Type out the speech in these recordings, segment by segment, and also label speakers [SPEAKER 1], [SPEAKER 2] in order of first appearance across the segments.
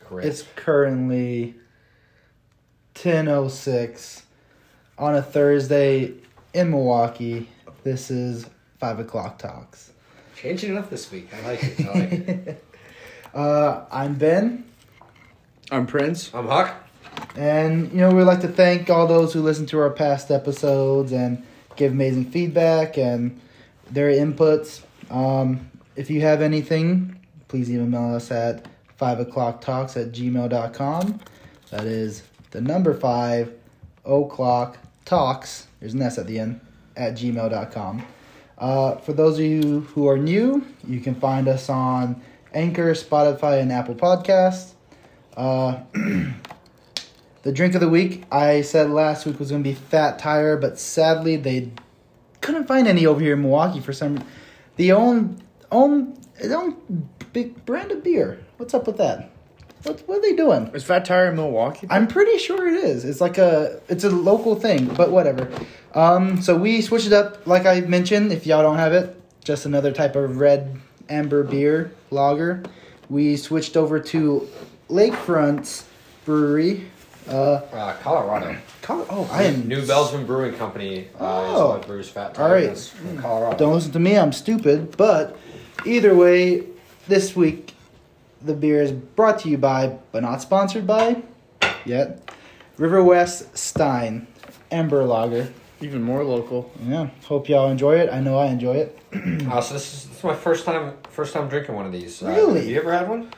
[SPEAKER 1] correct.
[SPEAKER 2] It's currently 10.06 on a Thursday in Milwaukee. This is 5 o'clock talks.
[SPEAKER 1] Changing it up this week. I like it. I like it.
[SPEAKER 2] Uh, I'm Ben,
[SPEAKER 3] I'm Prince.
[SPEAKER 1] I'm Huck.
[SPEAKER 2] and you know we'd like to thank all those who listen to our past episodes and give amazing feedback and their inputs. Um, if you have anything, please email us at 5 o'clock talks at gmail.com. That is the number 5 o'clock talks. There's an S at the end at gmail.com. Uh, for those of you who are new, you can find us on Anchor, Spotify, and Apple Podcasts. Uh, the drink of the week I said last week was going to be Fat Tire, but sadly they couldn't find any over here in Milwaukee for some. The own own their own big brand of beer. What's up with that? What what are they doing?
[SPEAKER 3] Is Fat Tire in Milwaukee?
[SPEAKER 2] I'm pretty sure it is. It's like a it's a local thing, but whatever. Um, so we switched it up, like I mentioned. If y'all don't have it, just another type of red amber beer lager. We switched over to Lakefront Brewery. Uh,
[SPEAKER 1] Uh, Colorado.
[SPEAKER 2] Col- oh, I am
[SPEAKER 1] New Belgium Brewing Company. Uh,
[SPEAKER 2] Oh.
[SPEAKER 1] oh. Is what brews Fat Tire.
[SPEAKER 2] All right.
[SPEAKER 1] It's from Colorado.
[SPEAKER 2] Don't listen to me, I'm stupid. But either way, this week the beer is brought to you by, but not sponsored by yet, River West Stein Amber Lager.
[SPEAKER 3] Even more local.
[SPEAKER 2] Yeah, hope y'all enjoy it. I know I enjoy it.
[SPEAKER 1] Uh, so this is, this is my first time first time drinking one of these. Uh,
[SPEAKER 2] Really?
[SPEAKER 1] Have you ever had one?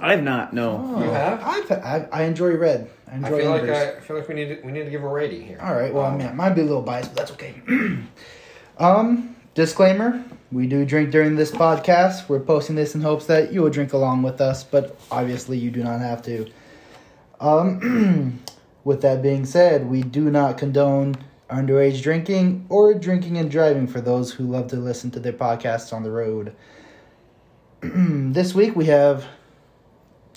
[SPEAKER 3] I have not. No.
[SPEAKER 1] You have?
[SPEAKER 2] I've, I, I enjoy red. I
[SPEAKER 1] I
[SPEAKER 2] enjoy
[SPEAKER 1] feel like
[SPEAKER 2] ambers.
[SPEAKER 1] I, I feel like we need to, we need to give a rating here. Um,
[SPEAKER 2] All right. Well, I mean, it might be a little biased, but that's okay. um, disclaimer: We do drink during this podcast. We're posting this in hopes that you will drink along with us, but obviously, you do not have to. Um, with that being said, we do not condone underage drinking or drinking and driving for those who love to listen to their podcasts on the road. this week we have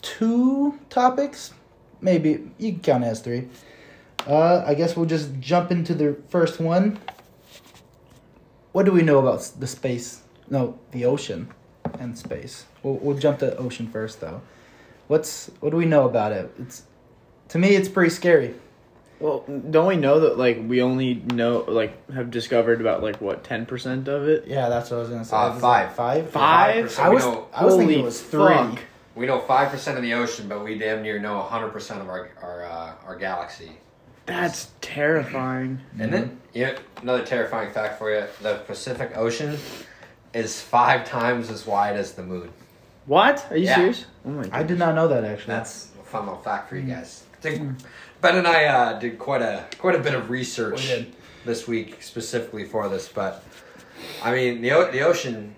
[SPEAKER 2] two topics, maybe you can count it as three. Uh, I guess we'll just jump into the first one. What do we know about s- the space? No, the ocean and space. We'll, we'll jump to ocean first, though. What's what do we know about it? It's to me, it's pretty scary.
[SPEAKER 3] Well, don't we know that like we only know like have discovered about like what ten percent of it?
[SPEAKER 2] Yeah, that's what I was gonna say.
[SPEAKER 1] Uh,
[SPEAKER 2] Is it
[SPEAKER 1] five.
[SPEAKER 2] five.
[SPEAKER 3] Five?
[SPEAKER 1] 5%.
[SPEAKER 2] I was
[SPEAKER 1] we, know,
[SPEAKER 2] I was thinking
[SPEAKER 3] Holy
[SPEAKER 2] it was three.
[SPEAKER 3] fuck.
[SPEAKER 1] we know 5% of the ocean, but we damn near know 100% of our, our, uh, our galaxy.
[SPEAKER 3] That's terrifying.
[SPEAKER 1] And then,
[SPEAKER 2] Mm-hmm.
[SPEAKER 1] you know, another terrifying fact for you the Pacific Ocean is five times as wide as the moon.
[SPEAKER 3] What? Are you
[SPEAKER 1] Yeah.
[SPEAKER 3] serious? Oh my
[SPEAKER 2] I
[SPEAKER 3] god.
[SPEAKER 2] did not know that actually.
[SPEAKER 1] That's a fun little fact
[SPEAKER 2] Mm-hmm.
[SPEAKER 1] for you guys. Did- Ben and I uh, did quite a quite a bit of
[SPEAKER 2] We
[SPEAKER 1] research
[SPEAKER 2] did.
[SPEAKER 1] this week specifically for this, but I mean the o- the ocean,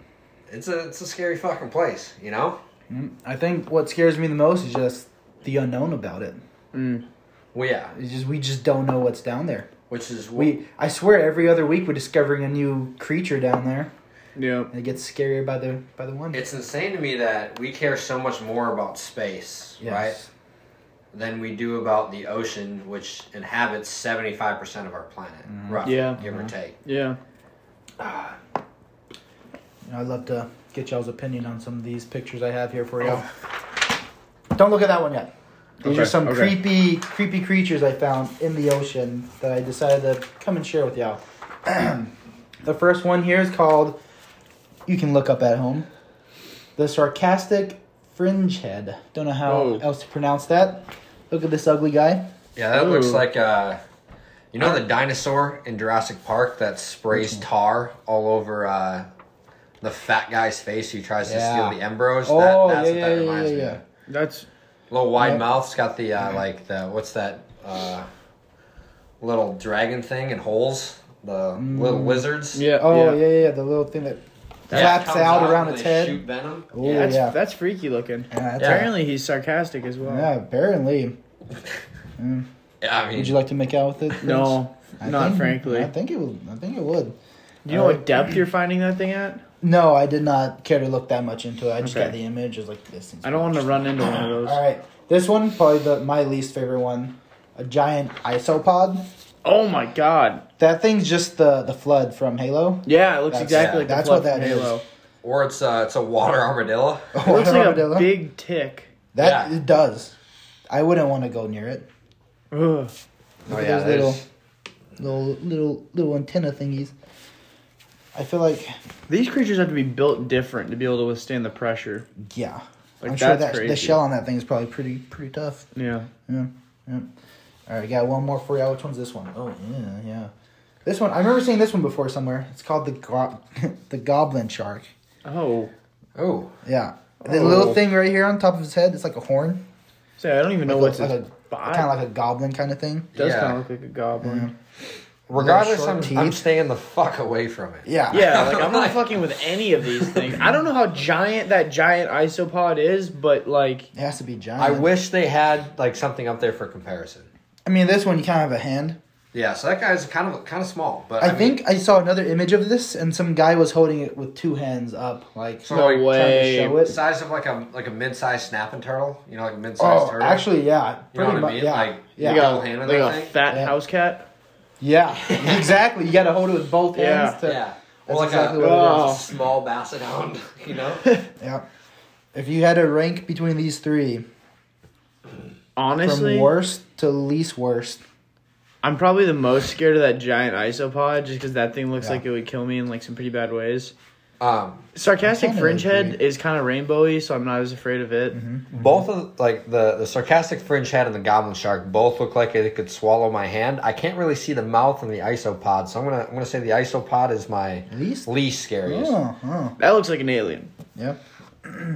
[SPEAKER 1] it's a it's a scary fucking place, you know.
[SPEAKER 2] Mm, I think what scares me the most is just the unknown about it.
[SPEAKER 3] Mm.
[SPEAKER 1] Well, yeah,
[SPEAKER 2] It's just we just don't know what's down there.
[SPEAKER 1] which is wh-
[SPEAKER 2] We I swear every other week we're discovering a new creature down there.
[SPEAKER 3] Yeah.
[SPEAKER 2] And it gets scarier by the by the one.
[SPEAKER 1] It's insane to me that we care so much more about space,
[SPEAKER 2] Yes.
[SPEAKER 1] right, than we do about the ocean, which inhabits seventy five percent of our planet, roughly,
[SPEAKER 3] Yeah.
[SPEAKER 1] give or take.
[SPEAKER 3] Yeah.
[SPEAKER 2] You know, I'd love to get y'all's opinion on some of these pictures I have here for y'all. Don't look at that one yet. These
[SPEAKER 3] Oh. Okay,
[SPEAKER 2] are some
[SPEAKER 3] okay.
[SPEAKER 2] creepy, creepy creatures I found in the ocean that I decided to come and share with y'all. the first one here is called, you can look up at home, the sarcastic fringe head. Don't know how
[SPEAKER 3] Whoa.
[SPEAKER 2] else to pronounce that. Look at this ugly guy.
[SPEAKER 1] Yeah, that looks
[SPEAKER 3] Ooh.
[SPEAKER 1] like uh you know the dinosaur in Jurassic Park that sprays tar all over uh the fat guy's face who tries to
[SPEAKER 2] Yeah.
[SPEAKER 1] steal the Embros?
[SPEAKER 2] Oh,
[SPEAKER 1] that, that's
[SPEAKER 2] yeah,
[SPEAKER 1] what
[SPEAKER 2] yeah,
[SPEAKER 1] that
[SPEAKER 2] yeah,
[SPEAKER 1] reminds
[SPEAKER 2] yeah,
[SPEAKER 1] me
[SPEAKER 2] yeah.
[SPEAKER 1] of.
[SPEAKER 3] That's
[SPEAKER 1] Little wide
[SPEAKER 2] Yep. Mm-hmm.
[SPEAKER 1] mouth's got the uh like the what's that uh little dragon thing and holes? The little lizards.
[SPEAKER 3] yeah.
[SPEAKER 2] Oh, Mm. yeah, yeah, yeah. The little thing that
[SPEAKER 1] That
[SPEAKER 2] flaps
[SPEAKER 1] comes
[SPEAKER 2] out around
[SPEAKER 1] and
[SPEAKER 2] its
[SPEAKER 1] they
[SPEAKER 2] head.
[SPEAKER 1] Shoot venom.
[SPEAKER 2] Oh,
[SPEAKER 3] That's
[SPEAKER 2] yeah.
[SPEAKER 3] that's freaky looking.
[SPEAKER 2] Yeah, that's
[SPEAKER 1] Yeah.
[SPEAKER 3] Apparently he's sarcastic as well.
[SPEAKER 2] Yeah, apparently.
[SPEAKER 1] Yeah, I mean,
[SPEAKER 2] Would you like to make out with it? Prince?
[SPEAKER 3] No,
[SPEAKER 2] I
[SPEAKER 3] not
[SPEAKER 2] think-
[SPEAKER 3] frankly.
[SPEAKER 2] I think it would. I think it would.
[SPEAKER 3] Do you know what depth you're finding that thing at?
[SPEAKER 2] No, I did not care to look that much into it. I just
[SPEAKER 3] Okay.
[SPEAKER 2] got the image. I was like, this. Thing's
[SPEAKER 3] I don't want to run into one of those.
[SPEAKER 2] All right, this one probably the my least favorite one. A giant isopod.
[SPEAKER 3] Oh my god.
[SPEAKER 2] That thing's just the the flood from Halo.
[SPEAKER 3] Yeah, it looks
[SPEAKER 2] That's-
[SPEAKER 3] exactly
[SPEAKER 1] yeah,
[SPEAKER 3] like the
[SPEAKER 2] that's
[SPEAKER 3] fluff
[SPEAKER 2] what
[SPEAKER 3] from
[SPEAKER 2] that is.
[SPEAKER 3] Halo.
[SPEAKER 1] or it's uh, it's a water armadillo.
[SPEAKER 3] It looks like a
[SPEAKER 2] Armadillo.
[SPEAKER 3] big tick.
[SPEAKER 2] That
[SPEAKER 1] Yeah.
[SPEAKER 2] it does. I wouldn't want to go near it.
[SPEAKER 3] Ugh.
[SPEAKER 1] Oh
[SPEAKER 2] Look at
[SPEAKER 1] yeah,
[SPEAKER 2] those
[SPEAKER 1] there's-
[SPEAKER 2] little- Little little little antenna thingies. I feel like
[SPEAKER 3] These creatures have to be built different to be able to withstand the pressure.
[SPEAKER 2] yeah. I'm
[SPEAKER 3] Like that's
[SPEAKER 2] sure that
[SPEAKER 3] crazy.
[SPEAKER 2] the shell on that thing is probably pretty pretty tough.
[SPEAKER 3] Yeah.
[SPEAKER 2] All right, got one more for you. Which one's this one? Oh yeah, yeah. This one I remember seeing this one before somewhere. It's called the go- the goblin shark.
[SPEAKER 3] Oh.
[SPEAKER 1] Oh,
[SPEAKER 2] Yeah, the
[SPEAKER 3] Oh.
[SPEAKER 2] little thing right here on top of his head. It's like a horn,
[SPEAKER 3] Say, I don't even know
[SPEAKER 2] Like
[SPEAKER 3] what's
[SPEAKER 2] a- like
[SPEAKER 3] his body.
[SPEAKER 2] kind of like a goblin kind of thing.
[SPEAKER 3] does
[SPEAKER 1] Yeah.
[SPEAKER 3] kind of look like a goblin.
[SPEAKER 1] regardless,
[SPEAKER 2] short
[SPEAKER 1] I'm,
[SPEAKER 2] teeth.
[SPEAKER 1] I'm staying the fuck away from it.
[SPEAKER 2] Yeah,
[SPEAKER 3] Yeah, like I'm not fucking with any of these things. I don't know how giant that giant isopod is, but like
[SPEAKER 2] It has to be giant.
[SPEAKER 1] I wish they had like something up there for comparison.
[SPEAKER 2] I mean, this one you kind of have a hand.
[SPEAKER 1] Yeah, so that guy's kind of kind of small, but
[SPEAKER 2] I,
[SPEAKER 1] mean,
[SPEAKER 2] think I saw another image of this, and some guy was holding it with two hands up, like
[SPEAKER 1] So,
[SPEAKER 2] trying
[SPEAKER 1] like,
[SPEAKER 2] to
[SPEAKER 3] way.
[SPEAKER 2] show it.
[SPEAKER 1] size of like a like a mid-sized snapping turtle. You know, like a mid-sized
[SPEAKER 2] Oh,
[SPEAKER 1] turtle.
[SPEAKER 2] actually, yeah,
[SPEAKER 1] You know
[SPEAKER 2] pretty
[SPEAKER 1] what I
[SPEAKER 2] much,
[SPEAKER 1] mean?
[SPEAKER 2] yeah,
[SPEAKER 1] Like,
[SPEAKER 2] yeah,
[SPEAKER 1] you
[SPEAKER 3] like
[SPEAKER 1] got-
[SPEAKER 3] a,
[SPEAKER 1] Hand on
[SPEAKER 3] like a
[SPEAKER 1] that thing?
[SPEAKER 3] fat
[SPEAKER 2] Yeah.
[SPEAKER 3] house cat.
[SPEAKER 2] yeah, exactly. You got to hold it with both
[SPEAKER 3] Yeah.
[SPEAKER 2] hands. To,
[SPEAKER 1] yeah, or
[SPEAKER 2] That's
[SPEAKER 1] like
[SPEAKER 2] exactly
[SPEAKER 1] a, Oh.
[SPEAKER 2] what
[SPEAKER 3] it is.
[SPEAKER 1] a small basset hound. You know,
[SPEAKER 2] yeah. If you had to rank between these three,
[SPEAKER 3] Honestly,
[SPEAKER 2] from worst to least worst,
[SPEAKER 3] I'm probably the most scared of that giant isopod just because that thing looks
[SPEAKER 2] Yeah.
[SPEAKER 3] like it would kill me in like some pretty bad ways.
[SPEAKER 1] um,
[SPEAKER 3] Sarcastic
[SPEAKER 2] kinda Mm-hmm.
[SPEAKER 3] fringe head
[SPEAKER 2] agree.
[SPEAKER 3] is kind of rainbowy, so I'm not as afraid of it.
[SPEAKER 1] both of like the the sarcastic fringe head and the goblin shark both look like it could swallow my hand. I can't really see the mouth in the isopod, so I'm gonna I'm gonna say the isopod is my
[SPEAKER 2] least.
[SPEAKER 1] least scariest.
[SPEAKER 2] Oh, oh,
[SPEAKER 3] That looks like an alien.
[SPEAKER 2] yeah.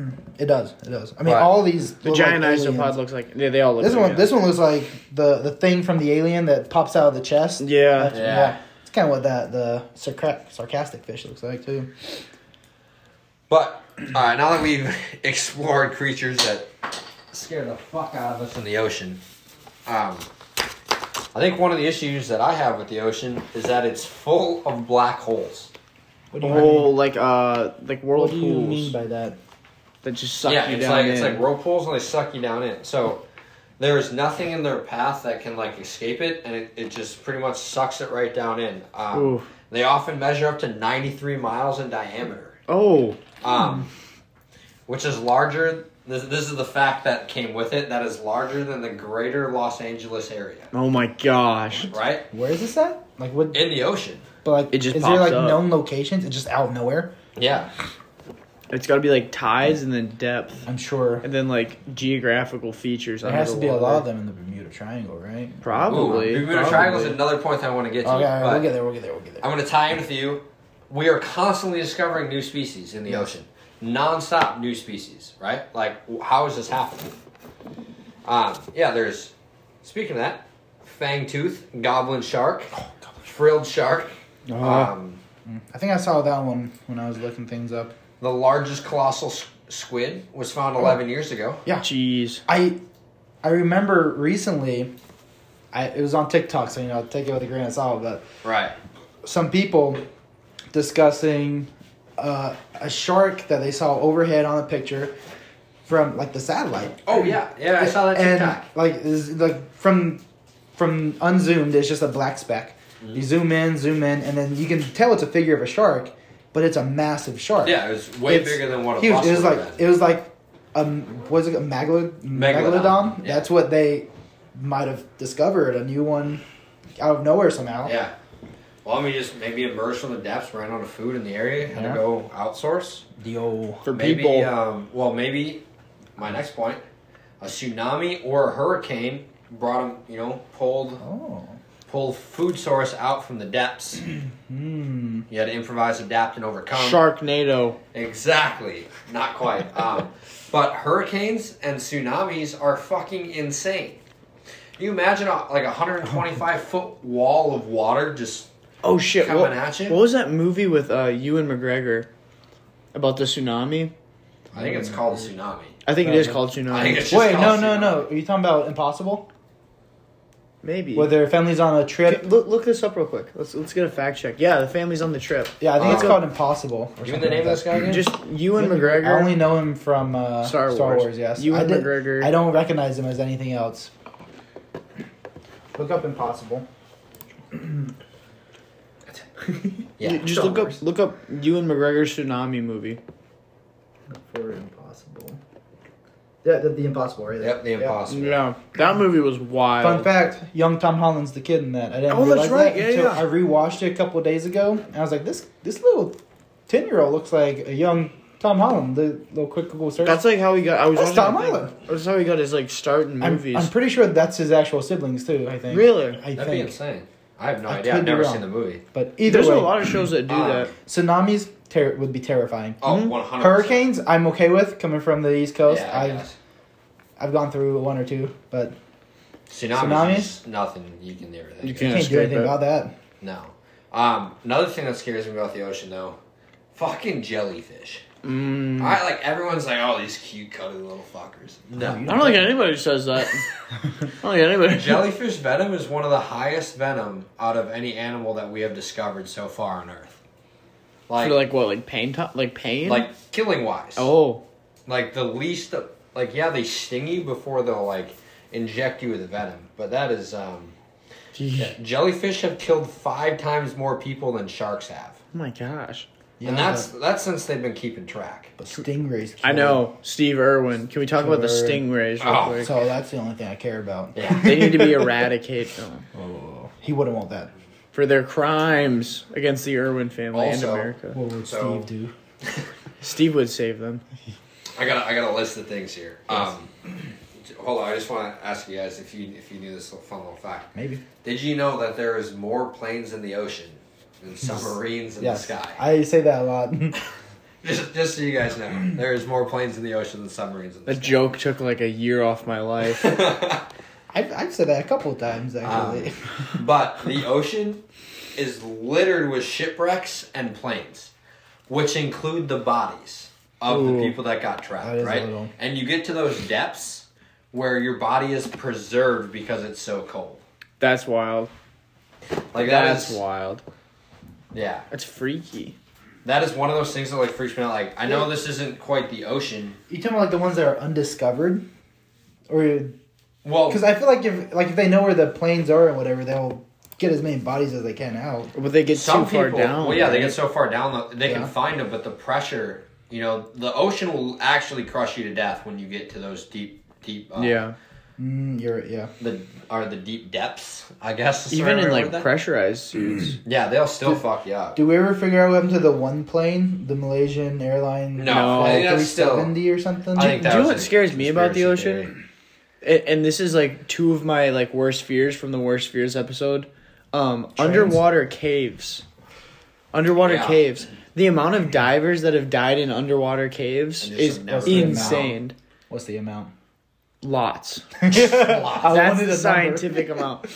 [SPEAKER 2] it does. It does. I mean,
[SPEAKER 1] But
[SPEAKER 2] all these
[SPEAKER 3] The
[SPEAKER 2] look like
[SPEAKER 3] giant
[SPEAKER 2] aliens.
[SPEAKER 3] isopod looks like yeah, they all look.
[SPEAKER 2] This
[SPEAKER 3] like
[SPEAKER 2] one, this
[SPEAKER 3] aliens.
[SPEAKER 2] one looks like the the thing from the alien that pops out of the chest.
[SPEAKER 3] Yeah.
[SPEAKER 1] Yeah.
[SPEAKER 2] It's kind of what that the sarca- sarcastic fish looks like too.
[SPEAKER 1] But all right, now that we've explored creatures that scare the fuck out of us in the ocean, um, I think one of the issues that I have with the ocean is that it's full of black holes.
[SPEAKER 2] What do you,
[SPEAKER 3] Oh, like uh, like
[SPEAKER 2] mean? What
[SPEAKER 3] whirlpools
[SPEAKER 2] do you mean by that?
[SPEAKER 3] that just suck
[SPEAKER 1] yeah,
[SPEAKER 3] you
[SPEAKER 1] it's
[SPEAKER 3] down
[SPEAKER 1] like
[SPEAKER 3] in.
[SPEAKER 1] it's like whirlpools and they suck you down in. So there is nothing in their path that can like escape it, and it, it just pretty much sucks it right down in. Um,
[SPEAKER 3] Oof.
[SPEAKER 1] They often measure up to ninety three miles in diameter.
[SPEAKER 3] oh,
[SPEAKER 1] um, which is larger. This, this is the fact that came with it. That is larger than the greater Los Angeles area,
[SPEAKER 3] oh my gosh.
[SPEAKER 1] right?
[SPEAKER 2] Where is this at? Like what?
[SPEAKER 1] In the ocean.
[SPEAKER 2] but like,
[SPEAKER 3] It just
[SPEAKER 2] is there
[SPEAKER 3] pops
[SPEAKER 2] like
[SPEAKER 3] up.
[SPEAKER 2] known locations? It's just out of nowhere.
[SPEAKER 1] Yeah,
[SPEAKER 3] It's got to be like tides and then depth
[SPEAKER 2] I'm sure
[SPEAKER 3] and then like geographical features.
[SPEAKER 2] there
[SPEAKER 3] under
[SPEAKER 2] has
[SPEAKER 3] the
[SPEAKER 2] to be a lot
[SPEAKER 3] water.
[SPEAKER 2] of them in the Bermuda Triangle, right?
[SPEAKER 3] Probably.
[SPEAKER 1] Ooh, Bermuda
[SPEAKER 3] probably.
[SPEAKER 1] Triangle is another point that I want to get to.
[SPEAKER 2] Okay, all right,
[SPEAKER 1] but
[SPEAKER 2] we'll get there. We'll get there. We'll get there.
[SPEAKER 1] I'm going to tie in with you. We are constantly discovering new species in the ocean, nonstop new species, right? Like, w- how is this happening? Um, yeah, there's. Speaking of that, fangtooth, goblin shark,
[SPEAKER 2] Oh,
[SPEAKER 1] frilled shark.
[SPEAKER 3] Ah.
[SPEAKER 1] Um,
[SPEAKER 2] I think I saw that one when I was looking things up.
[SPEAKER 1] The largest colossal s- squid was
[SPEAKER 2] Oh.
[SPEAKER 1] found 11 years ago.
[SPEAKER 3] Jeez.
[SPEAKER 2] I I remember recently, I it was on TikTok, so you know, take it with a grain of salt, but
[SPEAKER 1] Right.
[SPEAKER 2] some people discussing uh, a shark that they saw overhead on a picture from like the satellite.
[SPEAKER 1] Oh yeah, yeah. I saw that
[SPEAKER 2] and
[SPEAKER 1] TikTok.
[SPEAKER 2] like is like from from unzoomed, it's just a black speck. You zoom in, zoom in, and then you can tell it's a figure of a shark, but it's a massive shark.
[SPEAKER 1] yeah, it was way
[SPEAKER 2] It's
[SPEAKER 1] bigger than what a
[SPEAKER 2] huge.
[SPEAKER 1] bus
[SPEAKER 2] It was
[SPEAKER 1] would've
[SPEAKER 2] like
[SPEAKER 1] been.
[SPEAKER 2] it was like um was it a magalod- megalodon?
[SPEAKER 1] Megalodon, yeah.
[SPEAKER 2] That's what they might have discovered a new one out of nowhere somehow.
[SPEAKER 1] yeah. Well, I mean, just maybe emerged from the depths, ran out of food in the area, had
[SPEAKER 2] Yeah.
[SPEAKER 1] to go outsource.
[SPEAKER 2] The old
[SPEAKER 3] For
[SPEAKER 1] Maybe,
[SPEAKER 3] people.
[SPEAKER 1] um, well, maybe my next point, a tsunami or a hurricane brought them, you know, pulled
[SPEAKER 2] oh
[SPEAKER 1] pulled food source out from the depths.
[SPEAKER 2] hmm
[SPEAKER 1] You had to improvise, adapt, and overcome.
[SPEAKER 3] Sharknado.
[SPEAKER 1] Exactly. Not quite. Um, but hurricanes and tsunamis are fucking insane. Can you imagine a, like a 125 foot wall of water just.
[SPEAKER 3] Oh shit!
[SPEAKER 1] Coming
[SPEAKER 3] what,
[SPEAKER 1] at you?
[SPEAKER 3] What was that movie with uh, Ewan McGregor about the tsunami?
[SPEAKER 1] I think it's called a tsunami.
[SPEAKER 3] I think it is
[SPEAKER 2] Uh,
[SPEAKER 3] called tsunami.
[SPEAKER 1] I think it's just
[SPEAKER 2] Wait, no,
[SPEAKER 1] called
[SPEAKER 2] no,
[SPEAKER 1] tsunami.
[SPEAKER 2] no. Are you talking about impossible?
[SPEAKER 3] Maybe.
[SPEAKER 2] Where their family's on a
[SPEAKER 3] Okay,
[SPEAKER 2] trip?
[SPEAKER 3] look, look this up real quick. Let's let's get a fact check. Yeah, the family's on the trip.
[SPEAKER 2] Yeah, I think it's
[SPEAKER 1] Uh,
[SPEAKER 2] called impossible. Or
[SPEAKER 1] Give me
[SPEAKER 2] something
[SPEAKER 1] the name
[SPEAKER 2] like
[SPEAKER 1] of this guy again.
[SPEAKER 3] Just Ewan
[SPEAKER 2] I
[SPEAKER 3] McGregor.
[SPEAKER 2] only know him from uh,
[SPEAKER 3] Star
[SPEAKER 2] Star, Wars.
[SPEAKER 3] Wars.
[SPEAKER 2] Yes,
[SPEAKER 3] Ewan
[SPEAKER 2] I did-
[SPEAKER 3] McGregor.
[SPEAKER 2] I don't recognize him as anything else. Look up impossible.
[SPEAKER 1] yeah,
[SPEAKER 3] Just look up look up Ewan McGregor tsunami movie.
[SPEAKER 2] For impossible. Yeah, the, the impossible, right? there.
[SPEAKER 1] Yep, The
[SPEAKER 2] Yeah.
[SPEAKER 1] Impossible.
[SPEAKER 3] Yeah, that movie was wild.
[SPEAKER 2] Fun fact: Young Tom Holland's the kid in that. I didn't
[SPEAKER 3] Oh, that's
[SPEAKER 2] realize
[SPEAKER 3] right.
[SPEAKER 2] that
[SPEAKER 3] Yeah,
[SPEAKER 2] until
[SPEAKER 3] yeah.
[SPEAKER 2] I rewatched it a couple of days ago, and I was like, "This this little ten year old looks like a young Tom Holland." The little quick Google search.
[SPEAKER 3] That's like how he got. I was
[SPEAKER 2] That's
[SPEAKER 3] watching
[SPEAKER 2] Tom
[SPEAKER 3] the thing.
[SPEAKER 2] Holland.
[SPEAKER 3] That's how he got his like start in
[SPEAKER 2] I'm,
[SPEAKER 3] movies.
[SPEAKER 2] I'm pretty sure that's his actual siblings too. I think.
[SPEAKER 3] really?
[SPEAKER 2] I
[SPEAKER 1] That'd be
[SPEAKER 2] think.
[SPEAKER 1] insane. I have no
[SPEAKER 2] I
[SPEAKER 1] idea. I've
[SPEAKER 2] could be
[SPEAKER 1] never
[SPEAKER 2] wrong.
[SPEAKER 1] seen the movie.
[SPEAKER 2] But either
[SPEAKER 3] There's
[SPEAKER 2] way,
[SPEAKER 3] a lot of shows that do
[SPEAKER 1] Ah.
[SPEAKER 3] that.
[SPEAKER 2] tsunamis ter- would be terrifying.
[SPEAKER 1] Oh,
[SPEAKER 3] Mhm.
[SPEAKER 1] 100
[SPEAKER 2] Hurricanes, I'm okay with coming from the East Coast.
[SPEAKER 1] Yeah, I
[SPEAKER 2] I've
[SPEAKER 1] guess.
[SPEAKER 2] I've gone through one or two, but
[SPEAKER 1] Tsunamis,
[SPEAKER 2] Tsunamis?
[SPEAKER 1] is Nothing you can never think
[SPEAKER 3] You
[SPEAKER 1] of.
[SPEAKER 3] can't. Yeah,
[SPEAKER 2] can't do
[SPEAKER 3] escape
[SPEAKER 2] anything
[SPEAKER 3] it.
[SPEAKER 2] about that.
[SPEAKER 1] No. Um, another thing that scares me about the ocean, though, fucking jellyfish.
[SPEAKER 3] Mm.
[SPEAKER 1] I like everyone's like, oh, these cute, cuddly little fuckers. No.
[SPEAKER 3] I don't think anybody says that. I don't think anybody.
[SPEAKER 1] Jellyfish venom is one of the highest venom out of any animal that we have discovered so far on Earth.
[SPEAKER 3] For,
[SPEAKER 1] Like, like,
[SPEAKER 3] like what? Like pain? To- like pain?
[SPEAKER 1] killing wise.
[SPEAKER 3] oh,
[SPEAKER 1] Like the least, like yeah, they sting you before they'll like inject you with the venom. But that is, um,
[SPEAKER 3] Gee.
[SPEAKER 1] jellyfish have killed five times more people than sharks have,
[SPEAKER 3] oh my gosh!
[SPEAKER 1] and that's that's since they've been keeping track.
[SPEAKER 2] but stingrays.
[SPEAKER 3] I know Steve Irwin. Can we talk about the
[SPEAKER 2] Irwin.
[SPEAKER 3] stingrays real
[SPEAKER 1] Oh.
[SPEAKER 3] quick?
[SPEAKER 2] So that's the only thing I care about.
[SPEAKER 1] Yeah.
[SPEAKER 3] they need to be eradicated oh,
[SPEAKER 2] He wouldn't want that.
[SPEAKER 3] for their crimes against the Irwin family and
[SPEAKER 1] Also-
[SPEAKER 3] America.
[SPEAKER 2] What would
[SPEAKER 1] So-
[SPEAKER 2] Steve do?
[SPEAKER 3] Steve would save them.
[SPEAKER 1] I got I got a list of things here. Um, hold on, I just want to ask you guys if you if you knew this little fun little fact.
[SPEAKER 2] Maybe.
[SPEAKER 1] Did you know that there is more planes in the ocean than submarines in
[SPEAKER 2] Yes.
[SPEAKER 1] the sky?
[SPEAKER 2] I say that a lot.
[SPEAKER 1] just just so you guys know, there is more planes in the ocean than submarines in the
[SPEAKER 3] That joke took like a year off my life.
[SPEAKER 1] sky.
[SPEAKER 2] I've, I've said that a couple of times
[SPEAKER 1] Um,
[SPEAKER 2] actually.
[SPEAKER 1] but the ocean is littered with shipwrecks and planes, which include the bodies of
[SPEAKER 3] Ooh.
[SPEAKER 1] the people that got trapped,
[SPEAKER 2] That is a
[SPEAKER 1] right?
[SPEAKER 2] little-
[SPEAKER 1] And you get to those depths where your body is preserved because it's so cold.
[SPEAKER 3] That's wild.
[SPEAKER 1] Like that's
[SPEAKER 3] That's wild.
[SPEAKER 1] yeah.
[SPEAKER 3] That's freaky.
[SPEAKER 1] That is one of those things that like freaks me out. Like I know this isn't quite the ocean.
[SPEAKER 2] you talking about like the ones that are undiscovered, or
[SPEAKER 1] Well,
[SPEAKER 2] because I feel like if like if they know where the planes are and whatever, they'll get as many bodies as they can out.
[SPEAKER 3] But they get
[SPEAKER 1] some
[SPEAKER 3] too far
[SPEAKER 1] people.
[SPEAKER 3] down.
[SPEAKER 1] well, yeah, they
[SPEAKER 3] right?
[SPEAKER 1] get so far down that they
[SPEAKER 2] Yeah.
[SPEAKER 1] can find them, but the pressure. You know, the ocean will actually crush you to death when you get to those deep, deep. Uh,
[SPEAKER 3] Yeah,
[SPEAKER 2] Mm, you're yeah.
[SPEAKER 1] the are the deep depths. I guess is the
[SPEAKER 3] even
[SPEAKER 1] right
[SPEAKER 3] in
[SPEAKER 1] way to
[SPEAKER 3] like
[SPEAKER 1] word that.
[SPEAKER 3] pressurized suits.
[SPEAKER 1] Yeah, they'll still fuck you up.
[SPEAKER 2] Do we ever figure out what happened to the one plane, the Malaysian airline?
[SPEAKER 1] No,
[SPEAKER 3] No.
[SPEAKER 1] I think
[SPEAKER 2] three
[SPEAKER 1] that's still.
[SPEAKER 2] seventy or something.
[SPEAKER 1] I think
[SPEAKER 3] Do
[SPEAKER 1] that
[SPEAKER 3] you know
[SPEAKER 1] was
[SPEAKER 3] what
[SPEAKER 1] a
[SPEAKER 3] scares me about the
[SPEAKER 1] conspiracy
[SPEAKER 3] ocean?
[SPEAKER 1] theory.
[SPEAKER 3] and, and this is like two of my like worst fears from the worst fears episode um underwater caves underwater
[SPEAKER 1] Yeah.
[SPEAKER 3] caves the amount of divers that have died in underwater caves
[SPEAKER 1] And just
[SPEAKER 3] is
[SPEAKER 1] have never
[SPEAKER 2] been
[SPEAKER 3] insane
[SPEAKER 2] What's the amount?
[SPEAKER 3] lots
[SPEAKER 2] I
[SPEAKER 3] that's
[SPEAKER 2] wanted
[SPEAKER 3] the
[SPEAKER 2] a number.
[SPEAKER 3] scientific amount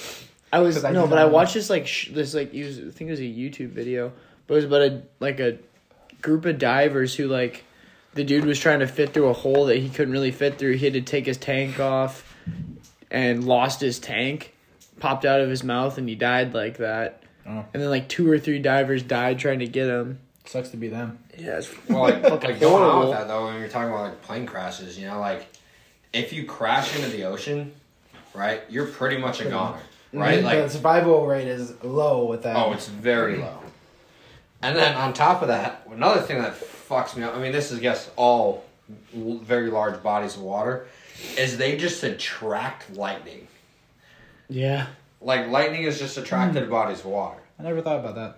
[SPEAKER 3] i was
[SPEAKER 2] 'Cause I
[SPEAKER 3] no
[SPEAKER 2] did
[SPEAKER 3] but
[SPEAKER 2] not
[SPEAKER 3] i
[SPEAKER 2] know.
[SPEAKER 3] watched this like sh- this like it was, i think it was a youtube video but it was about a like a group of divers who like the dude was trying to fit through a hole that he couldn't really fit through. He had to take his tank off and lost his tank, popped out of his mouth, and he died like that.
[SPEAKER 2] Oh.
[SPEAKER 3] And then like two or three divers died trying to get him.
[SPEAKER 2] Sucks to be them.
[SPEAKER 3] Yeah, it's
[SPEAKER 1] Well, like, like going on
[SPEAKER 3] horrible.
[SPEAKER 1] with that though, when you're talking about like plane crashes, you know, like if you crash into the ocean, right, you're pretty much a goner,
[SPEAKER 3] Mm-hmm.
[SPEAKER 1] right?
[SPEAKER 2] the
[SPEAKER 1] Like,
[SPEAKER 2] survival rate is low with that.
[SPEAKER 1] oh, it's very low. And then on top of that, another thing that fucks me up. I mean, this is I guess all l- very large bodies of water, is they just attract lightning.
[SPEAKER 3] yeah.
[SPEAKER 1] Like lightning is just attracted
[SPEAKER 3] Mm.
[SPEAKER 1] to bodies of water.
[SPEAKER 2] I never thought about that.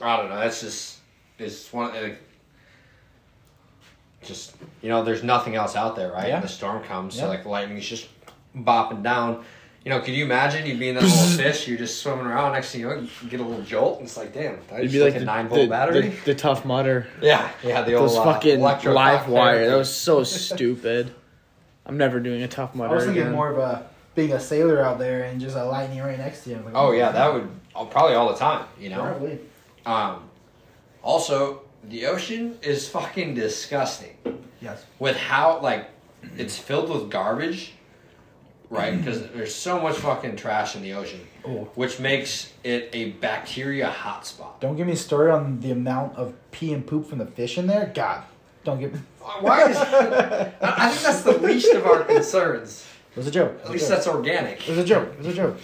[SPEAKER 1] I don't know. That's just it's one. Like, just you know, there's nothing else out there, right?
[SPEAKER 2] Yeah.
[SPEAKER 1] The storm comes,
[SPEAKER 2] Yeah.
[SPEAKER 1] so like lightning's just bopping down. You know, could you imagine you being that little fish? You're just swimming around. Next thing you know, you get a little jolt, and it's like, damn, that just
[SPEAKER 3] It'd be like,
[SPEAKER 1] a
[SPEAKER 3] the,
[SPEAKER 1] nine
[SPEAKER 3] the-
[SPEAKER 1] volt battery.
[SPEAKER 3] the- the tough mutter.
[SPEAKER 1] yeah, yeah, the old
[SPEAKER 3] Those
[SPEAKER 1] uh,
[SPEAKER 3] fucking
[SPEAKER 1] electro-
[SPEAKER 3] live wire. That
[SPEAKER 1] therapy.
[SPEAKER 3] was so stupid. I'm never doing a tough mutter.
[SPEAKER 2] I was thinking
[SPEAKER 3] again.
[SPEAKER 2] more of a being a sailor out there and just a lightning right next to you. Like,
[SPEAKER 1] Oh yeah, that would oh, probably all the time. You know.
[SPEAKER 2] Probably.
[SPEAKER 1] Um, also, the ocean is fucking disgusting.
[SPEAKER 2] Yes.
[SPEAKER 1] with how like it's filled with garbage, right? Because there's so much fucking trash in the ocean,
[SPEAKER 2] Oh.
[SPEAKER 1] which makes it a bacteria hotspot.
[SPEAKER 2] Don't give me started on the amount of pee and poop from the fish in there. God, don't give. It
[SPEAKER 1] Why is? I I think that's the least of our concerns.
[SPEAKER 2] was a joke.
[SPEAKER 1] At least that's organic.
[SPEAKER 2] It was a joke. It was a joke.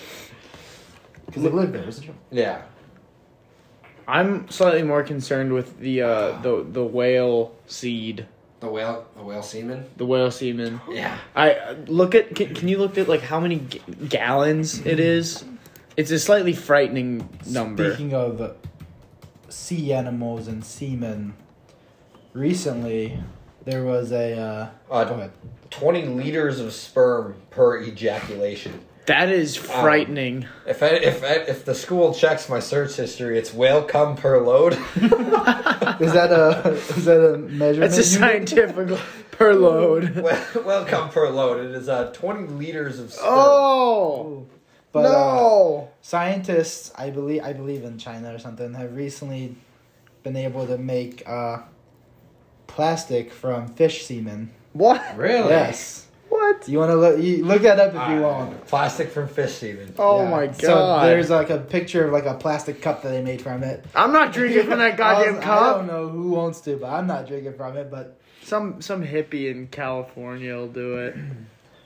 [SPEAKER 2] Because they lived there. It was a joke.
[SPEAKER 1] Yeah.
[SPEAKER 3] I'm slightly more concerned with the uh, the the whale seed
[SPEAKER 1] The whale, the whale semen.
[SPEAKER 3] the whale semen.
[SPEAKER 1] Yeah,
[SPEAKER 3] I uh, look at. Can, can you look at like how many g- gallons it is? It's a slightly frightening number.
[SPEAKER 2] Speaking of sea animals and seamen, recently there was a. Uh,
[SPEAKER 1] Uh,
[SPEAKER 2] go ahead.
[SPEAKER 1] twenty liters of sperm per ejaculation.
[SPEAKER 3] That is frightening.
[SPEAKER 1] If I, if I, if the school checks my search history, it's whale cum per load.
[SPEAKER 2] Is that a is that a measurement?
[SPEAKER 3] That's a
[SPEAKER 2] unit?
[SPEAKER 3] scientific per load.
[SPEAKER 1] Well, well, come per load. It is uh, 20 liters of sperm.
[SPEAKER 3] Oh
[SPEAKER 2] But, uh,
[SPEAKER 3] no!
[SPEAKER 2] scientists, I believe, I believe in China or something, have recently been able to make uh, plastic from fish semen.
[SPEAKER 3] what?
[SPEAKER 1] Really?
[SPEAKER 2] Yes.
[SPEAKER 3] What?
[SPEAKER 2] You want to look? You look that up if
[SPEAKER 1] Ah,
[SPEAKER 2] you want.
[SPEAKER 1] Plastic from fish semen.
[SPEAKER 3] Uh, Oh
[SPEAKER 2] Yeah.
[SPEAKER 3] my god!
[SPEAKER 2] So there's like a picture of like a plastic cup that they made from it.
[SPEAKER 3] I'm not drinking from that
[SPEAKER 2] I,
[SPEAKER 3] goddamn
[SPEAKER 2] was- I don't
[SPEAKER 3] cup.
[SPEAKER 2] know who wants to, but I'm not drinking from it. But
[SPEAKER 3] Some some hippie in California will do it.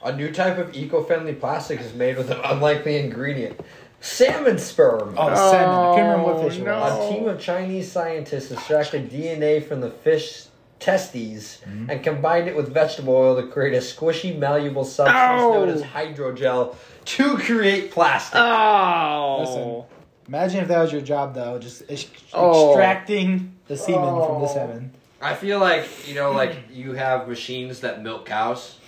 [SPEAKER 1] A new type of eco-friendly plastic is made with an unlikely ingredient. Salmon sperm.
[SPEAKER 2] oh, salmon! I can't remember what fish it
[SPEAKER 3] no.
[SPEAKER 2] was.
[SPEAKER 1] A team of Chinese scientists extracted DNA from the fish testes
[SPEAKER 2] Mm-hmm.
[SPEAKER 1] and combined it with vegetable oil to create a squishy, malleable substance known
[SPEAKER 3] Ow.
[SPEAKER 2] Oh.
[SPEAKER 1] as hydrogel to create plastic.
[SPEAKER 3] Oh.
[SPEAKER 2] Imagine if that was your job, though, just ex-
[SPEAKER 3] Oh.
[SPEAKER 2] extracting the semen from the
[SPEAKER 3] Oh.
[SPEAKER 2] semen.
[SPEAKER 1] I feel like you know, like you have machines that milk cows.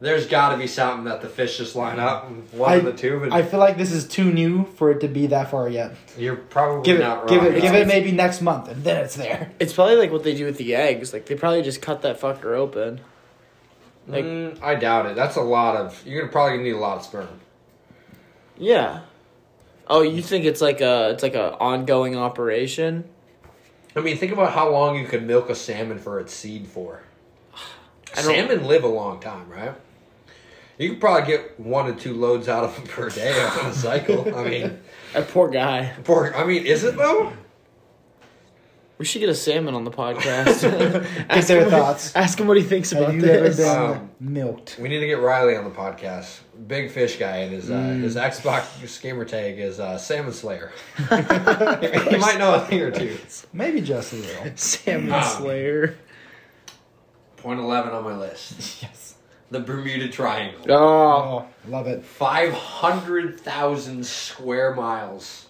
[SPEAKER 1] There's got to be something that the fish just line up, one of the two, and
[SPEAKER 2] I feel like this is too new for it to be that far yet.
[SPEAKER 1] you're probably
[SPEAKER 2] Give it,
[SPEAKER 1] not
[SPEAKER 2] give
[SPEAKER 1] wrong.
[SPEAKER 2] it, give it maybe next month, and then it's there.
[SPEAKER 3] It's probably like what they do with the eggs. Like they probably just cut that fucker open. like-
[SPEAKER 1] Mm, I doubt it. That's a lot of. You're gonna probably need a lot of sperm.
[SPEAKER 3] Yeah. Oh, you think it's like a it's like a ongoing operation?
[SPEAKER 1] I mean, think about how long you could milk a salmon for its seed for.
[SPEAKER 3] I don't-
[SPEAKER 1] Salmon live a long time, right? You could probably get one to two loads out of them per day on a cycle. I mean,
[SPEAKER 3] That poor guy.
[SPEAKER 1] for I mean, is it though?
[SPEAKER 3] We should get a salmon on the podcast.
[SPEAKER 2] Get
[SPEAKER 3] ask
[SPEAKER 2] their
[SPEAKER 3] him what-
[SPEAKER 2] thoughts.
[SPEAKER 3] ask him what he thinks
[SPEAKER 2] Have
[SPEAKER 3] about
[SPEAKER 2] you
[SPEAKER 3] this.
[SPEAKER 2] ever been
[SPEAKER 1] Um,
[SPEAKER 2] milked?
[SPEAKER 1] We need to get Riley on the podcast. Big fish guy, and his uh, his Xbox gamer tag is uh, Salmon Slayer. he might know a thing or two.
[SPEAKER 2] Maybe just a little.
[SPEAKER 3] Salmon
[SPEAKER 1] Um,
[SPEAKER 3] Slayer.
[SPEAKER 1] Point eleven on my list:
[SPEAKER 2] yes.
[SPEAKER 1] the Bermuda Triangle.
[SPEAKER 2] Oh,
[SPEAKER 3] Oh,
[SPEAKER 2] love it.
[SPEAKER 1] 500,000 square miles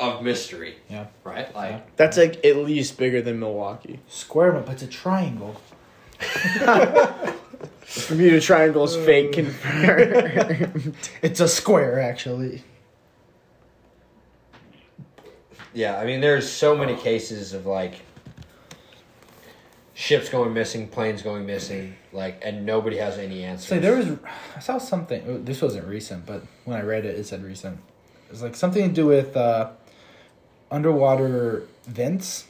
[SPEAKER 1] of mystery,
[SPEAKER 2] Yeah.
[SPEAKER 1] right? Like,
[SPEAKER 3] that's like at least bigger than Milwaukee.
[SPEAKER 2] Square, but it's a triangle.
[SPEAKER 3] Bermuda Triangle's fake confirmed.
[SPEAKER 2] It's a square, actually.
[SPEAKER 1] yeah, I mean, there's so many cases of like ships going missing, planes going missing, like, and nobody has any answers.
[SPEAKER 2] So there was, I saw something. oh, This wasn't recent, but when I read it, it said recent. It was like something to do with uh, underwater vents.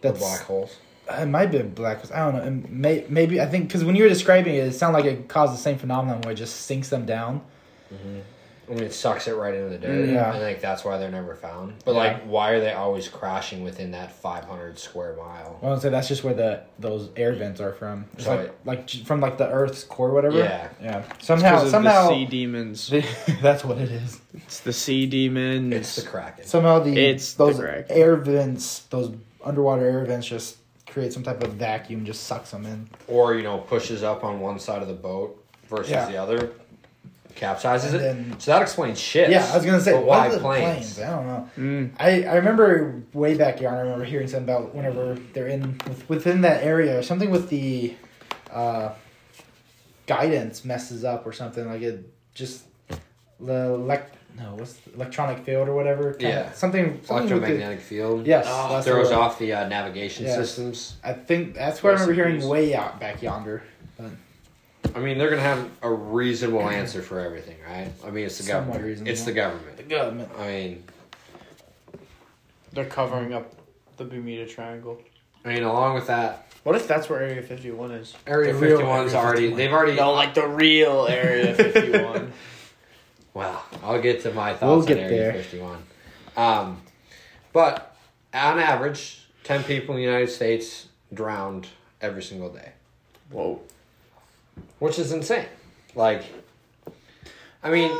[SPEAKER 1] the
[SPEAKER 2] That's
[SPEAKER 1] black holes.
[SPEAKER 2] It might be black. holes. I don't know. and May, maybe I think because when you were describing it, it sounded like it caused the same phenomenon where it just sinks them down.
[SPEAKER 1] I mean, it sucks it right into the dirt.
[SPEAKER 2] Mm, yeah.
[SPEAKER 1] And, like, that's why they're never found. But, like, why are they always crashing within that 500 square mile?
[SPEAKER 2] Well, so that's just where the those air vents are from. It's
[SPEAKER 1] So
[SPEAKER 2] like
[SPEAKER 1] it-
[SPEAKER 2] like j- from like the Earth's core, whatever.
[SPEAKER 1] Yeah.
[SPEAKER 2] yeah. Somehow, somehow,
[SPEAKER 3] the sea demons.
[SPEAKER 2] that's what it is.
[SPEAKER 3] It's the sea demons.
[SPEAKER 1] It's the Kraken.
[SPEAKER 2] Somehow the
[SPEAKER 3] It's the
[SPEAKER 2] those
[SPEAKER 3] Kraken.
[SPEAKER 2] air vents, those underwater air vents, just create some type of vacuum, just sucks them in.
[SPEAKER 1] or you know pushes up on one side of the boat versus
[SPEAKER 2] Yeah.
[SPEAKER 1] the other, capsizes
[SPEAKER 2] And
[SPEAKER 1] it.
[SPEAKER 2] then-
[SPEAKER 1] so that explains ships.
[SPEAKER 2] Yeah, I was gonna say
[SPEAKER 1] but
[SPEAKER 2] why
[SPEAKER 1] why
[SPEAKER 2] the
[SPEAKER 1] planes?
[SPEAKER 2] planes? I don't know.
[SPEAKER 3] Mm.
[SPEAKER 2] I, I remember way back yarn. I remember hearing something about whenever they're in with, within that area or something with the uh, guidance messes up or something like it just the elect no what's the, electronic field or whatever kinda-
[SPEAKER 1] Yeah.
[SPEAKER 2] something, something with the,
[SPEAKER 1] Electromagnetic field.
[SPEAKER 2] Yes,
[SPEAKER 1] Oh,
[SPEAKER 2] that's
[SPEAKER 1] throws
[SPEAKER 2] the word.
[SPEAKER 1] off the uh, navigation
[SPEAKER 2] Yeah.
[SPEAKER 1] systems.
[SPEAKER 2] I think that's what I remember hearing
[SPEAKER 3] Recipes.
[SPEAKER 2] way out back yonder. But
[SPEAKER 1] I mean, they're gonna have a reasonable answer for everything, right? I mean, it's the
[SPEAKER 2] Somewhat
[SPEAKER 1] government.
[SPEAKER 2] reasonable.
[SPEAKER 1] It's the government.
[SPEAKER 2] government.
[SPEAKER 1] I mean,
[SPEAKER 3] They're covering up the Bermuda Triangle.
[SPEAKER 1] I mean, along with that,
[SPEAKER 3] What if that's where Area 51 is?
[SPEAKER 1] Area
[SPEAKER 2] The real
[SPEAKER 1] Fifty One's
[SPEAKER 2] Area
[SPEAKER 1] already.
[SPEAKER 2] 51.
[SPEAKER 1] They've already.
[SPEAKER 3] No, like the real Area 51.
[SPEAKER 1] Well, I'll get to my
[SPEAKER 2] We'll
[SPEAKER 1] thoughts
[SPEAKER 2] get
[SPEAKER 1] on Area
[SPEAKER 2] there.
[SPEAKER 1] 51. Um, but on average, 10 people in the United States drowned every single day,
[SPEAKER 3] Whoa.
[SPEAKER 1] which is insane. Like, I mean,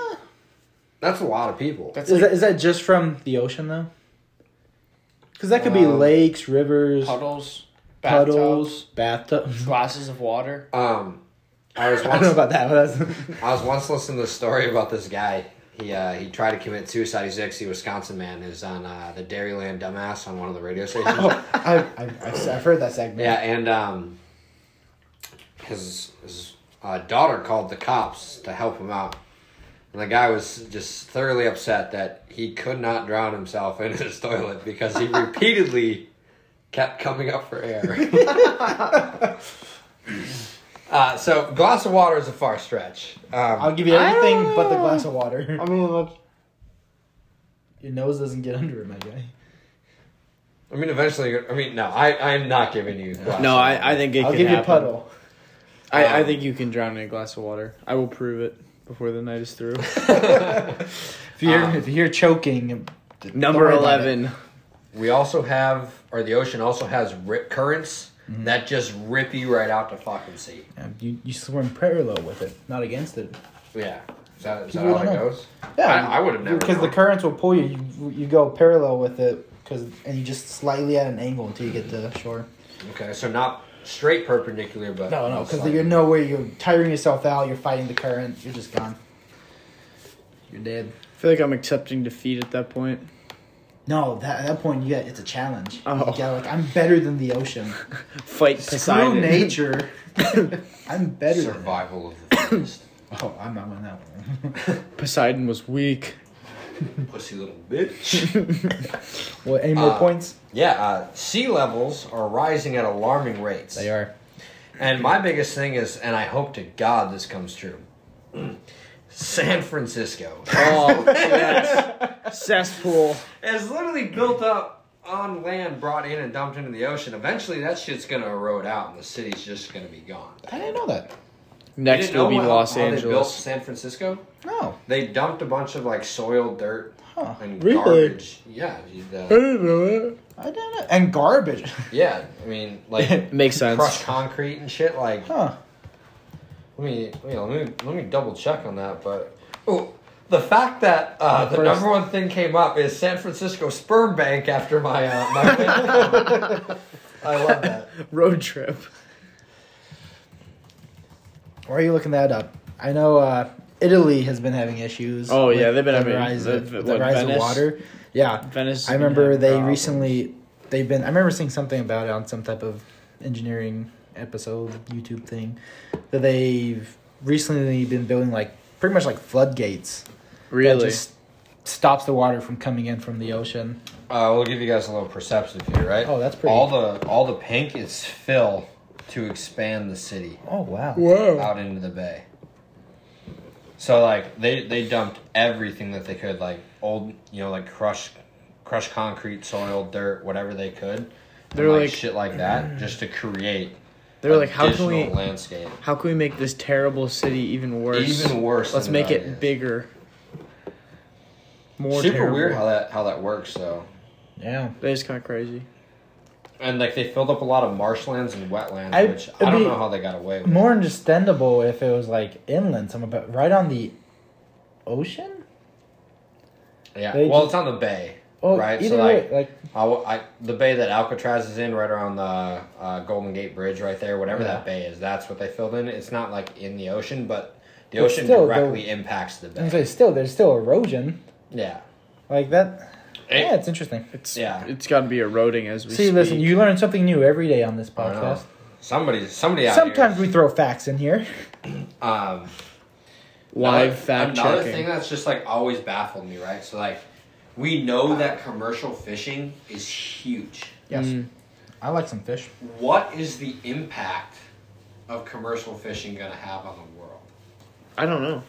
[SPEAKER 1] that's a lot of people.
[SPEAKER 3] That's
[SPEAKER 2] Is
[SPEAKER 3] like
[SPEAKER 2] that, is that just from the ocean though? Because that could be
[SPEAKER 1] Um,
[SPEAKER 2] lakes, rivers,
[SPEAKER 3] puddles. Bathtub.
[SPEAKER 2] puddles, bathtubs.
[SPEAKER 3] Glasses of water.
[SPEAKER 1] Um, I was
[SPEAKER 2] I don't know
[SPEAKER 1] once
[SPEAKER 2] about that. But that's,
[SPEAKER 1] I was once listening to a story about this guy. He uh, he tried to commit suicide. He's actually a Wisconsin man. Is on uh, the Dairyland Dumbass on one of the radio stations.
[SPEAKER 2] Oh, I, I, I've, I've heard that segment.
[SPEAKER 1] Yeah, and um, his his uh, daughter called the cops to help him out, and the guy was just thoroughly upset that he could not drown himself in his toilet because he repeatedly kept coming up for air. uh, so, glass of water is a far stretch. Um,
[SPEAKER 2] I'll give you
[SPEAKER 3] I don't
[SPEAKER 2] everything but the
[SPEAKER 3] know.
[SPEAKER 2] glass of water.
[SPEAKER 3] I mean, look.
[SPEAKER 2] Your nose doesn't get under it, my guy.
[SPEAKER 1] I mean, eventually, you're- I mean, no, I I am not giving you. Glass
[SPEAKER 3] No,
[SPEAKER 1] of
[SPEAKER 3] I, I
[SPEAKER 1] water.
[SPEAKER 3] think it
[SPEAKER 2] I'll
[SPEAKER 3] can
[SPEAKER 2] give you a
[SPEAKER 3] happen.
[SPEAKER 2] puddle.
[SPEAKER 3] I, I
[SPEAKER 1] Um,
[SPEAKER 3] think you can drown in a glass of water. I will prove it before the night is through.
[SPEAKER 2] If you hear,
[SPEAKER 1] Um,
[SPEAKER 2] if you hear choking, don't
[SPEAKER 3] Ah. Number
[SPEAKER 2] worry about it.
[SPEAKER 3] eleven.
[SPEAKER 1] We also have, or the ocean also has rip currents
[SPEAKER 2] Mm-hmm.
[SPEAKER 1] that just rip you right out to fucking sea.
[SPEAKER 2] Yeah, you, you swim parallel with it, not against it.
[SPEAKER 1] Yeah. Is that, is that
[SPEAKER 2] People
[SPEAKER 1] how it
[SPEAKER 2] don't know.
[SPEAKER 1] goes? I- I would've never
[SPEAKER 2] because the
[SPEAKER 1] known.
[SPEAKER 2] currents will pull you. You, you go parallel with it, cause, and you just slightly at an angle until you get to shore.
[SPEAKER 1] Okay, so not straight perpendicular, but
[SPEAKER 2] No, no, because
[SPEAKER 1] slightly.
[SPEAKER 2] you're nowhere. You're tiring yourself out. You're fighting the current. You're just gone. You're dead.
[SPEAKER 3] I feel like I'm accepting defeat at that point.
[SPEAKER 2] No, that, at that point, you got it's a challenge.
[SPEAKER 3] Oh.
[SPEAKER 2] You gotta, like I'm better than the ocean.
[SPEAKER 3] Fight
[SPEAKER 2] Screw
[SPEAKER 3] Poseidon.
[SPEAKER 2] nature. I'm better. Than
[SPEAKER 1] survival of the fittest.
[SPEAKER 2] oh, I'm not winning that one.
[SPEAKER 3] Poseidon was weak.
[SPEAKER 1] Pussy little bitch.
[SPEAKER 2] what? Any more
[SPEAKER 1] Uh,
[SPEAKER 2] points?
[SPEAKER 1] yeah, uh, sea levels are rising at alarming rates.
[SPEAKER 2] are.
[SPEAKER 1] And my biggest thing is, and I hope to God this comes true. San Francisco
[SPEAKER 3] Oh, yes. cesspool.
[SPEAKER 1] is literally built up on land, brought in and dumped into the ocean. Eventually, that shit's gonna erode out, and the city's just gonna be gone.
[SPEAKER 2] I didn't know that.
[SPEAKER 1] You
[SPEAKER 3] Next
[SPEAKER 1] didn't know
[SPEAKER 3] will be
[SPEAKER 1] how-
[SPEAKER 3] Los
[SPEAKER 1] how they built
[SPEAKER 3] Angeles.
[SPEAKER 1] San Francisco.
[SPEAKER 2] No.
[SPEAKER 1] They dumped a bunch of like soil, dirt,
[SPEAKER 2] Huh.
[SPEAKER 1] and
[SPEAKER 3] Really?
[SPEAKER 1] garbage. Yeah, you- the-
[SPEAKER 3] didn't know that.
[SPEAKER 2] I don't know. And garbage.
[SPEAKER 1] yeah. I mean, like
[SPEAKER 3] Makes sense.
[SPEAKER 1] crushed concrete and shit. Like, let
[SPEAKER 2] Huh.
[SPEAKER 1] me, let me, let me, let me double check on that. But oh, the fact that uh, the
[SPEAKER 2] First-
[SPEAKER 1] number one thing came up is San Francisco sperm bank after my uh, my. bank account. I love that.
[SPEAKER 3] Road trip.
[SPEAKER 2] Why are you looking that up? I know uh, Italy has been having issues.
[SPEAKER 3] Oh, yeah,
[SPEAKER 2] with
[SPEAKER 3] they've been
[SPEAKER 2] the
[SPEAKER 3] having-
[SPEAKER 2] rise of,
[SPEAKER 3] the-
[SPEAKER 2] the
[SPEAKER 3] what,
[SPEAKER 2] rise
[SPEAKER 3] Venice?
[SPEAKER 2] of water. Yeah,
[SPEAKER 3] Venice.
[SPEAKER 2] I remember they recently they've been. I remember seeing something about it on some type of engineering episode YouTube thing that they've recently been building like pretty much like floodgates that
[SPEAKER 3] Really?
[SPEAKER 2] just stops the water from coming in from the ocean.
[SPEAKER 1] Uh, we'll give you guys a little perception here, right?
[SPEAKER 2] Oh, that's pretty.
[SPEAKER 1] All the all the pink is fill to expand the city.
[SPEAKER 2] Oh wow.
[SPEAKER 3] Whoa.
[SPEAKER 1] out into the bay. So like they they dumped everything that they could, like old you know like crushed crushed concrete, soil, dirt, whatever they could.
[SPEAKER 3] They're
[SPEAKER 1] They're like,
[SPEAKER 3] like-
[SPEAKER 1] shit like that just to create.
[SPEAKER 3] They're like, how can
[SPEAKER 1] additional
[SPEAKER 3] we?
[SPEAKER 1] landscape
[SPEAKER 3] How can we make this terrible city even worse?
[SPEAKER 1] even worse?
[SPEAKER 3] Let's
[SPEAKER 1] than
[SPEAKER 3] make
[SPEAKER 1] that
[SPEAKER 3] it
[SPEAKER 1] is.
[SPEAKER 3] bigger. More
[SPEAKER 1] Super
[SPEAKER 3] terrible.
[SPEAKER 1] weird how that how that works though.
[SPEAKER 2] Yeah.
[SPEAKER 3] That is kind of crazy.
[SPEAKER 1] And like they filled up a lot of marshlands and wetlands,
[SPEAKER 2] I-
[SPEAKER 1] which I don't
[SPEAKER 2] it'd be
[SPEAKER 1] know how they got away with.
[SPEAKER 2] More understandable if it was like inland, some but right on the ocean.
[SPEAKER 1] yeah,
[SPEAKER 2] they
[SPEAKER 1] well,
[SPEAKER 2] just-
[SPEAKER 1] it's on the bay.
[SPEAKER 2] Oh,
[SPEAKER 1] Right, so
[SPEAKER 2] either way, like
[SPEAKER 1] I, w- I- the bay that Alcatraz is in, right around the uh, Golden Gate Bridge, right there, whatever
[SPEAKER 2] Yeah.
[SPEAKER 1] that bay is, that's what they filled in. It's not like in the ocean, but the
[SPEAKER 2] But
[SPEAKER 1] ocean
[SPEAKER 2] still,
[SPEAKER 1] directly impacts the
[SPEAKER 2] I'm
[SPEAKER 1] bay.
[SPEAKER 2] saying, still there's still erosion,
[SPEAKER 1] Yeah.
[SPEAKER 2] like that.
[SPEAKER 1] It-
[SPEAKER 2] yeah, it's interesting.
[SPEAKER 3] It's
[SPEAKER 1] Yeah.
[SPEAKER 3] It's got to be eroding as we
[SPEAKER 2] See, listen,
[SPEAKER 3] speak.
[SPEAKER 2] you learn something new every day on this
[SPEAKER 1] I don't know.
[SPEAKER 2] podcast.
[SPEAKER 1] Somebody, somebody out
[SPEAKER 2] Sometimes
[SPEAKER 1] here.
[SPEAKER 2] we throw facts in here.
[SPEAKER 1] um,
[SPEAKER 3] live
[SPEAKER 1] another-
[SPEAKER 3] fact
[SPEAKER 1] Another
[SPEAKER 3] checking.
[SPEAKER 1] thing that's just like always baffled me, right? So like, we know that commercial fishing is huge.
[SPEAKER 2] Yes,
[SPEAKER 3] Mm.
[SPEAKER 2] I like some fish.
[SPEAKER 1] What is the impact of commercial fishing going to have on the world?
[SPEAKER 3] I don't know.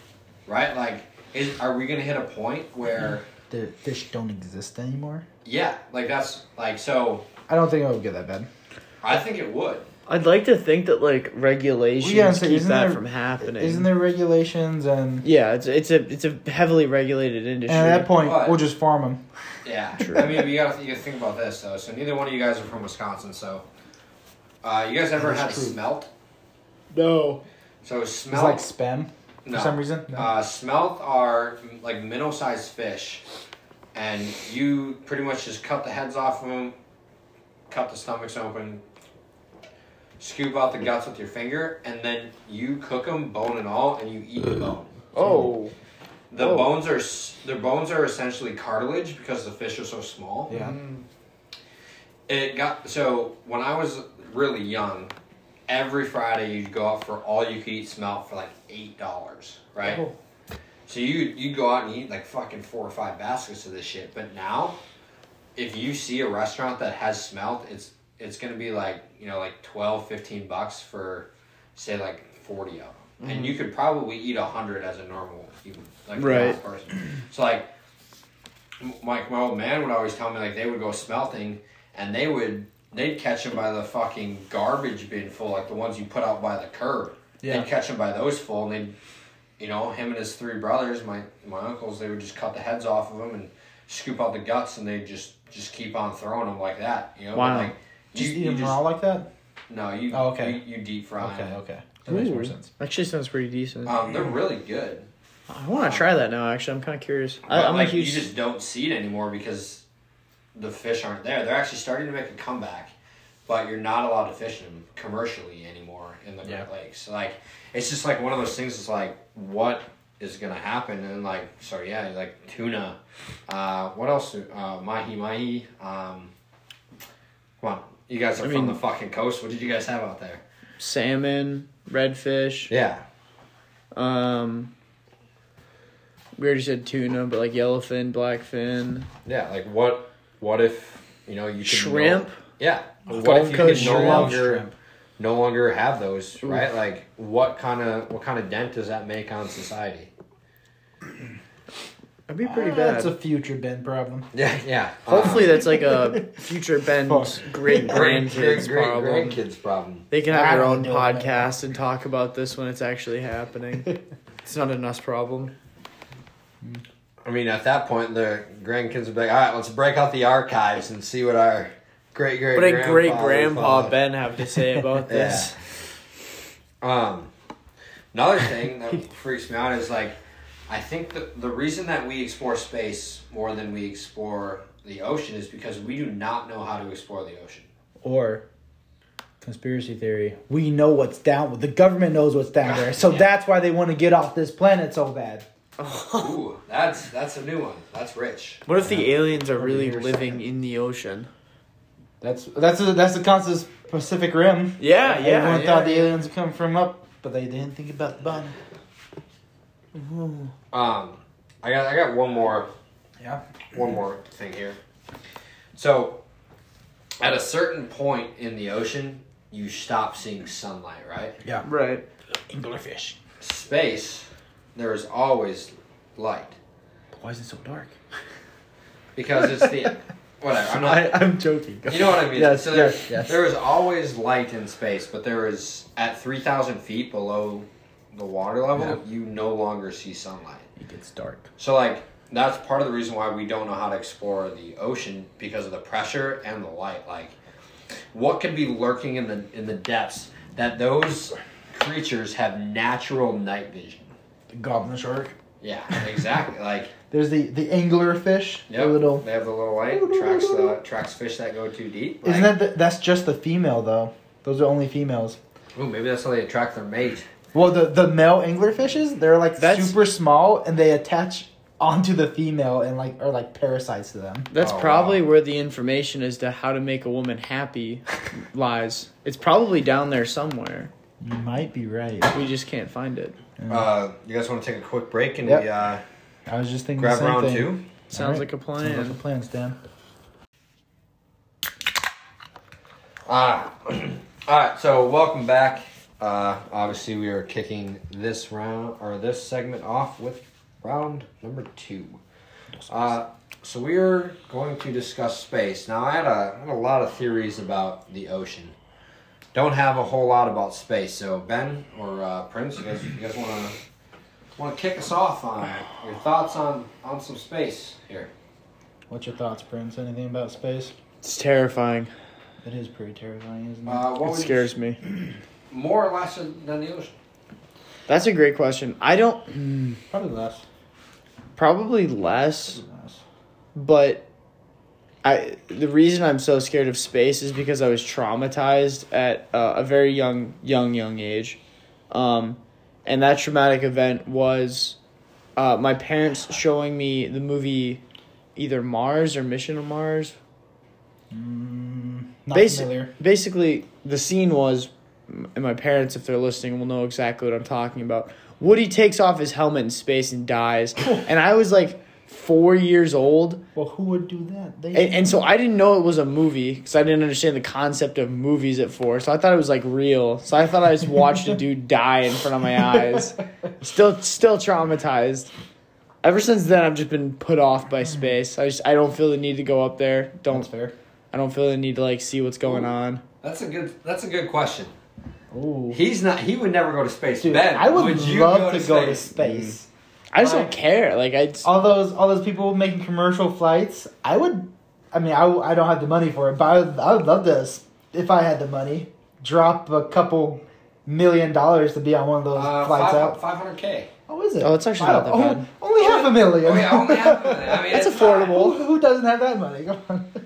[SPEAKER 1] Right? Like, is, are we going to hit a point where?
[SPEAKER 2] The fish don't exist anymore.
[SPEAKER 1] Yeah, like that's like so.
[SPEAKER 2] I don't think it would get that bad.
[SPEAKER 1] I think it would.
[SPEAKER 3] I'd like to think that like regulations
[SPEAKER 2] Well, yeah, so
[SPEAKER 3] keep
[SPEAKER 2] isn't
[SPEAKER 3] that
[SPEAKER 2] there-
[SPEAKER 3] from happening.
[SPEAKER 2] Isn't there regulations and?
[SPEAKER 3] Yeah, it's it's a it's a heavily regulated industry.
[SPEAKER 2] And at that point,
[SPEAKER 1] But-
[SPEAKER 2] we'll just farm them.
[SPEAKER 1] Yeah. I mean, you gotta, you gotta think about this though. So neither one of you guys are from Wisconsin. So, uh, you guys ever
[SPEAKER 2] That's
[SPEAKER 1] had
[SPEAKER 2] true.
[SPEAKER 1] smelt?
[SPEAKER 3] no.
[SPEAKER 1] So
[SPEAKER 2] It's
[SPEAKER 1] smelt.
[SPEAKER 2] like spam for
[SPEAKER 1] no.
[SPEAKER 2] some reason. No.
[SPEAKER 1] Uh, smelt are mm, like minnow-sized fish, and you pretty much just cut the heads off of them, cut the stomachs open, scoop out the guts with your finger, and then you cook them bone and all, and you eat the bone.
[SPEAKER 3] Oh,
[SPEAKER 1] The
[SPEAKER 3] Oh.
[SPEAKER 1] bones are s- their bones are essentially cartilage because the fish are so small.
[SPEAKER 2] Yeah.
[SPEAKER 1] It got so when I was really young, every Friday you'd go out for all you could eat smelt for like eight dollars, right?
[SPEAKER 3] Oh.
[SPEAKER 1] So you you'd go out and eat like fucking four or five baskets of this shit. But now, if you see a restaurant that has smelt, it's it's gonna be like you know like 12, 15 bucks for say like forty of them,
[SPEAKER 3] Mm-hmm.
[SPEAKER 1] and you could probably eat a hundred as a normal human, like normal
[SPEAKER 3] Right.
[SPEAKER 1] person. So like, m- like my old man would always tell me like they would go smelting and they would they'd catch them by the fucking garbage bin full, like the ones you put out by the curb.
[SPEAKER 2] Yeah.
[SPEAKER 1] They'd catch them by those full, and they'd, you know, him and his three brothers, my my uncles, they would just cut the heads off of them and scoop out the guts, and they just just keep on throwing them like that, you know.
[SPEAKER 3] Wow.
[SPEAKER 1] Like,
[SPEAKER 2] Just
[SPEAKER 1] you,
[SPEAKER 2] eat
[SPEAKER 1] you
[SPEAKER 2] them
[SPEAKER 1] just,
[SPEAKER 2] raw like that?
[SPEAKER 1] No, you.
[SPEAKER 2] Oh, okay.
[SPEAKER 1] You, you deep fry.
[SPEAKER 2] Okay,
[SPEAKER 1] 'em.
[SPEAKER 2] okay. That makes more
[SPEAKER 3] Ooh.
[SPEAKER 2] sense.
[SPEAKER 3] actually sounds pretty decent.
[SPEAKER 1] Um, they're really good.
[SPEAKER 3] I want to try that now. Actually, I'm kind of curious. I,
[SPEAKER 1] But,
[SPEAKER 3] I'm
[SPEAKER 1] like
[SPEAKER 3] a huge.
[SPEAKER 1] you just don't see it anymore because the fish aren't there. They're actually starting to make a comeback, but you're not allowed to fish them commercially anymore in the Great
[SPEAKER 2] Yeah.
[SPEAKER 1] Lakes. Like it's just like one of those things. It's like what is gonna happen? And like so, yeah, like tuna. Uh, what else? Uh, mahi mahi. Um, come on, you guys are
[SPEAKER 3] I
[SPEAKER 1] from
[SPEAKER 3] mean-
[SPEAKER 1] the fucking coast. What did you guys have out there?
[SPEAKER 3] salmon, redfish.
[SPEAKER 1] Yeah,
[SPEAKER 3] Um, we already said tuna, but like yellowfin, blackfin,
[SPEAKER 1] yeah. Like what? What if you know you could no-
[SPEAKER 3] shrimp.
[SPEAKER 1] Yeah. What
[SPEAKER 3] Gulf
[SPEAKER 1] if you
[SPEAKER 3] Coast
[SPEAKER 1] could no
[SPEAKER 3] shrimp.
[SPEAKER 1] longer
[SPEAKER 2] Shrimp.
[SPEAKER 1] no longer have those,
[SPEAKER 3] Oof.
[SPEAKER 1] right? Like what kind of what kind of dent does that make on society?
[SPEAKER 3] That'd be pretty
[SPEAKER 2] Ah,
[SPEAKER 3] bad.
[SPEAKER 2] That's a future Ben problem.
[SPEAKER 1] Yeah, yeah. Uh,
[SPEAKER 3] Hopefully, that's like a future Ben's great
[SPEAKER 1] great
[SPEAKER 3] grandkids problem.
[SPEAKER 1] grandkids problem.
[SPEAKER 3] They can have their
[SPEAKER 2] I
[SPEAKER 3] own
[SPEAKER 2] don't know about
[SPEAKER 3] podcast and talk about this when it's actually happening. it's not an us problem.
[SPEAKER 1] I mean, at that point, the grandkids would be like, "All right, let's break out the archives and see what our great great
[SPEAKER 3] What did great grandpa Ben have to say about
[SPEAKER 1] Yeah.
[SPEAKER 3] this?
[SPEAKER 1] Um, another thing that freaks me out is like, I think the the reason that we explore space more than we explore the ocean is because we do not know how to explore the ocean.
[SPEAKER 2] Or conspiracy theory. We know what's down. The government knows what's down there, so that's why they want to get off this planet so bad.
[SPEAKER 1] Ooh, that's that's a new one. That's rich.
[SPEAKER 3] What if the aliens are
[SPEAKER 2] Over
[SPEAKER 3] really
[SPEAKER 2] here,
[SPEAKER 3] living
[SPEAKER 2] second.
[SPEAKER 3] in the ocean?
[SPEAKER 2] That's that's a, that's the concept of Pacific Rim.
[SPEAKER 3] Yeah, yeah.
[SPEAKER 2] Everyone
[SPEAKER 3] yeah,
[SPEAKER 2] thought the
[SPEAKER 3] yeah.
[SPEAKER 2] aliens would come from up, but they didn't think about the bottom.
[SPEAKER 1] Um, I got I got one more
[SPEAKER 2] Yeah.
[SPEAKER 1] one more thing here. So, at a certain point in the ocean, you stop seeing sunlight, right?
[SPEAKER 3] Right.
[SPEAKER 2] Anglerfish.
[SPEAKER 1] Space, there is always light
[SPEAKER 2] But why is it so dark?
[SPEAKER 1] because it's the whatever. I'm not.
[SPEAKER 2] I'm joking.
[SPEAKER 1] You know what I mean?
[SPEAKER 2] Yes,
[SPEAKER 1] so there,
[SPEAKER 2] yes, yes.
[SPEAKER 1] there is always light in space, but there is at three thousand feet below the water level,
[SPEAKER 2] Yeah.
[SPEAKER 1] you no longer see sunlight.
[SPEAKER 2] It gets dark.
[SPEAKER 1] So like that's part of the reason why we don't know how to explore the ocean because of the pressure and the light. Like what could be lurking in the in the depths that those creatures have natural night vision.
[SPEAKER 2] The goblin shark.
[SPEAKER 1] Yeah, exactly. like
[SPEAKER 2] There's the the anglerfish.
[SPEAKER 1] yep,
[SPEAKER 2] The little.
[SPEAKER 1] they have the little light tracks the tracks fish that go too deep.
[SPEAKER 2] Isn't
[SPEAKER 1] like-
[SPEAKER 2] that the, that's just the female though? Those are only females.
[SPEAKER 1] Ooh, maybe that's how they attract their mate.
[SPEAKER 2] Well, the the male anglerfishes, they're like
[SPEAKER 3] That's-
[SPEAKER 2] super small and they attach onto the female and like are like parasites to them.
[SPEAKER 3] That's
[SPEAKER 1] Oh,
[SPEAKER 3] probably where the information as to how to make a woman happy lies. It's probably down there somewhere.
[SPEAKER 2] You might be right.
[SPEAKER 3] We just can't find it.
[SPEAKER 1] Uh, you guys want to take a quick break and
[SPEAKER 2] Yep.
[SPEAKER 1] we uh,
[SPEAKER 2] I was just thinking
[SPEAKER 1] grab
[SPEAKER 2] the same
[SPEAKER 1] round
[SPEAKER 2] thing.
[SPEAKER 1] two?
[SPEAKER 3] Sounds
[SPEAKER 2] Alright.
[SPEAKER 3] like a
[SPEAKER 2] Sounds like a
[SPEAKER 3] plan.
[SPEAKER 2] plan, Stan.
[SPEAKER 1] Ah, all right. So welcome back. Uh, obviously, we are kicking this round or this segment off with round number two. Uh, so we are going to discuss space. Now, I had, a, I had a lot of theories about the ocean. Don't have a whole lot about space. So Ben or uh, Prince, you guys, you guys want to want to kick us off on your thoughts on on some space here?
[SPEAKER 2] What's your thoughts, Prince? Anything about space?
[SPEAKER 3] It's terrifying.
[SPEAKER 2] It is pretty terrifying, isn't it?
[SPEAKER 1] Uh, what
[SPEAKER 3] It
[SPEAKER 1] would you-
[SPEAKER 3] scares me.
[SPEAKER 1] more or less than the ocean?
[SPEAKER 3] That's a great question. I don't
[SPEAKER 2] Probably less.
[SPEAKER 3] probably less,
[SPEAKER 2] Probably less.
[SPEAKER 3] but I the reason I'm so scared of space is because I was traumatized at uh, a very young young young age, um, and that traumatic event was uh, my parents showing me the movie either Mars or Mission to Mars.
[SPEAKER 2] Mm,
[SPEAKER 4] Not
[SPEAKER 3] Basi-
[SPEAKER 4] familiar.
[SPEAKER 3] Basically, the scene was, and my parents, if they're listening, will know exactly what I'm talking about. Woody takes off his helmet in space and dies, and I was like four years old,
[SPEAKER 4] Well, who would do that? They
[SPEAKER 3] and, and so I didn't know it was a movie because I didn't understand the concept of movies at four. So I thought it was like real. So I thought I just watched a dude die in front of my eyes. Still, still traumatized. Ever since then, I've just been put off by space. I just I don't feel the need to go up there.
[SPEAKER 4] That's
[SPEAKER 3] Don't
[SPEAKER 4] fair.
[SPEAKER 3] I don't feel the need to like see what's going on.
[SPEAKER 1] That's a good. That's a good question.
[SPEAKER 4] Ooh.
[SPEAKER 1] He's not. He would never go to space.
[SPEAKER 2] Dude,
[SPEAKER 1] ben,
[SPEAKER 2] I would,
[SPEAKER 1] you
[SPEAKER 2] love to go to
[SPEAKER 1] space?
[SPEAKER 2] space.
[SPEAKER 3] I just
[SPEAKER 2] Like-
[SPEAKER 3] don't care. Like I just,
[SPEAKER 2] All those all those people making commercial flights. I would. I mean, I, w- I don't have the money for it, but I would, I would love to s- if I had the money. Drop a couple million dollars to be on one of those flights out.
[SPEAKER 1] Uh, Five hundred k.
[SPEAKER 2] Oh, is it?
[SPEAKER 3] Oh, it's actually not that
[SPEAKER 2] Oh,
[SPEAKER 3] bad.
[SPEAKER 2] Only half a million.
[SPEAKER 1] Oh yeah, only half of it. I mean,
[SPEAKER 3] That's
[SPEAKER 1] it's
[SPEAKER 2] Who,
[SPEAKER 3] affordable.
[SPEAKER 2] who doesn't have that money? Come on.
[SPEAKER 1] not-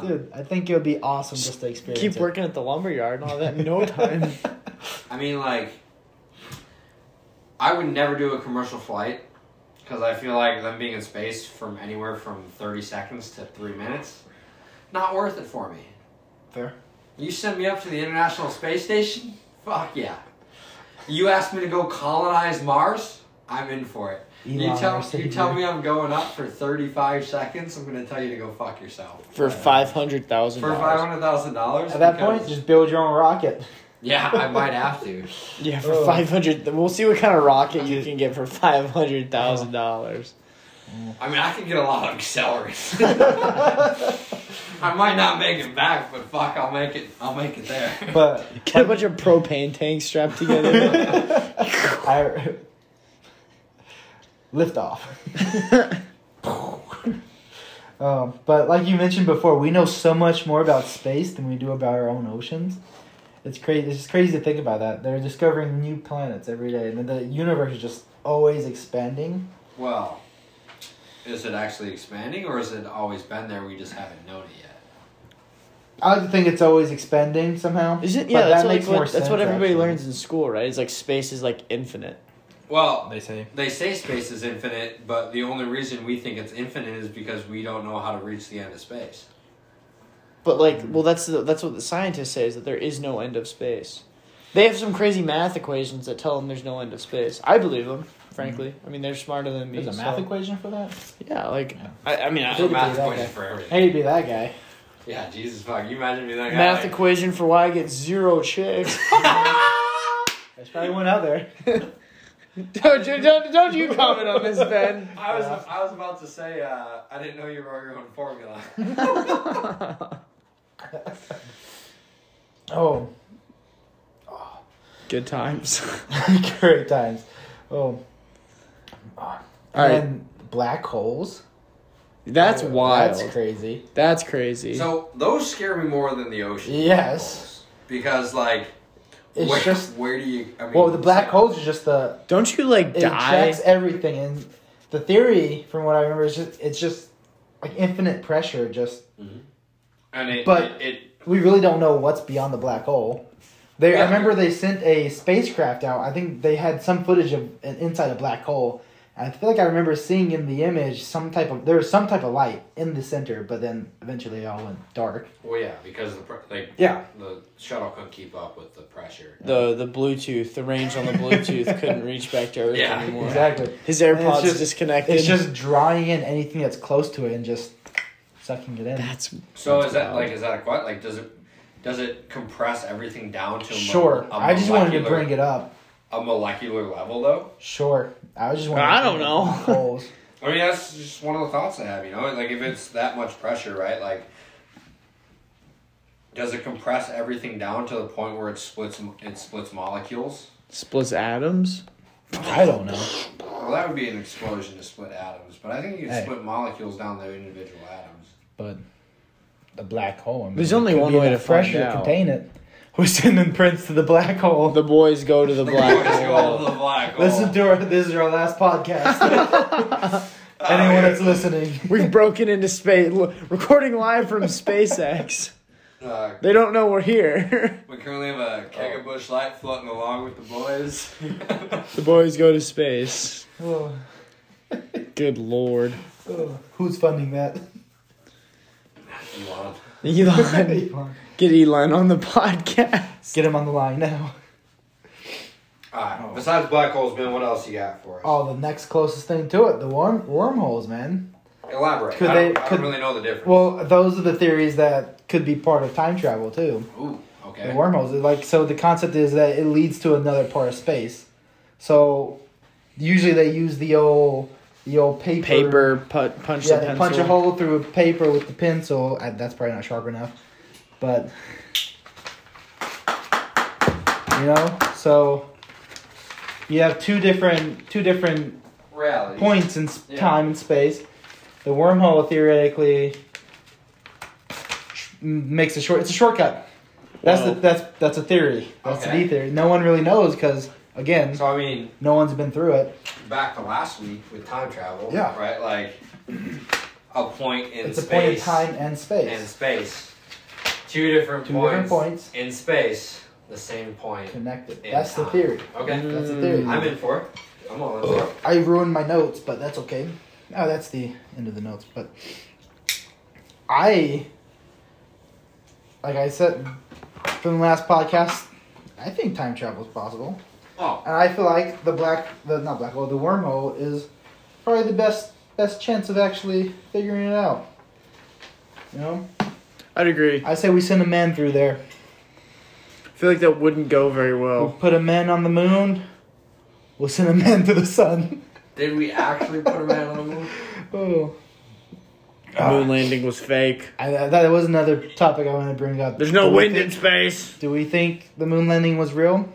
[SPEAKER 1] Um,
[SPEAKER 2] Dude, I think it would be awesome just to experience
[SPEAKER 3] Keep
[SPEAKER 2] it.
[SPEAKER 3] working at the lumberyard and all that in no time.
[SPEAKER 1] I mean, like, I would never do a commercial flight because I feel like them being in space from anywhere from 30 seconds to three minutes, not worth it for me.
[SPEAKER 2] Fair.
[SPEAKER 1] You send me up to the International Space Station? Fuck yeah. You ask me to go colonize Mars? I'm in for it. you
[SPEAKER 2] Elon
[SPEAKER 1] tell
[SPEAKER 2] Musk,
[SPEAKER 1] you tell me I'm going up for 35 seconds. I'm gonna tell you to go fuck yourself
[SPEAKER 3] For five hundred thousand
[SPEAKER 1] for five
[SPEAKER 3] dollars.
[SPEAKER 1] hundred thousand dollars.
[SPEAKER 2] At that point, just build your own rocket.
[SPEAKER 1] yeah, I might have to.
[SPEAKER 3] Yeah, for
[SPEAKER 2] Oh.
[SPEAKER 3] five hundred. We'll see what kind of rocket you can get for five hundred thousand dollars.
[SPEAKER 1] I mean, I could get a lot of accelerants. I might not make it back, but fuck, I'll make it. I'll make it there.
[SPEAKER 2] But
[SPEAKER 3] Get a bunch of propane tanks strapped together.
[SPEAKER 2] I lift off. um, but like you mentioned before, we know so much more about space than we do about our own oceans. It's crazy. It's just crazy to think about that. They're discovering new planets every day, and the universe is just always expanding.
[SPEAKER 1] well, is it actually expanding, or has it always been there? We just haven't known it yet.
[SPEAKER 2] I like to think it's always expanding somehow.
[SPEAKER 3] Is it?
[SPEAKER 2] but
[SPEAKER 3] Yeah,
[SPEAKER 2] that
[SPEAKER 3] that's, what,
[SPEAKER 2] makes
[SPEAKER 3] like, what-
[SPEAKER 2] more
[SPEAKER 3] that's what
[SPEAKER 2] sense,
[SPEAKER 3] everybody
[SPEAKER 2] actually.
[SPEAKER 3] learns in school, right? It's like space is like infinite.
[SPEAKER 1] Well,
[SPEAKER 4] They say.
[SPEAKER 1] they say space is infinite, but the only reason we think it's infinite is because we don't know how to reach the end of space.
[SPEAKER 3] But like, well, that's the, that's what the scientists say is that there is no end of space. They have some crazy math equations that tell them there's no end of space. I believe them, frankly.
[SPEAKER 2] Mm-hmm.
[SPEAKER 3] I mean, they're smarter than me.
[SPEAKER 4] There's a
[SPEAKER 3] so-
[SPEAKER 4] math equation for that.
[SPEAKER 3] Yeah, like I, I mean, I,
[SPEAKER 1] There's
[SPEAKER 2] Dude,
[SPEAKER 1] math
[SPEAKER 2] okay.
[SPEAKER 1] equations for everything.
[SPEAKER 2] Hey, to be that guy.
[SPEAKER 1] Yeah, Jesus fuck, you imagine me that guy.
[SPEAKER 3] math
[SPEAKER 1] like,
[SPEAKER 3] equation for why I get zero chicks.
[SPEAKER 2] There's probably one out there.
[SPEAKER 3] don't, you, don't, don't you comment on this, Ben.
[SPEAKER 1] I was I was about to say uh, I didn't know you were your own formula.
[SPEAKER 2] Oh,
[SPEAKER 3] Good times.
[SPEAKER 2] great times. Oh,
[SPEAKER 3] All right,
[SPEAKER 2] and black holes.
[SPEAKER 3] that's
[SPEAKER 2] Oh,
[SPEAKER 3] wild.
[SPEAKER 2] That's crazy.
[SPEAKER 3] That's crazy.
[SPEAKER 1] So those scare me more than the ocean.
[SPEAKER 2] Yes.
[SPEAKER 1] Because like,
[SPEAKER 2] It's
[SPEAKER 1] where,
[SPEAKER 2] just
[SPEAKER 1] where do you? I mean,
[SPEAKER 2] well, the black holes is just the
[SPEAKER 3] don't you like
[SPEAKER 2] it
[SPEAKER 3] die?
[SPEAKER 2] attracts everything, and the theory, from what I remember, is just it's just like infinite pressure. Just
[SPEAKER 1] and it,
[SPEAKER 2] but-
[SPEAKER 1] it, it-
[SPEAKER 2] we really don't know what's beyond the black hole. They,
[SPEAKER 1] Yeah.
[SPEAKER 2] I remember they sent a spacecraft out. I think they had some footage of an- inside a black hole. And I feel like I remember seeing in the image some type of there was some type of light in the center, but then eventually it all went dark.
[SPEAKER 1] well, yeah, because the pr- like
[SPEAKER 2] Yeah.
[SPEAKER 1] the shuttle couldn't keep up with the pressure.
[SPEAKER 3] the the Bluetooth, the range on the Bluetooth couldn't reach back to Earth
[SPEAKER 1] Yeah.
[SPEAKER 3] anymore.
[SPEAKER 2] Exactly.
[SPEAKER 3] His AirPods
[SPEAKER 2] just-
[SPEAKER 3] disconnected.
[SPEAKER 2] It's just drawing in anything that's close to it and just sucking it in.
[SPEAKER 3] that's
[SPEAKER 1] So is that
[SPEAKER 3] wild.
[SPEAKER 1] like is that a quite like does it does it compress everything down to a mo-
[SPEAKER 2] sure.
[SPEAKER 1] A
[SPEAKER 2] I just wanted to
[SPEAKER 1] molecular-
[SPEAKER 2] bring it up.
[SPEAKER 1] a molecular level though.
[SPEAKER 2] Sure. I just wanted.
[SPEAKER 3] I
[SPEAKER 2] to
[SPEAKER 3] don't
[SPEAKER 2] bring
[SPEAKER 3] know.
[SPEAKER 2] up Holes.
[SPEAKER 1] I mean that's just one of the thoughts I have. You know, like if it's that much pressure, right? Like. Does it compress everything down to the point where it splits it splits molecules?
[SPEAKER 3] splits atoms.
[SPEAKER 4] I don't know.
[SPEAKER 1] Well, that would be an explosion to split atoms, but I think you can
[SPEAKER 4] Hey.
[SPEAKER 1] split molecules down to individual atoms.
[SPEAKER 4] But the black hole. I mean,
[SPEAKER 3] There's only
[SPEAKER 4] it could
[SPEAKER 3] one
[SPEAKER 4] be
[SPEAKER 3] way
[SPEAKER 4] enough
[SPEAKER 3] to find
[SPEAKER 4] pressure
[SPEAKER 3] out.
[SPEAKER 4] to contain it.
[SPEAKER 2] We're sending Prince to the black hole.
[SPEAKER 3] The boys go to the black
[SPEAKER 1] Let's go
[SPEAKER 3] hole.
[SPEAKER 1] to the black hole.
[SPEAKER 2] Listen to our. This is our last podcast. Anyone that's listening,
[SPEAKER 3] We've broken into space, recording live from SpaceX.
[SPEAKER 5] Uh,
[SPEAKER 3] They don't know we're here.
[SPEAKER 5] we currently have a keg of bush light floating along with the boys.
[SPEAKER 3] the boys go to space.
[SPEAKER 2] Oh,
[SPEAKER 3] Good lord.
[SPEAKER 2] oh. who's funding that?
[SPEAKER 5] Elon.
[SPEAKER 3] Elon,
[SPEAKER 2] Elon.
[SPEAKER 3] get Elon on the podcast.
[SPEAKER 2] Get him on the line now.
[SPEAKER 1] All right.
[SPEAKER 5] Oh.
[SPEAKER 1] Besides black holes, man, what else you got for us?
[SPEAKER 2] Oh, the next closest thing to it, the worm wormholes, man.
[SPEAKER 1] Elaborate.
[SPEAKER 2] Could
[SPEAKER 1] I,
[SPEAKER 2] they-
[SPEAKER 1] don't, I
[SPEAKER 2] could-
[SPEAKER 1] don't really know the difference.
[SPEAKER 2] Well, those are the theories that could be part of time travel too.
[SPEAKER 1] Ooh. Okay.
[SPEAKER 2] The wormholes, like so, the concept is that it leads to another part of space. So, usually they use the old the old paper
[SPEAKER 3] Paper, pu- punch
[SPEAKER 2] Yeah,
[SPEAKER 3] the
[SPEAKER 2] they
[SPEAKER 3] pencil.
[SPEAKER 2] punch a hole through a paper with the pencil. I, that's probably not sharp enough, but you know. So you have two different two different
[SPEAKER 1] Reality.
[SPEAKER 2] points in s
[SPEAKER 1] Yeah.
[SPEAKER 2] time and space. The wormhole theoretically sh- m- makes a short. It's a shortcut. That's the,
[SPEAKER 3] Well-
[SPEAKER 2] that's that's a theory. That's
[SPEAKER 1] Okay.
[SPEAKER 2] the theory. No one really knows because again,
[SPEAKER 1] So I mean,
[SPEAKER 2] no one's been through it.
[SPEAKER 1] back to last week with time travel.
[SPEAKER 2] Yeah.
[SPEAKER 1] Right. Like a point in
[SPEAKER 2] it's a
[SPEAKER 1] space.
[SPEAKER 2] point in time and space.
[SPEAKER 1] and space. Two different
[SPEAKER 2] Two
[SPEAKER 1] points.
[SPEAKER 2] different points
[SPEAKER 1] in space. The same point.
[SPEAKER 2] connected.
[SPEAKER 1] in
[SPEAKER 2] That's the
[SPEAKER 1] time.
[SPEAKER 2] theory.
[SPEAKER 1] Okay.
[SPEAKER 3] Mm.
[SPEAKER 2] That's the theory.
[SPEAKER 1] I'm in for it. I'm all in for it.
[SPEAKER 2] I ruined my notes, but that's okay. Oh, that's the end of the notes. But I, like I said from the last podcast, I think time travel is possible,
[SPEAKER 1] Oh.
[SPEAKER 2] and I feel like the black, the not black hole, the wormhole is probably the best best chance of actually figuring it out. You know,
[SPEAKER 3] I'd agree.
[SPEAKER 2] I say we send a man through there.
[SPEAKER 3] I feel like that wouldn't go very
[SPEAKER 2] We'll
[SPEAKER 3] well.
[SPEAKER 2] put a man on the moon. We'll send a man to the sun.
[SPEAKER 1] Did we actually put a man on the moon?
[SPEAKER 2] Oh, Ah.
[SPEAKER 3] The moon landing was fake.
[SPEAKER 2] I, that was another topic I wanted to bring up.
[SPEAKER 3] There's no
[SPEAKER 2] Do we
[SPEAKER 3] wind
[SPEAKER 2] think-
[SPEAKER 3] in space.
[SPEAKER 2] Do we think the moon landing was real?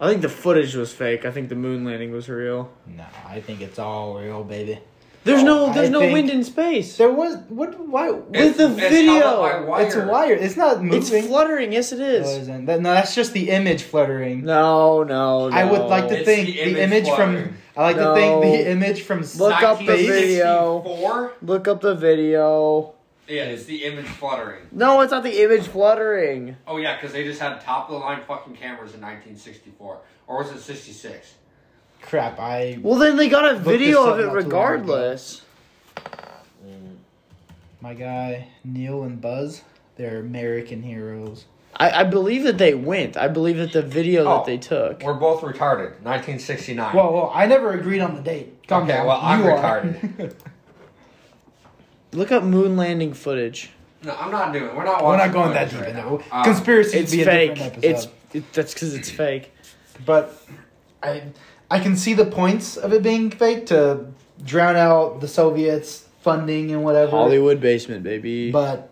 [SPEAKER 3] I think the footage was fake. I think the moon landing was real.
[SPEAKER 6] No, I think it's all real, baby.
[SPEAKER 3] There's
[SPEAKER 2] Oh,
[SPEAKER 3] no,
[SPEAKER 2] I
[SPEAKER 3] there's no
[SPEAKER 2] think-
[SPEAKER 3] wind in space.
[SPEAKER 2] There was. What? Why?
[SPEAKER 3] With the video.
[SPEAKER 2] It's a wire. It's not moving. Uh,
[SPEAKER 3] It's fluttering. Yes, it
[SPEAKER 2] No,
[SPEAKER 3] is.
[SPEAKER 2] it isn't. That- no, that's just the image fluttering.
[SPEAKER 3] No, no, no.
[SPEAKER 2] I would like to
[SPEAKER 1] It's
[SPEAKER 2] think
[SPEAKER 1] the
[SPEAKER 2] the
[SPEAKER 1] image
[SPEAKER 2] image,
[SPEAKER 1] fluttering.
[SPEAKER 2] from. I like to think
[SPEAKER 3] No.
[SPEAKER 2] the image from. s-
[SPEAKER 3] Look up the
[SPEAKER 1] 1964?
[SPEAKER 3] look up the video.
[SPEAKER 1] Yeah, it's the image fluttering.
[SPEAKER 3] No, it's not the image fluttering.
[SPEAKER 1] Oh yeah, because they just had top of the line fucking cameras in 1964, or was it 66?
[SPEAKER 2] Crap! I
[SPEAKER 3] Well, then they got a video
[SPEAKER 2] this up not
[SPEAKER 3] of it
[SPEAKER 2] too long ago.
[SPEAKER 3] regardless.
[SPEAKER 2] my guy Neil and Buzz. They're American heroes.
[SPEAKER 3] I, I believe that they went. I believe that the video
[SPEAKER 1] Oh.
[SPEAKER 3] that they took.
[SPEAKER 1] We're both retarded. 1969.
[SPEAKER 2] Whoa, whoa! I never agreed on the date. Calm
[SPEAKER 1] Okay,
[SPEAKER 2] down.
[SPEAKER 1] well, I'm
[SPEAKER 2] You are.
[SPEAKER 1] retarded.
[SPEAKER 3] Look up moon landing footage.
[SPEAKER 1] no, I'm not doing. it. We're not.
[SPEAKER 2] We're
[SPEAKER 1] watching
[SPEAKER 2] not going
[SPEAKER 1] footage
[SPEAKER 2] that deep
[SPEAKER 1] right
[SPEAKER 2] into
[SPEAKER 1] now.
[SPEAKER 2] it.
[SPEAKER 1] Uh,
[SPEAKER 2] Conspiracy would
[SPEAKER 3] It's
[SPEAKER 2] be a
[SPEAKER 3] fake.
[SPEAKER 2] different episode.
[SPEAKER 3] It's it, that's because it's fake.
[SPEAKER 2] but I I can see the points of it being fake to drown out the Soviets funding and whatever.
[SPEAKER 3] Hollywood basement, baby.
[SPEAKER 2] But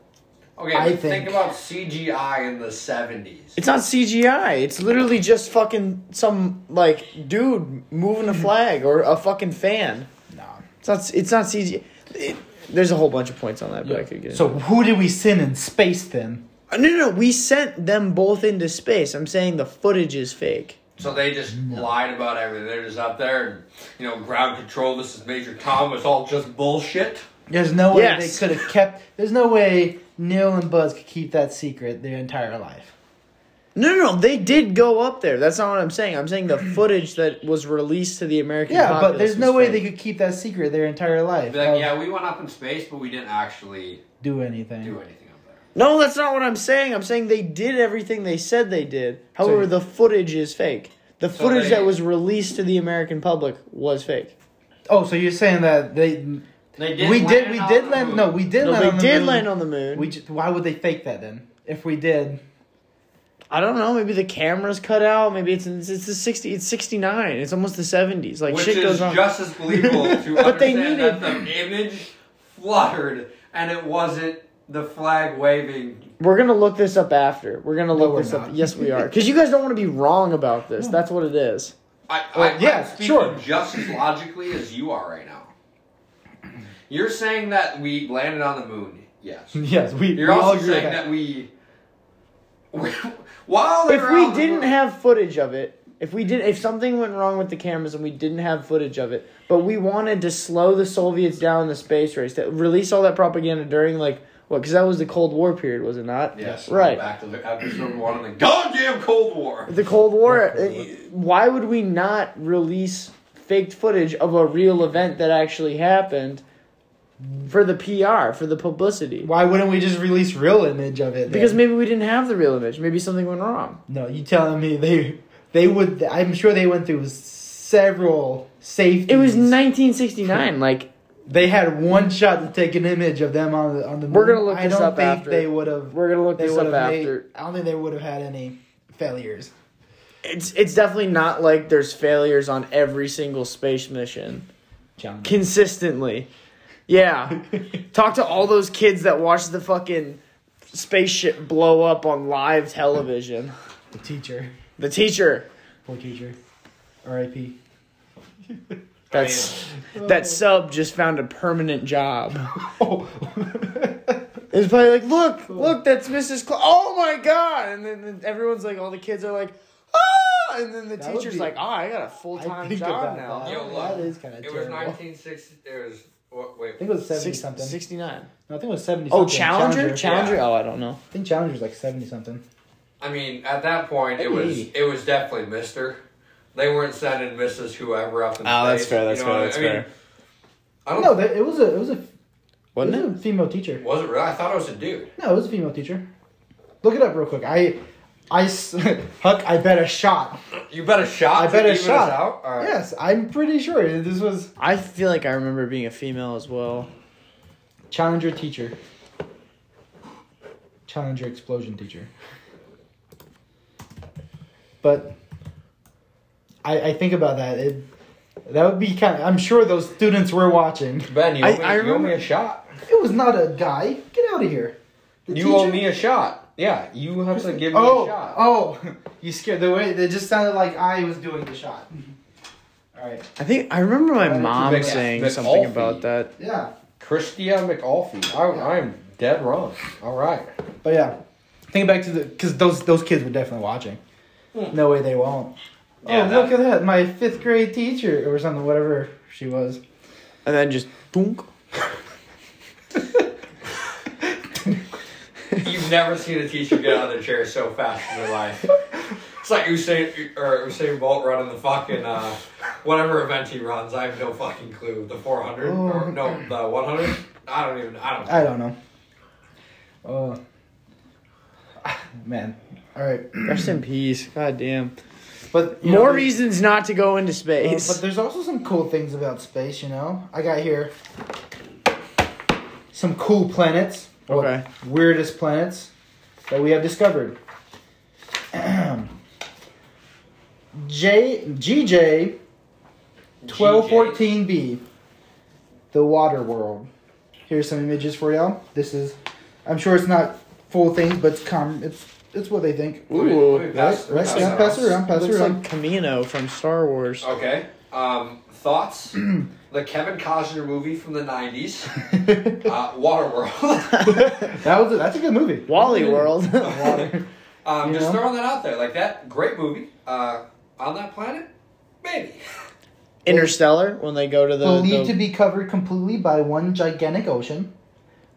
[SPEAKER 1] okay,
[SPEAKER 2] I
[SPEAKER 1] think.
[SPEAKER 2] think-
[SPEAKER 1] about CGI in the 70s.
[SPEAKER 3] it's not CGI. It's literally just fucking some like dude moving a flag or a fucking fan.
[SPEAKER 2] no.
[SPEAKER 3] It's not. It's not CGI. It- there's a whole bunch of points on that, but I could get.
[SPEAKER 2] So who did we send in space then?
[SPEAKER 3] Uh, No, no, no. We sent them both into space. I'm saying the footage is fake.
[SPEAKER 1] So they just lied about everything. They're just up there and, you know, ground control. This is Major Tom. It's all just bullshit.
[SPEAKER 2] There's no way
[SPEAKER 3] Yes.
[SPEAKER 2] they could have kept. There's no way Neil and Buzz could keep that secret their entire life.
[SPEAKER 3] No, no, no. They did go up there. That's not what I'm saying. I'm saying the footage that was released to the American.
[SPEAKER 2] Yeah, but
[SPEAKER 3] populace
[SPEAKER 2] there's
[SPEAKER 3] was
[SPEAKER 2] no way
[SPEAKER 3] fake.
[SPEAKER 2] they could keep that secret their entire
[SPEAKER 1] They'd
[SPEAKER 2] life.
[SPEAKER 1] be like,
[SPEAKER 2] of
[SPEAKER 1] yeah, we went up in space, but we didn't actually
[SPEAKER 2] do anything.
[SPEAKER 1] do anything up there.
[SPEAKER 3] No, that's not what I'm saying. I'm saying they did everything they said they did. However, the footage is fake. The
[SPEAKER 1] So
[SPEAKER 3] footage
[SPEAKER 1] they-
[SPEAKER 3] that was released to the American public was fake.
[SPEAKER 2] Oh, so you're saying that they?
[SPEAKER 1] They
[SPEAKER 2] we did. We
[SPEAKER 1] on
[SPEAKER 2] did
[SPEAKER 1] the
[SPEAKER 2] land.
[SPEAKER 1] moon.
[SPEAKER 2] No, we did
[SPEAKER 3] No,
[SPEAKER 2] land.
[SPEAKER 3] they
[SPEAKER 2] on the
[SPEAKER 3] did
[SPEAKER 2] moon.
[SPEAKER 3] land on the moon.
[SPEAKER 2] We just, why would they fake that then? If we did,
[SPEAKER 3] I don't know. Maybe the camera's cut out. Maybe it's it's, it's the sixty. It's sixty nine. It's almost the seventies. Like
[SPEAKER 1] Which
[SPEAKER 3] shit
[SPEAKER 1] is
[SPEAKER 3] goes on.
[SPEAKER 1] just as believable to
[SPEAKER 3] But they
[SPEAKER 1] understand that the image fluttered and it wasn't the flag waving.
[SPEAKER 3] We're gonna look this up after. We're gonna look
[SPEAKER 2] we're
[SPEAKER 3] this up.
[SPEAKER 2] not.
[SPEAKER 3] Yes, we are. Because you guys don't want to be wrong about this. That's what it is.
[SPEAKER 1] I, I,
[SPEAKER 2] Well, yeah,
[SPEAKER 1] I'm speaking
[SPEAKER 2] sure.
[SPEAKER 1] just as logically as you are right now. You're saying that we landed on the moon. Yes.
[SPEAKER 2] yes, we.
[SPEAKER 1] You're
[SPEAKER 2] we all
[SPEAKER 1] also
[SPEAKER 2] agree with
[SPEAKER 1] saying that. we, we while they
[SPEAKER 3] If
[SPEAKER 1] were out
[SPEAKER 3] we
[SPEAKER 1] on the
[SPEAKER 3] didn't
[SPEAKER 1] moon-
[SPEAKER 3] have footage of it, If we did, if something went wrong with the cameras and we didn't have footage of it, but we wanted to slow the Soviets down in the space race, that release all that propaganda during like what? Because that was the Cold War period, was it not?
[SPEAKER 1] Yes.
[SPEAKER 3] Right.
[SPEAKER 1] Back to the episode one and the goddamn Cold War.
[SPEAKER 3] The Cold War. uh, Why would we not release faked footage of a real event that actually happened for the PR, for the publicity?
[SPEAKER 2] Why wouldn't we just release real image of it? then?
[SPEAKER 3] Because maybe we didn't have the real image. Maybe something went wrong.
[SPEAKER 2] no, you telling me they they would? I'm sure they went through several safety.
[SPEAKER 3] It was 1969. Like
[SPEAKER 2] They had one shot to take an image of them on the on the.
[SPEAKER 3] We're gonna
[SPEAKER 2] moon.
[SPEAKER 3] look
[SPEAKER 2] I
[SPEAKER 3] this
[SPEAKER 2] don't
[SPEAKER 3] up
[SPEAKER 2] think
[SPEAKER 3] after.
[SPEAKER 2] they would have.
[SPEAKER 3] we're gonna look
[SPEAKER 2] They
[SPEAKER 3] this
[SPEAKER 2] would
[SPEAKER 3] up
[SPEAKER 2] have
[SPEAKER 3] after.
[SPEAKER 2] made. I don't think they would have had any failures.
[SPEAKER 3] It's it's definitely not like there's failures on every single space mission
[SPEAKER 2] John.
[SPEAKER 3] consistently. Yeah, talk to all those kids that watch the fucking spaceship blow up on live television.
[SPEAKER 2] The teacher,
[SPEAKER 3] The teacher.
[SPEAKER 2] poor teacher, R.I.P.
[SPEAKER 3] That's that sub just found a permanent job.
[SPEAKER 2] Oh,
[SPEAKER 3] It's probably like, look, look, that's Mrs. Cl- oh my god! And then then everyone's like, all the kids are like, ah! And then the
[SPEAKER 2] That would
[SPEAKER 3] teacher's
[SPEAKER 2] be-
[SPEAKER 3] like, oh, I got a full
[SPEAKER 2] I
[SPEAKER 3] time
[SPEAKER 2] think
[SPEAKER 3] job
[SPEAKER 2] about
[SPEAKER 3] now.
[SPEAKER 2] that.
[SPEAKER 1] Yo,
[SPEAKER 2] that
[SPEAKER 1] look,
[SPEAKER 2] is kind of
[SPEAKER 1] It was
[SPEAKER 2] terrible.
[SPEAKER 1] 1960. It was what? Wait.
[SPEAKER 2] I think it was seventy
[SPEAKER 3] Six-
[SPEAKER 2] something.
[SPEAKER 3] 69.
[SPEAKER 2] No, I think it was seventy.
[SPEAKER 3] Oh,
[SPEAKER 2] something.
[SPEAKER 3] Challenger? Challenger?
[SPEAKER 1] yeah.
[SPEAKER 3] Oh, I don't know.
[SPEAKER 2] I think Challenger was like seventy something.
[SPEAKER 1] I mean, at that point, it
[SPEAKER 2] Maybe
[SPEAKER 1] was
[SPEAKER 2] 80.
[SPEAKER 1] it was definitely Mister. They weren't sending Mrs. Whoever up in
[SPEAKER 3] Oh, that's
[SPEAKER 1] space,
[SPEAKER 3] fair, that's
[SPEAKER 1] you
[SPEAKER 3] fair,
[SPEAKER 1] what
[SPEAKER 3] that's
[SPEAKER 1] I mean?
[SPEAKER 3] fair.
[SPEAKER 1] I don't
[SPEAKER 2] No,
[SPEAKER 1] know.
[SPEAKER 2] they, it was a it was a it
[SPEAKER 3] Wasn't
[SPEAKER 2] was
[SPEAKER 3] it?
[SPEAKER 2] a female teacher.
[SPEAKER 1] Was it real? I thought it was a dude.
[SPEAKER 2] No, it was a female teacher. Look it up real quick. I, I, s- Huck, I bet a shot.
[SPEAKER 1] You bet a shot.
[SPEAKER 2] I
[SPEAKER 1] to
[SPEAKER 2] bet a
[SPEAKER 1] even us
[SPEAKER 2] shot.
[SPEAKER 1] Out? All right.
[SPEAKER 2] Yes, I'm pretty sure this was
[SPEAKER 3] I feel like I remember being a female as well.
[SPEAKER 2] Challenger teacher. Challenger explosion teacher. But I, I think about that. It, that would be kind of. I'm sure those students were watching.
[SPEAKER 1] Ben, you owe,
[SPEAKER 3] I-
[SPEAKER 1] me,
[SPEAKER 3] I
[SPEAKER 1] you owe me
[SPEAKER 3] remember-
[SPEAKER 1] a shot.
[SPEAKER 2] It was not a guy. Get out of here. The
[SPEAKER 1] you owe
[SPEAKER 2] teacher-
[SPEAKER 1] me a shot. Yeah, you have to give me
[SPEAKER 2] Oh,
[SPEAKER 1] a shot.
[SPEAKER 2] oh! You scared the way. It just sounded like I was doing the shot.
[SPEAKER 1] Mm-hmm.
[SPEAKER 2] All right.
[SPEAKER 3] I think I remember my
[SPEAKER 2] Right,
[SPEAKER 3] mom
[SPEAKER 1] Mc-
[SPEAKER 3] saying
[SPEAKER 1] Mc-
[SPEAKER 3] something
[SPEAKER 1] McAuliffe.
[SPEAKER 3] about that.
[SPEAKER 2] Yeah.
[SPEAKER 1] Christia McAuliffe. I, I am dead wrong. All right.
[SPEAKER 2] But yeah, think back to the because those those kids were definitely watching. No way they won't.
[SPEAKER 1] Hmm. Yeah,
[SPEAKER 2] oh,
[SPEAKER 1] that-
[SPEAKER 2] look at that! My fifth grade teacher or something, whatever she was.
[SPEAKER 3] And then just dunk.
[SPEAKER 1] You've never seen a teacher get out of their chair so fast in their life. It's like Usain or Usain Bolt running the fucking uh, whatever event he runs. I have no fucking clue. The four hundred or no the one hundred. I don't even. I don't.
[SPEAKER 2] Oh, I don't know. Oh, Uh, man. All right,
[SPEAKER 3] Rest in peace. God damn.
[SPEAKER 2] but you know,
[SPEAKER 3] More
[SPEAKER 2] there's-
[SPEAKER 3] reasons not to go into
[SPEAKER 2] uh,
[SPEAKER 3] space.
[SPEAKER 2] but there's also some cool things about space. You know, I got here some cool planets. What
[SPEAKER 3] Okay.
[SPEAKER 2] Weirdest planets that we have discovered. J GJ Twelve fourteen B, the water world. Here's some images for y'all. This is, I'm sure it's not full things, but it's com. It's it's what they think.
[SPEAKER 3] Ooh,
[SPEAKER 1] Pass,
[SPEAKER 2] Right? Yeah, pass it around. Pass it
[SPEAKER 3] Looks
[SPEAKER 2] around.
[SPEAKER 3] like Camino from Star Wars.
[SPEAKER 1] Okay. Um, thoughts? the Kevin Costner movie from the nineties. Uh, Waterworld.
[SPEAKER 2] that was a, that's a good movie.
[SPEAKER 3] Wally World.
[SPEAKER 1] Um,
[SPEAKER 2] You
[SPEAKER 1] just
[SPEAKER 2] know?
[SPEAKER 1] throwing that out there. Like that, great movie. Uh, on that planet, maybe.
[SPEAKER 3] Interstellar when they go to the,
[SPEAKER 2] Believed
[SPEAKER 3] the-
[SPEAKER 2] to be covered completely by one gigantic ocean.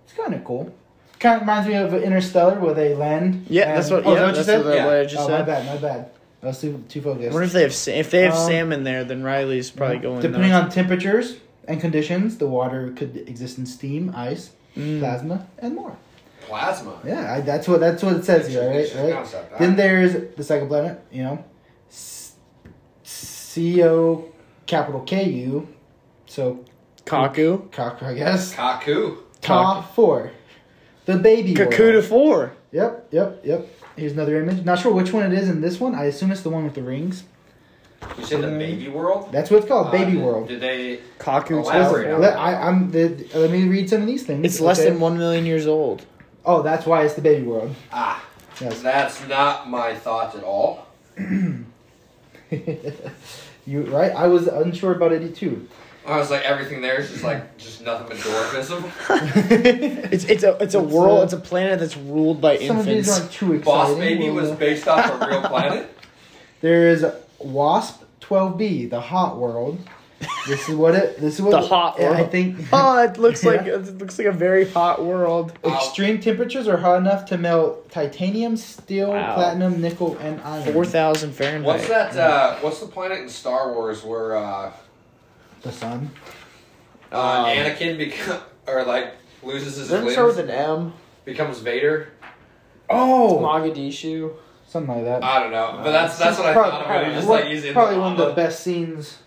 [SPEAKER 2] It's kind of cool. Kind of reminds me of Interstellar where they land.
[SPEAKER 3] Yeah,
[SPEAKER 2] and-
[SPEAKER 3] that's what
[SPEAKER 2] Oh, is
[SPEAKER 3] yeah,
[SPEAKER 2] that what you
[SPEAKER 3] that's
[SPEAKER 2] said?
[SPEAKER 3] what,
[SPEAKER 1] Yeah.
[SPEAKER 3] what I just
[SPEAKER 2] oh, my
[SPEAKER 3] said.
[SPEAKER 2] bad, my bad. I was too too
[SPEAKER 3] I
[SPEAKER 2] focused.
[SPEAKER 3] wonder if they have sa- if they have
[SPEAKER 2] Um,
[SPEAKER 3] salmon there, then Riley's probably going.
[SPEAKER 2] Depending
[SPEAKER 3] there.
[SPEAKER 2] on temperatures and conditions, the water could exist in steam, ice,
[SPEAKER 3] Hmm. Mm.
[SPEAKER 2] plasma, and more.
[SPEAKER 1] Plasma.
[SPEAKER 2] Yeah, I, that's what that's what it says here,
[SPEAKER 1] Interesting
[SPEAKER 2] right? right?
[SPEAKER 1] concept.
[SPEAKER 2] Then there's the second planet, you know, S- C O capital K U, so
[SPEAKER 3] Kaku,
[SPEAKER 2] cock I guess.
[SPEAKER 1] Kaku.
[SPEAKER 2] Ka four, the baby. world.
[SPEAKER 3] Kaku to four.
[SPEAKER 2] Yep, yep, yep. Here's another image. Not sure which one it is in this one. I assume it's the one with the rings.
[SPEAKER 1] You said the baby world.
[SPEAKER 2] That's what it's called, Oh, baby
[SPEAKER 1] Uh,
[SPEAKER 2] world.
[SPEAKER 1] Did they?
[SPEAKER 3] Kaku to
[SPEAKER 1] Elaborate
[SPEAKER 3] four.
[SPEAKER 1] on
[SPEAKER 2] Let, I, I'm the, let me read some of these things.
[SPEAKER 3] It's less
[SPEAKER 2] okay?
[SPEAKER 3] than one million years old.
[SPEAKER 2] Oh, that's why it's the baby world.
[SPEAKER 1] Ah,
[SPEAKER 2] Yes.
[SPEAKER 1] that's not my thoughts at all.
[SPEAKER 2] you right? I was unsure about it too.
[SPEAKER 1] I was like, everything there is just like just nothing but dwarfism.
[SPEAKER 3] It's it's a it's a
[SPEAKER 2] It's,
[SPEAKER 3] world.
[SPEAKER 2] uh,
[SPEAKER 3] it's a planet that's ruled by
[SPEAKER 2] Some of these
[SPEAKER 3] infants.
[SPEAKER 2] aren't too exciting.
[SPEAKER 1] Boss Baby
[SPEAKER 2] We'll,
[SPEAKER 1] was
[SPEAKER 2] uh,
[SPEAKER 1] based off a real planet.
[SPEAKER 2] there is Wasp 12B, the hot world. This is what it. This is what
[SPEAKER 3] The hot
[SPEAKER 2] I- I
[SPEAKER 3] world.
[SPEAKER 2] think
[SPEAKER 3] Oh, it looks like
[SPEAKER 2] Yeah.
[SPEAKER 3] it looks like a very hot world.
[SPEAKER 2] extreme temperatures are hot enough to melt titanium, steel,
[SPEAKER 3] Wow.
[SPEAKER 2] platinum, nickel, and iron.
[SPEAKER 3] Four thousand Fahrenheit.
[SPEAKER 1] What's that? Uh, what's the planet in Star Wars where uh,
[SPEAKER 2] The sun.
[SPEAKER 1] uh, Anakin becomes or like loses his
[SPEAKER 3] Doesn't it
[SPEAKER 1] limbs,
[SPEAKER 3] start with an M?
[SPEAKER 1] becomes Vader?
[SPEAKER 2] Oh,
[SPEAKER 3] Mogadishu.
[SPEAKER 2] something like that.
[SPEAKER 1] I don't know, Uh, but that's that's what I
[SPEAKER 2] Prob-
[SPEAKER 1] thought of.
[SPEAKER 3] probably-
[SPEAKER 1] Probably, just
[SPEAKER 2] What-
[SPEAKER 1] like using
[SPEAKER 2] probably one of the best scenes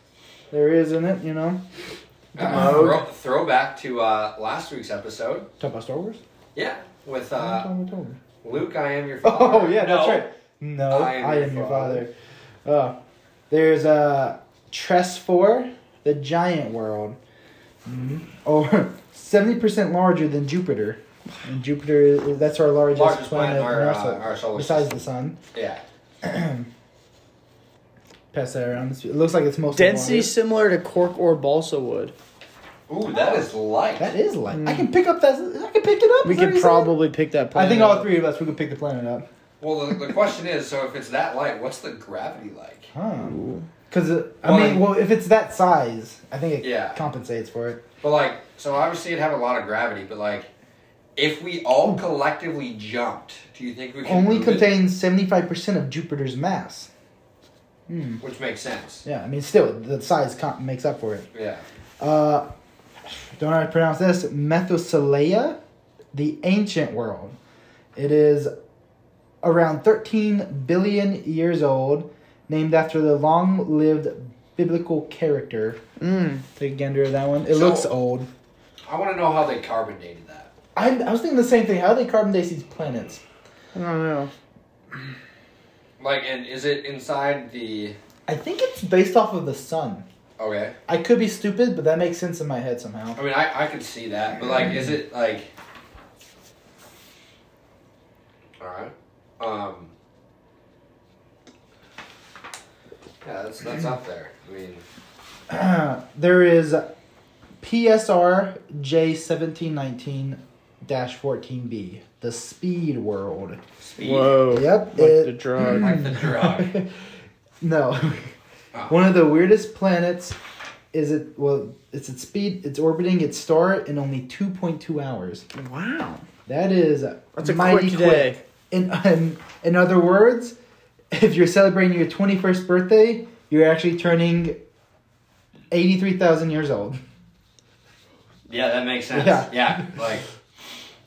[SPEAKER 2] there is in it. You know,
[SPEAKER 1] uh, throw, throwback to uh, last week's episode.
[SPEAKER 2] talk about Star Wars.
[SPEAKER 1] Yeah, with
[SPEAKER 2] What
[SPEAKER 1] uh,
[SPEAKER 2] are you talking about?
[SPEAKER 1] Luke, I am your father.
[SPEAKER 2] Oh yeah, that's
[SPEAKER 1] No.
[SPEAKER 2] right. No, I am, your,
[SPEAKER 1] father.
[SPEAKER 2] father. Oh, there's uh, Tress Four, the giant world,
[SPEAKER 1] Mm-hmm.
[SPEAKER 2] or seventy percent larger than Jupiter. And Jupiter, is- that's our largest,
[SPEAKER 1] Largest planet
[SPEAKER 2] planet,
[SPEAKER 1] in our,
[SPEAKER 2] in our
[SPEAKER 1] uh,
[SPEAKER 2] sol-
[SPEAKER 1] our solar
[SPEAKER 2] besides
[SPEAKER 1] system.
[SPEAKER 2] the sun.
[SPEAKER 1] Yeah,
[SPEAKER 2] Pass that around. It's- It looks like it's mostly
[SPEAKER 3] Density
[SPEAKER 2] water.
[SPEAKER 3] similar to cork or balsa wood.
[SPEAKER 1] ooh, that is light.
[SPEAKER 2] That is light. I can pick up that. I can pick it up.
[SPEAKER 3] Hmm. We
[SPEAKER 2] is that what
[SPEAKER 3] could
[SPEAKER 2] you said?
[SPEAKER 3] probably uh, pick that.
[SPEAKER 2] I
[SPEAKER 3] Planet
[SPEAKER 2] think all
[SPEAKER 3] up.
[SPEAKER 2] three of us we could pick the planet up.
[SPEAKER 1] Well, the, the question is, so if it's that light, what's the gravity like?
[SPEAKER 2] Huh. Because I
[SPEAKER 1] Well,
[SPEAKER 2] mean,
[SPEAKER 1] I-
[SPEAKER 2] well, if it's that size, I think it
[SPEAKER 1] Yeah.
[SPEAKER 2] compensates for it.
[SPEAKER 1] But like, so obviously it'd have a lot of gravity, but like, if we all collectively jumped, do you think we could
[SPEAKER 2] only
[SPEAKER 1] move it?
[SPEAKER 2] contains seventy five percent of Jupiter's mass.
[SPEAKER 1] Which makes sense.
[SPEAKER 2] Yeah, I mean, still the size comp makes up for it.
[SPEAKER 1] Yeah.
[SPEAKER 2] Uh, don't know how to pronounce this. Methuselah, the ancient world. It is around thirteen billion years old, named after the long lived biblical character.
[SPEAKER 3] Mm.
[SPEAKER 2] Take a gander at that one. It
[SPEAKER 1] So-
[SPEAKER 2] looks old.
[SPEAKER 1] I want to know how they carbon dated that.
[SPEAKER 2] I, I was thinking the same thing. How do they carbon date these planets?
[SPEAKER 3] I don't know.
[SPEAKER 1] Like, and is it inside the?
[SPEAKER 2] I think it's based off of the sun.
[SPEAKER 1] Okay.
[SPEAKER 2] I could be stupid, but that makes sense in my head somehow.
[SPEAKER 1] I mean, I I could see that, but like, is it like? All right. Um. Yeah, that's that's up there. I mean,
[SPEAKER 2] there is PSR J1719 14B, the speed world.
[SPEAKER 1] speed.
[SPEAKER 3] Whoa.
[SPEAKER 2] Yep,
[SPEAKER 3] Like
[SPEAKER 2] it-
[SPEAKER 3] the drug.
[SPEAKER 1] Like the drug.
[SPEAKER 2] No. One of the weirdest planets is it well it's at speed it's orbiting its star in only 2.2 hours.
[SPEAKER 3] Wow.
[SPEAKER 2] That is
[SPEAKER 3] That's a
[SPEAKER 2] Mm. mighty
[SPEAKER 3] quick day.
[SPEAKER 2] In, in in other words, if you're celebrating your 21st birthday, you're actually turning 83,000 years old.
[SPEAKER 1] Yeah, that makes sense.
[SPEAKER 2] Yeah.
[SPEAKER 1] yeah like.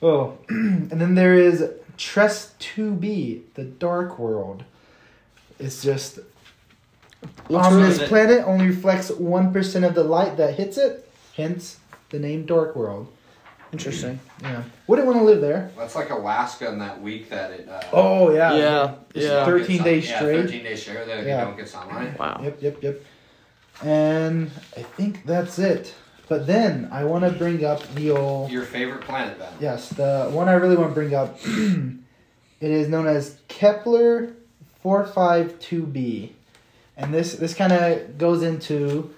[SPEAKER 2] Oh, and then there is Tress 2B, the Dark World. It's just on
[SPEAKER 1] really
[SPEAKER 2] this
[SPEAKER 1] good.
[SPEAKER 2] planet only reflects 1% of the light that hits it, hence the name Dark World.
[SPEAKER 3] Interesting.
[SPEAKER 2] Yeah. Wouldn't want to live there.
[SPEAKER 1] That's like Alaska in that week that it. Uh,
[SPEAKER 2] Oh, yeah.
[SPEAKER 3] Yeah.
[SPEAKER 1] it's
[SPEAKER 3] Yeah.
[SPEAKER 1] not-
[SPEAKER 2] 13
[SPEAKER 1] it's not-
[SPEAKER 2] days
[SPEAKER 1] yeah,
[SPEAKER 2] straight.
[SPEAKER 1] 13 days straight. Then if
[SPEAKER 2] Yeah.
[SPEAKER 1] you don't get sunlight.
[SPEAKER 3] Wow.
[SPEAKER 2] Yep, yep, yep. And I think that's it. But then I want to bring up the old.
[SPEAKER 1] Your favorite planet, then.
[SPEAKER 2] Yes, the one I really want to bring up. it is known as Kepler 452b. And this this kind of goes into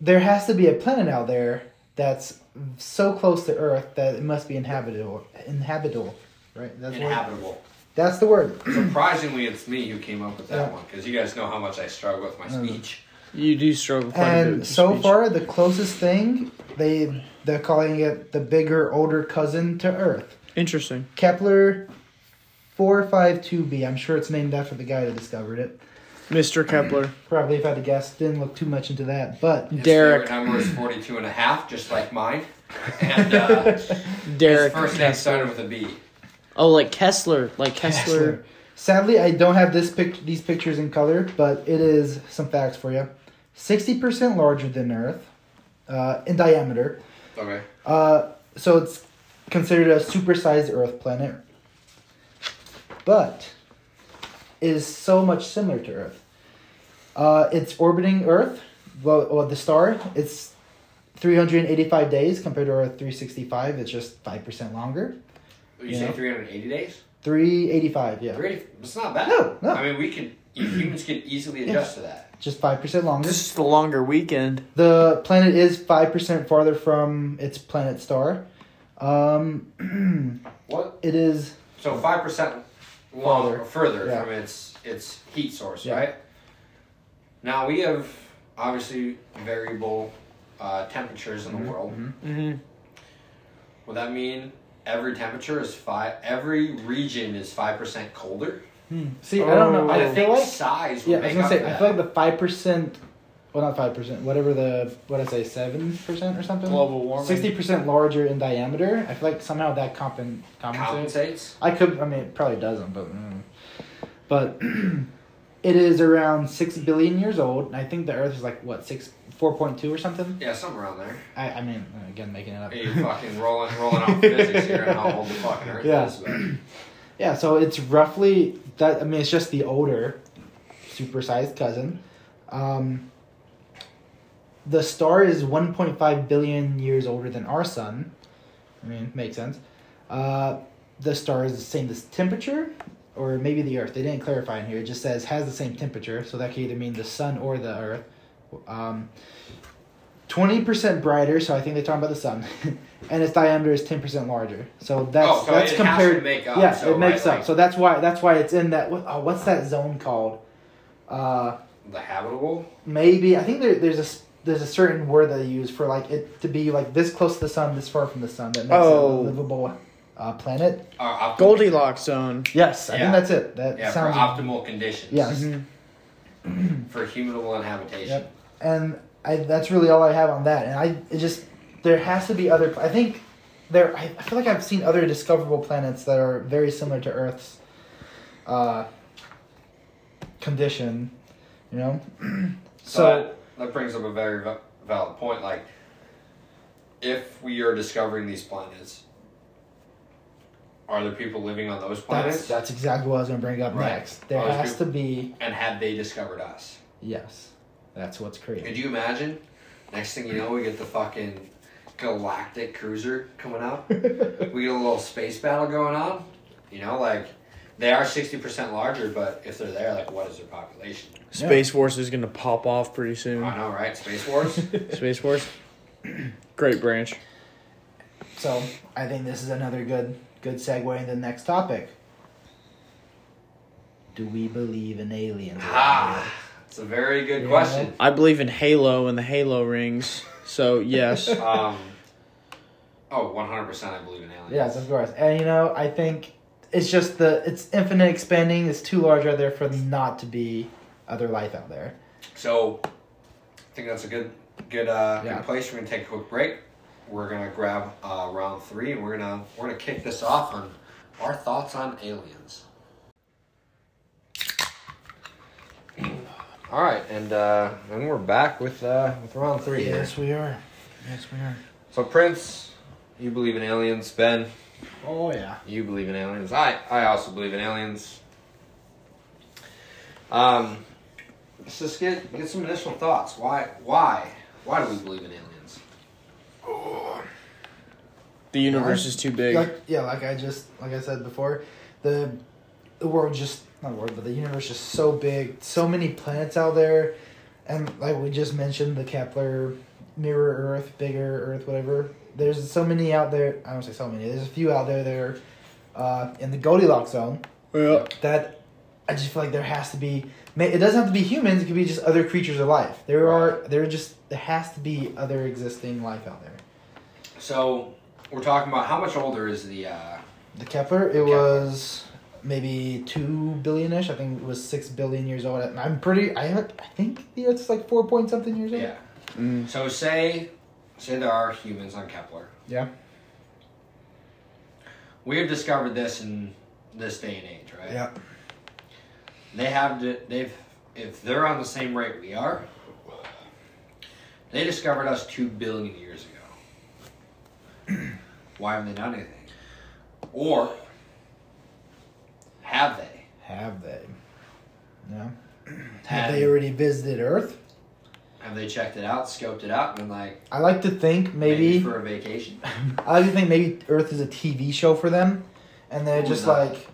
[SPEAKER 2] there has to be a planet out there that's so close to Earth that it must be inhabitable. Inhabitable, right? That's the word.
[SPEAKER 1] Inhabitable.
[SPEAKER 2] That's the word.
[SPEAKER 1] Surprisingly, it's me who came up with that
[SPEAKER 2] Yeah.
[SPEAKER 1] one because you guys know how much I struggle with my speech.
[SPEAKER 3] You do struggle quite a bit
[SPEAKER 2] And
[SPEAKER 3] with
[SPEAKER 2] so
[SPEAKER 3] speech.
[SPEAKER 2] far, the closest thing they they're calling it the bigger, older cousin to Earth.
[SPEAKER 3] Interesting.
[SPEAKER 2] Kepler 452b. I'm sure it's named after the guy that discovered it.
[SPEAKER 3] Mr. Kepler.
[SPEAKER 2] Probably if I had to guess, didn't look too much into that. But
[SPEAKER 1] His
[SPEAKER 3] Derek.
[SPEAKER 1] favorite number is 42 and a half, just like mine. And uh, his
[SPEAKER 3] Mm. Derek.
[SPEAKER 1] first name started with a B.
[SPEAKER 3] Oh, like Kessler. Like Kessler.
[SPEAKER 2] sadly, I don't have this pic- these pictures in color, but it is some facts for you. 60% larger than Earth uh, in diameter.
[SPEAKER 1] Okay.
[SPEAKER 2] Uh, so it's considered a supersized Earth planet. But it is so much similar to Earth. Uh, it's orbiting Earth, well, well, the star. It's 385 days compared to our 365. It's just 5% longer.
[SPEAKER 1] You
[SPEAKER 2] Yeah.
[SPEAKER 1] say 380 days?
[SPEAKER 2] 385, yeah.
[SPEAKER 1] 380, it's not bad.
[SPEAKER 2] No, no.
[SPEAKER 1] I mean, we can, humans can easily adjust to that.
[SPEAKER 2] Just 5% longer.
[SPEAKER 3] This is the longer weekend.
[SPEAKER 2] The planet is 5% farther from its planet star. Um,
[SPEAKER 1] What?
[SPEAKER 2] it is,
[SPEAKER 1] So 5% longer, further
[SPEAKER 2] Yeah.
[SPEAKER 1] from its its heat source,
[SPEAKER 2] Yeah.
[SPEAKER 1] right? Now we have obviously variable uh, temperatures in the world.
[SPEAKER 3] Mm-hmm.
[SPEAKER 1] Would that mean every temperature is five? Every region is five percent colder.
[SPEAKER 2] hmm, See, I don't
[SPEAKER 3] Oh.
[SPEAKER 2] know.
[SPEAKER 1] I
[SPEAKER 2] I
[SPEAKER 1] think
[SPEAKER 2] feel like
[SPEAKER 1] size. Would
[SPEAKER 2] yeah, I
[SPEAKER 1] make
[SPEAKER 2] was gonna
[SPEAKER 1] up
[SPEAKER 2] say
[SPEAKER 1] for
[SPEAKER 2] I
[SPEAKER 1] that.
[SPEAKER 2] feel like the five percent, well not five percent, whatever the what I say seven percent or something.
[SPEAKER 3] Global warming.
[SPEAKER 2] Sixty percent larger in diameter. I feel like somehow that compen- compensates.
[SPEAKER 1] compensates.
[SPEAKER 2] I could. I mean, it probably doesn't, but mm. but it is around six billion years old, and I think the Earth is like what six four point two or something.
[SPEAKER 1] Yeah, something around there.
[SPEAKER 2] I, I mean, again, making it up.
[SPEAKER 1] Hey, you fucking rolling, rolling off physics here and how old the fucking Earth
[SPEAKER 2] Yeah.
[SPEAKER 1] is. But
[SPEAKER 2] Yeah, so it's roughly that. I mean, it's just the older, supersized cousin. Um, the star is one point five billion years older than our sun. I mean, makes sense. Uh, the star is the same as temperature, or maybe the Earth. They didn't clarify in here. It just says has the same temperature, so that could either mean the sun or the Earth. Um, Twenty percent brighter, so I think they're talking about the sun, and its diameter is ten percent larger. So that's
[SPEAKER 1] oh, so
[SPEAKER 2] that's
[SPEAKER 1] it
[SPEAKER 2] compared.
[SPEAKER 1] has to make up.
[SPEAKER 2] Yeah,
[SPEAKER 1] so,
[SPEAKER 2] it makes
[SPEAKER 1] right,
[SPEAKER 2] up. So that's why that's why it's in that. What, oh, what's that zone called? Uh,
[SPEAKER 1] like, the habitable.
[SPEAKER 2] maybe I think there, there's a s- there's a certain word they use for like it to be like this close to the sun, this far from the sun. That makes
[SPEAKER 3] Oh.
[SPEAKER 2] it a livable uh, planet.
[SPEAKER 1] Or optimal-
[SPEAKER 3] Goldilocks zone.
[SPEAKER 2] Yes, I
[SPEAKER 1] Yeah.
[SPEAKER 2] think that's it. That
[SPEAKER 1] Yeah,
[SPEAKER 2] sounds Mm-hmm.
[SPEAKER 1] for optimal conditions.
[SPEAKER 2] yes.
[SPEAKER 1] For humanable habitation.
[SPEAKER 2] Yep. and I that's really all I have on that. And I it just there has to be other. I think there. I, I feel like I've seen other discoverable planets that are very similar to Earth's uh, condition. You know,
[SPEAKER 1] So
[SPEAKER 2] so
[SPEAKER 1] that, that brings up a very va- valid point. Like, if we are discovering these planets, are there people living on those
[SPEAKER 2] that's
[SPEAKER 1] planets?
[SPEAKER 2] that's exactly what I was going to bring up
[SPEAKER 1] Right.
[SPEAKER 2] next. There
[SPEAKER 1] Oh, it's
[SPEAKER 2] has to be
[SPEAKER 1] and have they discovered us?
[SPEAKER 2] yes. That's what's
[SPEAKER 1] Could
[SPEAKER 2] created.
[SPEAKER 1] you imagine? Next thing you know, we get the fucking galactic cruiser coming out. we get a little space battle going on. You know, like they are sixty percent larger, but if they're there, like what is their population?
[SPEAKER 3] Space Force is gonna pop off pretty soon.
[SPEAKER 1] I know, right? Space Wars.
[SPEAKER 3] Space Force. Great branch.
[SPEAKER 2] So I think this is another good good segue into the next topic. Do we believe in aliens?
[SPEAKER 1] ah, it's a very good
[SPEAKER 2] Yeah.
[SPEAKER 1] question.
[SPEAKER 3] I believe in Halo and the Halo rings. So yes.
[SPEAKER 1] Um, oh, 100% I believe in aliens.
[SPEAKER 2] Yes, of course. And you know, I think it's just the it's infinite expanding. It's too large out there for not to be other life out there.
[SPEAKER 1] So, I think that's a good good, uh,
[SPEAKER 2] Yeah.
[SPEAKER 1] good place. We're going to take a quick break. We're going to grab uh, round three, and we're going to we're gonna kick this off on our thoughts on aliens. All right, and uh, and we're back with uh, with round three here.
[SPEAKER 2] we are. Yes, we are.
[SPEAKER 1] So Prince, you believe in aliens. Ben,
[SPEAKER 2] Oh yeah.
[SPEAKER 1] You believe in aliens. I, I also believe in aliens. Um, let's just get get some initial thoughts. Why why why do we believe in aliens?
[SPEAKER 3] The universe is too big.
[SPEAKER 2] Like yeah, like I just like I said before, the the world just not the world, but the universe is so big, so many planets out there, and like we just mentioned, the Kepler, Mirror Earth, Bigger Earth, whatever. There's so many out there. I don't say so many. There's a few out there that are uh, in the Goldilocks zone.
[SPEAKER 3] Yeah.
[SPEAKER 2] that I just feel like there has to be. ma- It doesn't have to be humans. It could be just other creatures of life. There are. There are just. There has to be other existing life out there.
[SPEAKER 1] So we're talking about how much older is the uh,
[SPEAKER 2] The Kepler. It
[SPEAKER 1] Kepler.
[SPEAKER 2] was maybe two billion ish. I think it was six billion years old. And I'm pretty. I haven't- I think the Earth's like four point something years old.
[SPEAKER 1] yeah.
[SPEAKER 3] Mm.
[SPEAKER 1] So say say there are humans on Kepler.
[SPEAKER 2] Yeah.
[SPEAKER 1] We have discovered this in this day and age, right?
[SPEAKER 2] Yeah.
[SPEAKER 1] They have to, they've if they're on the same rate we are, they discovered us two billion years ago. Why haven't they done anything? Or have they?
[SPEAKER 2] Have they? Yeah. Have
[SPEAKER 1] Have,
[SPEAKER 2] they already visited Earth?
[SPEAKER 1] have they checked it out, scoped it out, and been like
[SPEAKER 2] I like to think
[SPEAKER 1] maybe
[SPEAKER 2] maybe.
[SPEAKER 1] for a vacation?
[SPEAKER 2] I like to think maybe Earth is a TV show for them, and they're
[SPEAKER 1] Ooh,
[SPEAKER 2] just
[SPEAKER 1] nice.
[SPEAKER 2] like,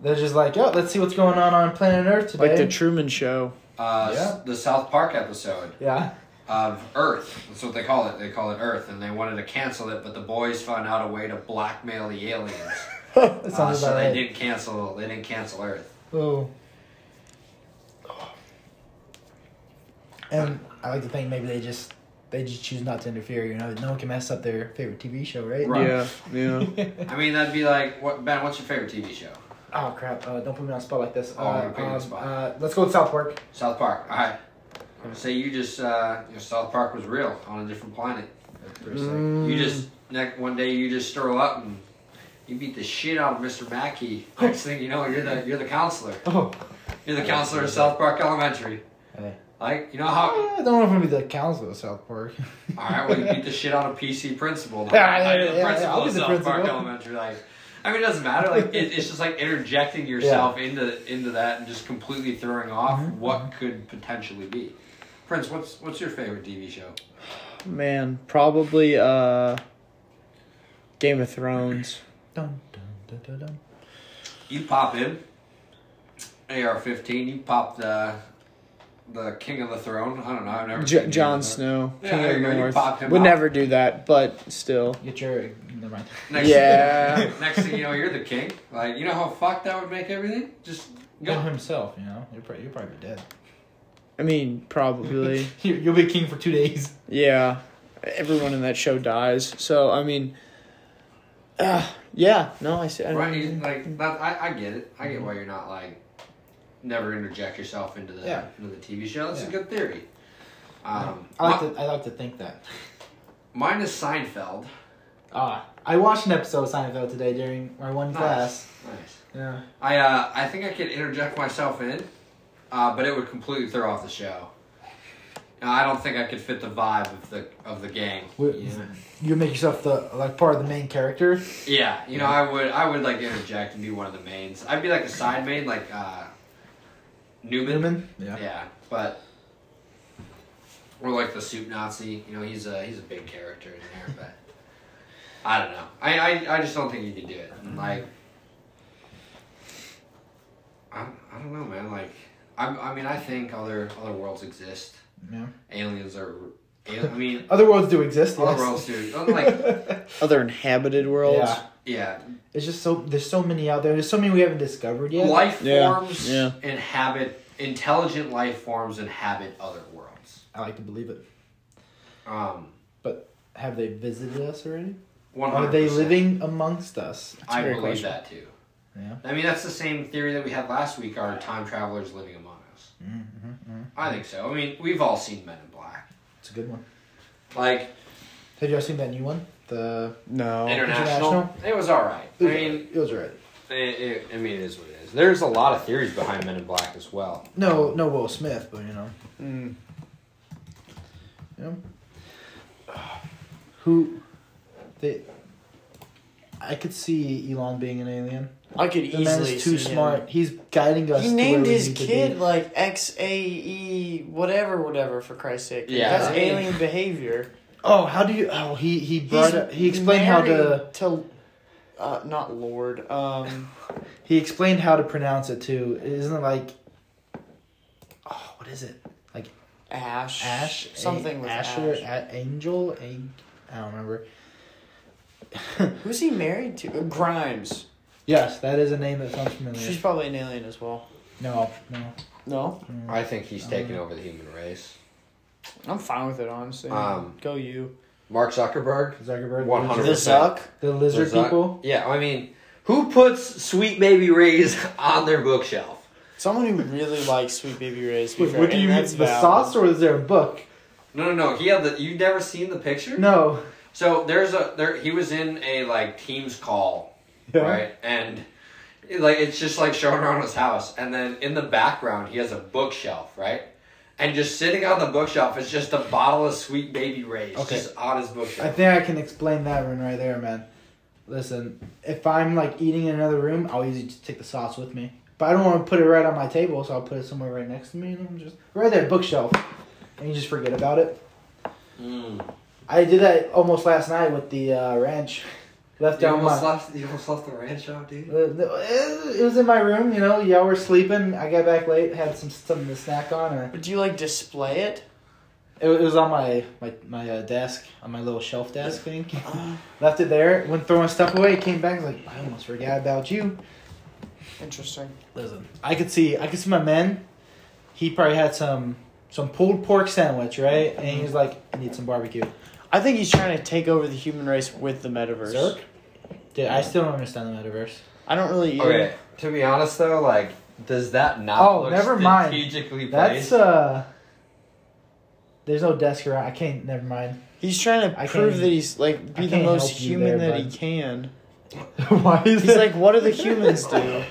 [SPEAKER 2] they're just like, oh, let's see what's going on on planet Earth today.
[SPEAKER 3] Like the Truman Show.
[SPEAKER 1] Uh, s-
[SPEAKER 2] Yeah.
[SPEAKER 1] The South Park episode
[SPEAKER 2] yeah,
[SPEAKER 1] of Earth. That's what they call it. They call it Earth, and they wanted to cancel it, but the boys found out a way to blackmail the aliens.
[SPEAKER 2] that
[SPEAKER 1] Uh,
[SPEAKER 2] sounds
[SPEAKER 1] so
[SPEAKER 2] about
[SPEAKER 1] they
[SPEAKER 2] right.
[SPEAKER 1] didn't cancel. They didn't cancel Earth.
[SPEAKER 2] Oh, And I like to think maybe they just they just choose not to interfere. You know, no one can mess up their favorite TV show, right?
[SPEAKER 1] Right.
[SPEAKER 3] Yeah, yeah.
[SPEAKER 1] I mean, that'd be like, what Ben? What's your favorite TV show?
[SPEAKER 2] Oh crap! Uh, don't put me on a spot like this.
[SPEAKER 1] Oh,
[SPEAKER 2] uh,
[SPEAKER 1] you're putting me on
[SPEAKER 2] um,
[SPEAKER 1] the spot.
[SPEAKER 2] uh, let's go with South Park.
[SPEAKER 1] South Park. All right. I'm gonna say you just uh, your South Park was real on a different planet.
[SPEAKER 2] Mm.
[SPEAKER 3] Hmm.
[SPEAKER 1] You just next one day you just stroll up and you beat the shit out of Mr. Mackey. Next thing you know, you're the you're the counselor.
[SPEAKER 2] Oh.
[SPEAKER 1] You're the counselor of South Park Elementary.
[SPEAKER 2] Hey.
[SPEAKER 1] Like you know how?
[SPEAKER 2] I don't know if I'm gonna be the counselor of South Park.
[SPEAKER 1] All right, well you beat the shit out of PC principal.
[SPEAKER 2] Yeah, I-
[SPEAKER 1] Like, you're the
[SPEAKER 2] yeah, yeah,
[SPEAKER 1] principal
[SPEAKER 2] I'll be
[SPEAKER 1] of
[SPEAKER 2] the
[SPEAKER 1] South Park
[SPEAKER 2] principal.
[SPEAKER 1] Elementary. Like, I mean, it doesn't matter. Like it, it's just like interjecting yourself into into that and just completely throwing off
[SPEAKER 2] Mm-hmm.
[SPEAKER 1] what could potentially be. Prince, what's what's your favorite TV show?
[SPEAKER 3] Man, probably uh Game of Thrones.
[SPEAKER 2] dun, dun, dun, dun, dun.
[SPEAKER 1] You pop in. AR-15. You pop the the King of the Throne. I don't know. I've never.
[SPEAKER 3] J-
[SPEAKER 1] seen
[SPEAKER 3] Jon
[SPEAKER 1] that.
[SPEAKER 3] Snow,
[SPEAKER 1] Yeah,
[SPEAKER 3] King
[SPEAKER 1] there
[SPEAKER 3] of
[SPEAKER 1] you go, you
[SPEAKER 3] the
[SPEAKER 1] popped him
[SPEAKER 3] North. Would
[SPEAKER 1] off.
[SPEAKER 3] never do that, but still.
[SPEAKER 2] Get your never mind.
[SPEAKER 1] Next
[SPEAKER 3] Yeah.
[SPEAKER 1] next thing you know, you're the king. Like you know how fucked that would make everything. Just
[SPEAKER 2] Go
[SPEAKER 1] go.
[SPEAKER 2] himself. You know, you're probably you're probably dead.
[SPEAKER 3] I mean, probably.
[SPEAKER 2] You- You'll be king for two days.
[SPEAKER 3] yeah. Everyone in that show dies. So, I mean, uh, yeah, no, I see. I don't-
[SPEAKER 1] Right. you- Like that, I, I get it. I
[SPEAKER 2] Mm-hmm.
[SPEAKER 1] get why you're not like never interject yourself into the
[SPEAKER 2] Yeah.
[SPEAKER 1] into the TV show. That's a
[SPEAKER 2] Yeah.
[SPEAKER 1] good theory. Um,
[SPEAKER 2] I like
[SPEAKER 1] mi-
[SPEAKER 2] to I like to think that.
[SPEAKER 1] mine is Seinfeld.
[SPEAKER 2] Ah, I watched an episode of Seinfeld today during my one
[SPEAKER 1] Nice.
[SPEAKER 2] class.
[SPEAKER 1] Nice.
[SPEAKER 2] Yeah.
[SPEAKER 1] I uh, I think I could interject myself in, uh, but it would completely throw off the show. Uh, I don't think I could fit the vibe of the of the gang.
[SPEAKER 2] Wait, You make yourself the like part of the main character.
[SPEAKER 1] Yeah, you know, I would I would like interject and be one of the mains. I'd be like a side main, like uh, Newman.
[SPEAKER 2] Yeah.
[SPEAKER 1] Yeah, but or like the soup Nazi. You know, he's a he's a big character in there, but I don't know. I I, I just don't think you can do it. And like, I I don't know, man. Like, I I mean, I think other other worlds exist.
[SPEAKER 2] Yeah.
[SPEAKER 1] Aliens are. al- I mean,
[SPEAKER 2] Other worlds do exist.
[SPEAKER 1] other
[SPEAKER 2] yes.
[SPEAKER 1] worlds do. Oh, Like,
[SPEAKER 3] Other inhabited worlds.
[SPEAKER 2] Yeah.
[SPEAKER 1] yeah,
[SPEAKER 2] It's just so there's so many out there. There's so many we haven't discovered yet.
[SPEAKER 1] life
[SPEAKER 3] Yeah.
[SPEAKER 1] forms
[SPEAKER 3] Yeah.
[SPEAKER 1] inhabit intelligent life forms inhabit other worlds.
[SPEAKER 2] I like to believe it.
[SPEAKER 1] Um,
[SPEAKER 2] Have they visited us already?
[SPEAKER 1] one
[SPEAKER 2] Are
[SPEAKER 1] hundred.
[SPEAKER 2] they living amongst us?
[SPEAKER 1] I
[SPEAKER 3] great
[SPEAKER 1] believe
[SPEAKER 3] question.
[SPEAKER 1] that too.
[SPEAKER 2] Yeah.
[SPEAKER 1] I mean, that's the same theory that we had last week. Are time travelers living among us? Mm-hmm, I think so. I mean, we've all seen Men in Black.
[SPEAKER 2] It's a good one.
[SPEAKER 1] Like
[SPEAKER 2] Have you all seen that new one? The
[SPEAKER 3] No.
[SPEAKER 1] international, it was all right. I mean,
[SPEAKER 2] it was alright.
[SPEAKER 1] it, it, I mean, it is what it is. There's a lot of theories behind Men in Black as well.
[SPEAKER 2] No, no Will Smith, but you know.
[SPEAKER 3] Mm.
[SPEAKER 2] Who? They. I could see Elon being an alien.
[SPEAKER 3] I could
[SPEAKER 2] The
[SPEAKER 3] easily.
[SPEAKER 2] man is too
[SPEAKER 3] see him.
[SPEAKER 2] smart. He's guiding us.
[SPEAKER 3] He
[SPEAKER 2] to where
[SPEAKER 3] named
[SPEAKER 2] we
[SPEAKER 3] his
[SPEAKER 2] need to
[SPEAKER 3] kid
[SPEAKER 2] be.
[SPEAKER 3] like X A E whatever whatever for Christ's sake.
[SPEAKER 1] Yeah.
[SPEAKER 3] That's alien behavior.
[SPEAKER 2] Oh, how do you? Oh, he he brought.
[SPEAKER 3] He's
[SPEAKER 2] up- he explained how to.
[SPEAKER 3] married to uh, not Lord. Um,
[SPEAKER 2] He explained how to pronounce it too. Isn't it like? Oh, what is it? Like
[SPEAKER 3] Ash.
[SPEAKER 2] Ash,
[SPEAKER 3] Something with
[SPEAKER 2] Asher,
[SPEAKER 3] Ash.
[SPEAKER 2] A- Angel, A- I don't remember.
[SPEAKER 3] Who's he married to? Uh, Grimes.
[SPEAKER 2] Yes, that is a name that sounds
[SPEAKER 3] She's
[SPEAKER 2] familiar.
[SPEAKER 3] probably an alien as well.
[SPEAKER 2] No, no.
[SPEAKER 3] No,
[SPEAKER 1] I think he's taking over the human race.
[SPEAKER 3] I'm fine with it honestly.
[SPEAKER 1] Um,
[SPEAKER 3] Go you.
[SPEAKER 1] Mark Zuckerberg,
[SPEAKER 2] Zuckerberg.
[SPEAKER 1] one
[SPEAKER 3] The
[SPEAKER 1] hundred
[SPEAKER 3] Zuck.
[SPEAKER 1] percent.
[SPEAKER 2] The lizard people.
[SPEAKER 1] Yeah, I mean, who puts Sweet Baby Ray's on their bookshelf?
[SPEAKER 3] Someone who really likes Sweet Baby Ray's. to be
[SPEAKER 2] Wait,
[SPEAKER 3] fair,
[SPEAKER 2] what do
[SPEAKER 3] and
[SPEAKER 2] you mean?
[SPEAKER 3] that's
[SPEAKER 2] The
[SPEAKER 3] valid.
[SPEAKER 2] sauce, or is there a book?
[SPEAKER 1] No, no, no. He had the. You've never seen the picture?
[SPEAKER 2] No.
[SPEAKER 1] So there's a there. He was in a like Teams call,
[SPEAKER 2] Yeah.
[SPEAKER 1] right? And it, like it's just like showing around his house, and then in the background he has a bookshelf, right? And just sitting on the bookshelf is just a bottle of Sweet Baby Ray's
[SPEAKER 2] Okay.
[SPEAKER 1] just on his
[SPEAKER 2] I
[SPEAKER 1] bookshelf.
[SPEAKER 2] think I can explain that one right there, man. Listen, if I'm like eating in another room, I'll usually just take the sauce with me. But I don't want to put it right on my table, so I'll put it somewhere right next to me, and I'm just right there, bookshelf, and you just forget about it.
[SPEAKER 1] Mm.
[SPEAKER 2] I did that almost last night with the uh, ranch. Left
[SPEAKER 1] You
[SPEAKER 2] down
[SPEAKER 1] almost
[SPEAKER 2] my. Uh,
[SPEAKER 1] left. You almost left the ranch out, dude.
[SPEAKER 2] It was in my room, you know. Y'all were sleeping. I got back late, had some something to snack on, and
[SPEAKER 3] But do you like display it?
[SPEAKER 2] it, it was on my my my uh, desk, on my little shelf desk thing.
[SPEAKER 3] Uh.
[SPEAKER 2] Left it there. Went throwing stuff away. Came back was like I almost forgot about you.
[SPEAKER 3] Interesting.
[SPEAKER 2] Listen, I could see I could see my man. He probably had some some pulled pork sandwich, right? And he's like, I need some barbecue.
[SPEAKER 3] I think he's trying to take over the human race with the metaverse.
[SPEAKER 2] Zerk? Dude, I still don't understand the metaverse.
[SPEAKER 3] I don't really. Either.
[SPEAKER 1] Okay, to be honest though, like, does that not
[SPEAKER 2] Oh,
[SPEAKER 1] look
[SPEAKER 2] never mind.
[SPEAKER 1] strategically placed?
[SPEAKER 2] That's uh. There's no desk around. I can't. Never mind.
[SPEAKER 3] He's trying
[SPEAKER 2] I
[SPEAKER 3] to
[SPEAKER 2] can't
[SPEAKER 3] prove
[SPEAKER 2] even-
[SPEAKER 3] that he's like be
[SPEAKER 2] I
[SPEAKER 3] the
[SPEAKER 2] can't
[SPEAKER 3] most
[SPEAKER 2] help you
[SPEAKER 3] human
[SPEAKER 2] there,
[SPEAKER 3] that
[SPEAKER 2] bud.
[SPEAKER 3] he can.
[SPEAKER 2] Why is
[SPEAKER 3] He's
[SPEAKER 2] it-
[SPEAKER 3] like, what do the humans do?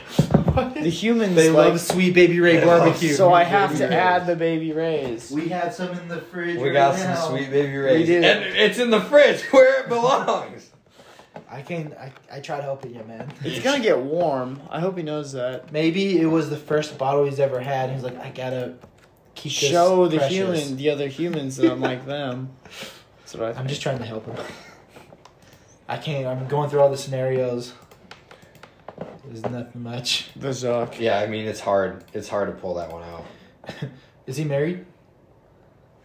[SPEAKER 3] The humans
[SPEAKER 2] They
[SPEAKER 3] like,
[SPEAKER 2] love sweet baby Ray
[SPEAKER 1] They love
[SPEAKER 2] barbecue.
[SPEAKER 3] So I have to
[SPEAKER 1] Baby
[SPEAKER 3] add the baby rays.
[SPEAKER 2] We have some in the fridge.
[SPEAKER 1] We
[SPEAKER 2] right
[SPEAKER 1] got
[SPEAKER 2] now.
[SPEAKER 1] some sweet baby rays,
[SPEAKER 3] do.
[SPEAKER 1] and it's in the fridge where it belongs.
[SPEAKER 2] I can't. I, I tried helping you, man.
[SPEAKER 3] It's gonna get warm. I hope he knows that.
[SPEAKER 2] Maybe it was the first bottle he's ever had. He's like, I gotta keep this
[SPEAKER 3] Show the
[SPEAKER 2] precious."
[SPEAKER 3] human, the other humans that I'm like them. That's what I. Think.
[SPEAKER 2] I'm just trying to help him. I can't. I'm going through all the scenarios. There's nothing much.
[SPEAKER 3] the Zuck.
[SPEAKER 1] Yeah, I mean it's hard. It's hard to pull that one out.
[SPEAKER 2] Is he married?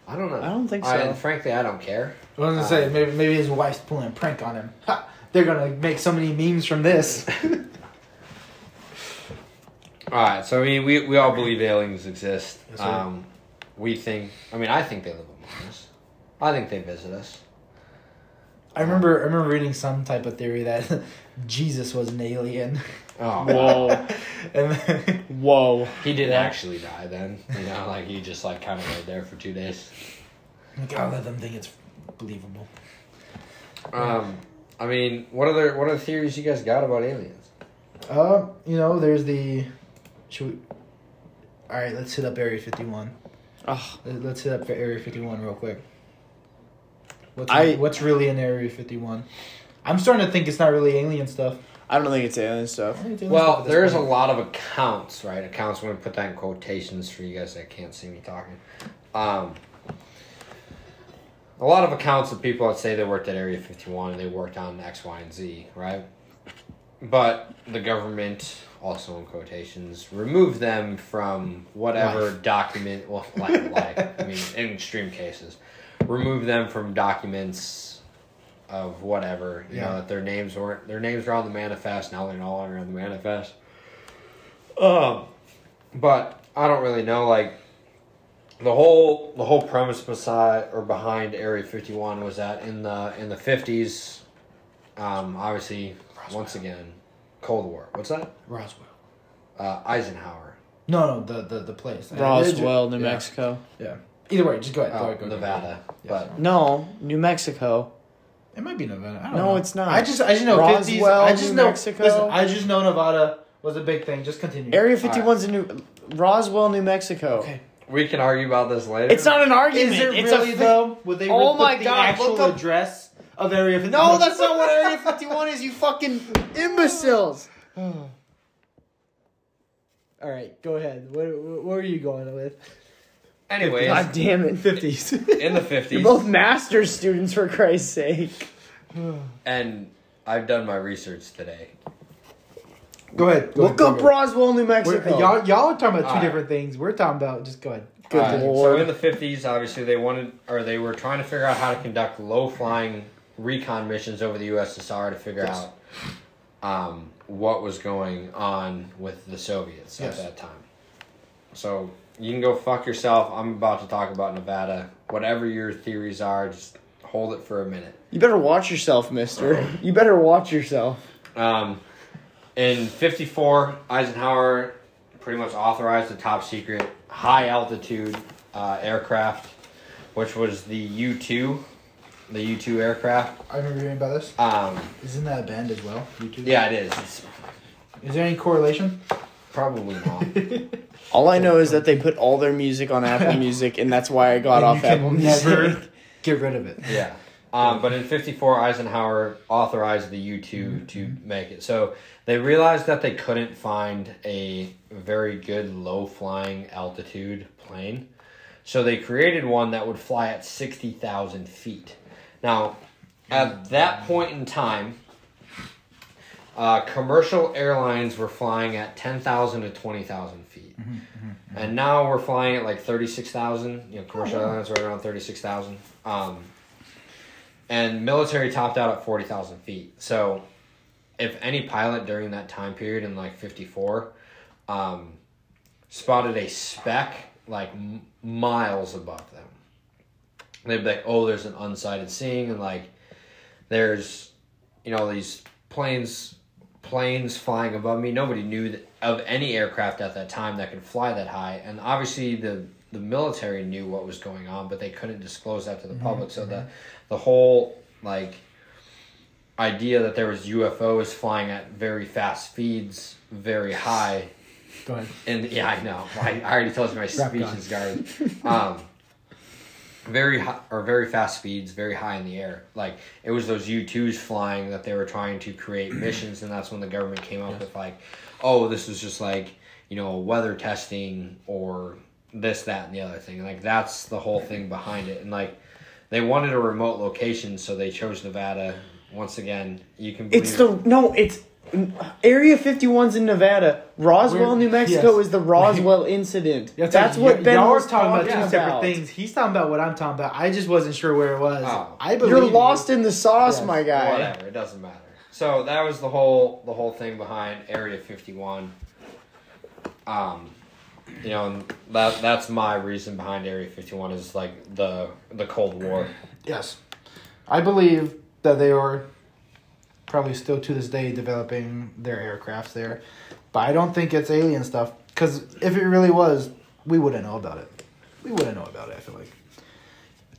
[SPEAKER 1] I don't know.
[SPEAKER 3] I don't think so.
[SPEAKER 1] and frankly, I don't care.
[SPEAKER 2] I was gonna say maybe maybe his wife's pulling a prank on him. Ha! They're gonna make so many memes from this.
[SPEAKER 1] All right, so I mean, we, we all believe aliens exist.
[SPEAKER 2] Yes, sir.
[SPEAKER 1] um, we think. I mean, I think they live among us. I think they visit us.
[SPEAKER 2] I remember I remember reading some type of theory that Jesus was an alien,
[SPEAKER 1] Oh,
[SPEAKER 3] Whoa,
[SPEAKER 2] and then,
[SPEAKER 3] whoa.
[SPEAKER 1] he didn't actually die then. You know, like he just like kind of laid there for two days.
[SPEAKER 2] like, I'll let them think it's believable.
[SPEAKER 1] Um, I mean, what other what other theories you guys got about aliens?
[SPEAKER 2] Uh, you know, there's the. Should we? All right, let's hit up Area 51.
[SPEAKER 3] Ugh.
[SPEAKER 2] Let- Let's hit up for Area 51 real quick. What's
[SPEAKER 3] I-
[SPEAKER 2] what's really in Area 51? I'm starting to think it's not really alien stuff.
[SPEAKER 3] I don't think it's alien stuff.
[SPEAKER 1] Well, there is a lot of accounts, right? Accounts. I'm going to put that in quotations for you guys that can't see me talking. Um, a lot of accounts of people that say they worked at Area 51 and they worked on X, Y, and Z, right? But the government, also in quotations, removed them from whatever document. Well, like, like I mean, in extreme cases, remove them from documents of whatever. You know
[SPEAKER 2] Yeah.
[SPEAKER 1] that their names weren't their names were on the manifest. Now they're no longer on the manifest. Um, but I don't really know. Like the whole the whole premise beside or behind Area Fifty One was that in the in the fifties, um, obviously once again, Cold War. What's that?
[SPEAKER 2] Roswell.
[SPEAKER 1] Uh, Eisenhower,
[SPEAKER 2] No, no, the the, the place.
[SPEAKER 3] Roswell, New
[SPEAKER 2] Yeah.
[SPEAKER 3] Mexico.
[SPEAKER 2] Either way, just go ahead. go
[SPEAKER 1] uh,
[SPEAKER 2] ahead, go ahead, go ahead.
[SPEAKER 1] Nevada. But
[SPEAKER 3] No, New Mexico.
[SPEAKER 2] It might be Nevada. I don't
[SPEAKER 3] No,
[SPEAKER 2] know.
[SPEAKER 3] it's not.
[SPEAKER 2] I just I just know
[SPEAKER 3] Roswell,
[SPEAKER 2] 50s. I just
[SPEAKER 3] New
[SPEAKER 2] know
[SPEAKER 3] Mexico.
[SPEAKER 2] Listen, I just know Nevada was a big thing. Just continue.
[SPEAKER 3] Area 51's in New Roswell, New Mexico.
[SPEAKER 2] Okay.
[SPEAKER 1] we can argue about this later.
[SPEAKER 3] It's not an argument.
[SPEAKER 2] Is it
[SPEAKER 3] it's
[SPEAKER 2] really
[SPEAKER 3] a fa-
[SPEAKER 2] though? Would they
[SPEAKER 3] Oh
[SPEAKER 2] put
[SPEAKER 3] my
[SPEAKER 2] the
[SPEAKER 3] God, look
[SPEAKER 2] actual
[SPEAKER 3] up-
[SPEAKER 2] address of Area 51?
[SPEAKER 3] No, Oh, that's not what Area 51 is, you fucking imbeciles.
[SPEAKER 2] All right, go ahead. What, what what are you going with?
[SPEAKER 1] Anyways,
[SPEAKER 3] God damn it. 50s.
[SPEAKER 1] in the fifties,
[SPEAKER 3] You're both master's students, for Christ's sake.
[SPEAKER 1] and I've done my research today.
[SPEAKER 2] Go ahead. Go
[SPEAKER 3] Look
[SPEAKER 2] ahead,
[SPEAKER 3] up Roswell, New
[SPEAKER 2] We're-
[SPEAKER 3] Mexico.
[SPEAKER 2] y'all, y'all are talking about two
[SPEAKER 1] Alright.
[SPEAKER 2] different things. We're talking about just go ahead.
[SPEAKER 3] Good
[SPEAKER 1] Alright,
[SPEAKER 3] lord.
[SPEAKER 1] Uh, So in the fifties, obviously they wanted or they were trying to figure out how to conduct low flying recon missions over the USSR to figure out um, what was going on with the Soviets
[SPEAKER 2] Yes.
[SPEAKER 1] at that time. So you can go fuck yourself. I'm about to talk about Nevada. Whatever your theories are, just hold it for a minute.
[SPEAKER 3] you better watch yourself, mister. You better watch yourself.
[SPEAKER 1] Um, in 54, Eisenhower pretty much authorized the top secret high altitude uh, aircraft, which was the U 2, the U 2 aircraft.
[SPEAKER 2] I remember hearing about this.
[SPEAKER 1] Um,
[SPEAKER 2] Isn't that a band as well? YouTube.
[SPEAKER 1] yeah, it is. It's
[SPEAKER 2] Is there any correlation?
[SPEAKER 1] probably not.
[SPEAKER 3] All I know is that they put all their music on Apple Music, and that's why I got
[SPEAKER 2] And
[SPEAKER 3] off
[SPEAKER 2] you can
[SPEAKER 3] Apple
[SPEAKER 2] never
[SPEAKER 3] Music.
[SPEAKER 2] get rid of it.
[SPEAKER 1] yeah. Um, but in 54, Eisenhower authorized the U 2 to make it. So they realized that they couldn't find a very good low flying altitude plane. So they created one that would fly at 60,000 feet. Now, at that point in time, uh, commercial airlines were flying at 10,000 to 20,000 feet. And now we're flying at like 36,000. You know, commercial airlines right around 36,000. Um, and military topped out at 40,000 feet. So if any pilot during that time period in like 54 um, spotted a speck, like m- miles above them. And they'd be like, oh, there's an unsighted seeing, and like, there's, you know, these planes planes flying above me. Nobody knew that, of any aircraft at that time that could fly that high, and obviously the the military knew what was going on, but they couldn't disclose that to the public. So the the whole like idea that there was UFOs flying at very fast speeds, very high.
[SPEAKER 2] Go ahead.
[SPEAKER 1] And yeah, I know. I, I already told you my speech
[SPEAKER 2] on.
[SPEAKER 1] is guarded. Um, very high or very fast speeds, very high in the air. Like it was those U twos flying that they were trying to create missions, and that's when the government came up with like, oh, this is just like you know weather testing or this, that, and the other thing. Like that's the whole thing behind it, and like they wanted a remote location, so they chose Nevada. Once again, you can.
[SPEAKER 3] It's
[SPEAKER 1] believe-
[SPEAKER 3] the no. It's Area 51's in Nevada. Roswell,
[SPEAKER 2] We're-
[SPEAKER 3] New Mexico
[SPEAKER 2] yes.
[SPEAKER 3] is the Roswell incident.
[SPEAKER 2] That's,
[SPEAKER 3] That's, what Ben
[SPEAKER 2] y'all
[SPEAKER 3] was
[SPEAKER 2] are talking about. Two separate
[SPEAKER 3] about.
[SPEAKER 2] things. He's talking about what I'm talking about. I just wasn't sure where it was.
[SPEAKER 1] Oh.
[SPEAKER 2] I believe
[SPEAKER 3] You're
[SPEAKER 2] you.
[SPEAKER 3] lost in the sauce,
[SPEAKER 2] Yes.
[SPEAKER 3] my guy.
[SPEAKER 1] whatever it doesn't matter so that was the whole the whole thing behind area 51 um you know and that that's my reason behind area 51 is like the the cold war
[SPEAKER 2] Yes, I believe that they are probably still to this day developing their aircraft there, but I don't think it's alien stuff. Because if it really was, we wouldn't know about it. We wouldn't know about it. I feel like.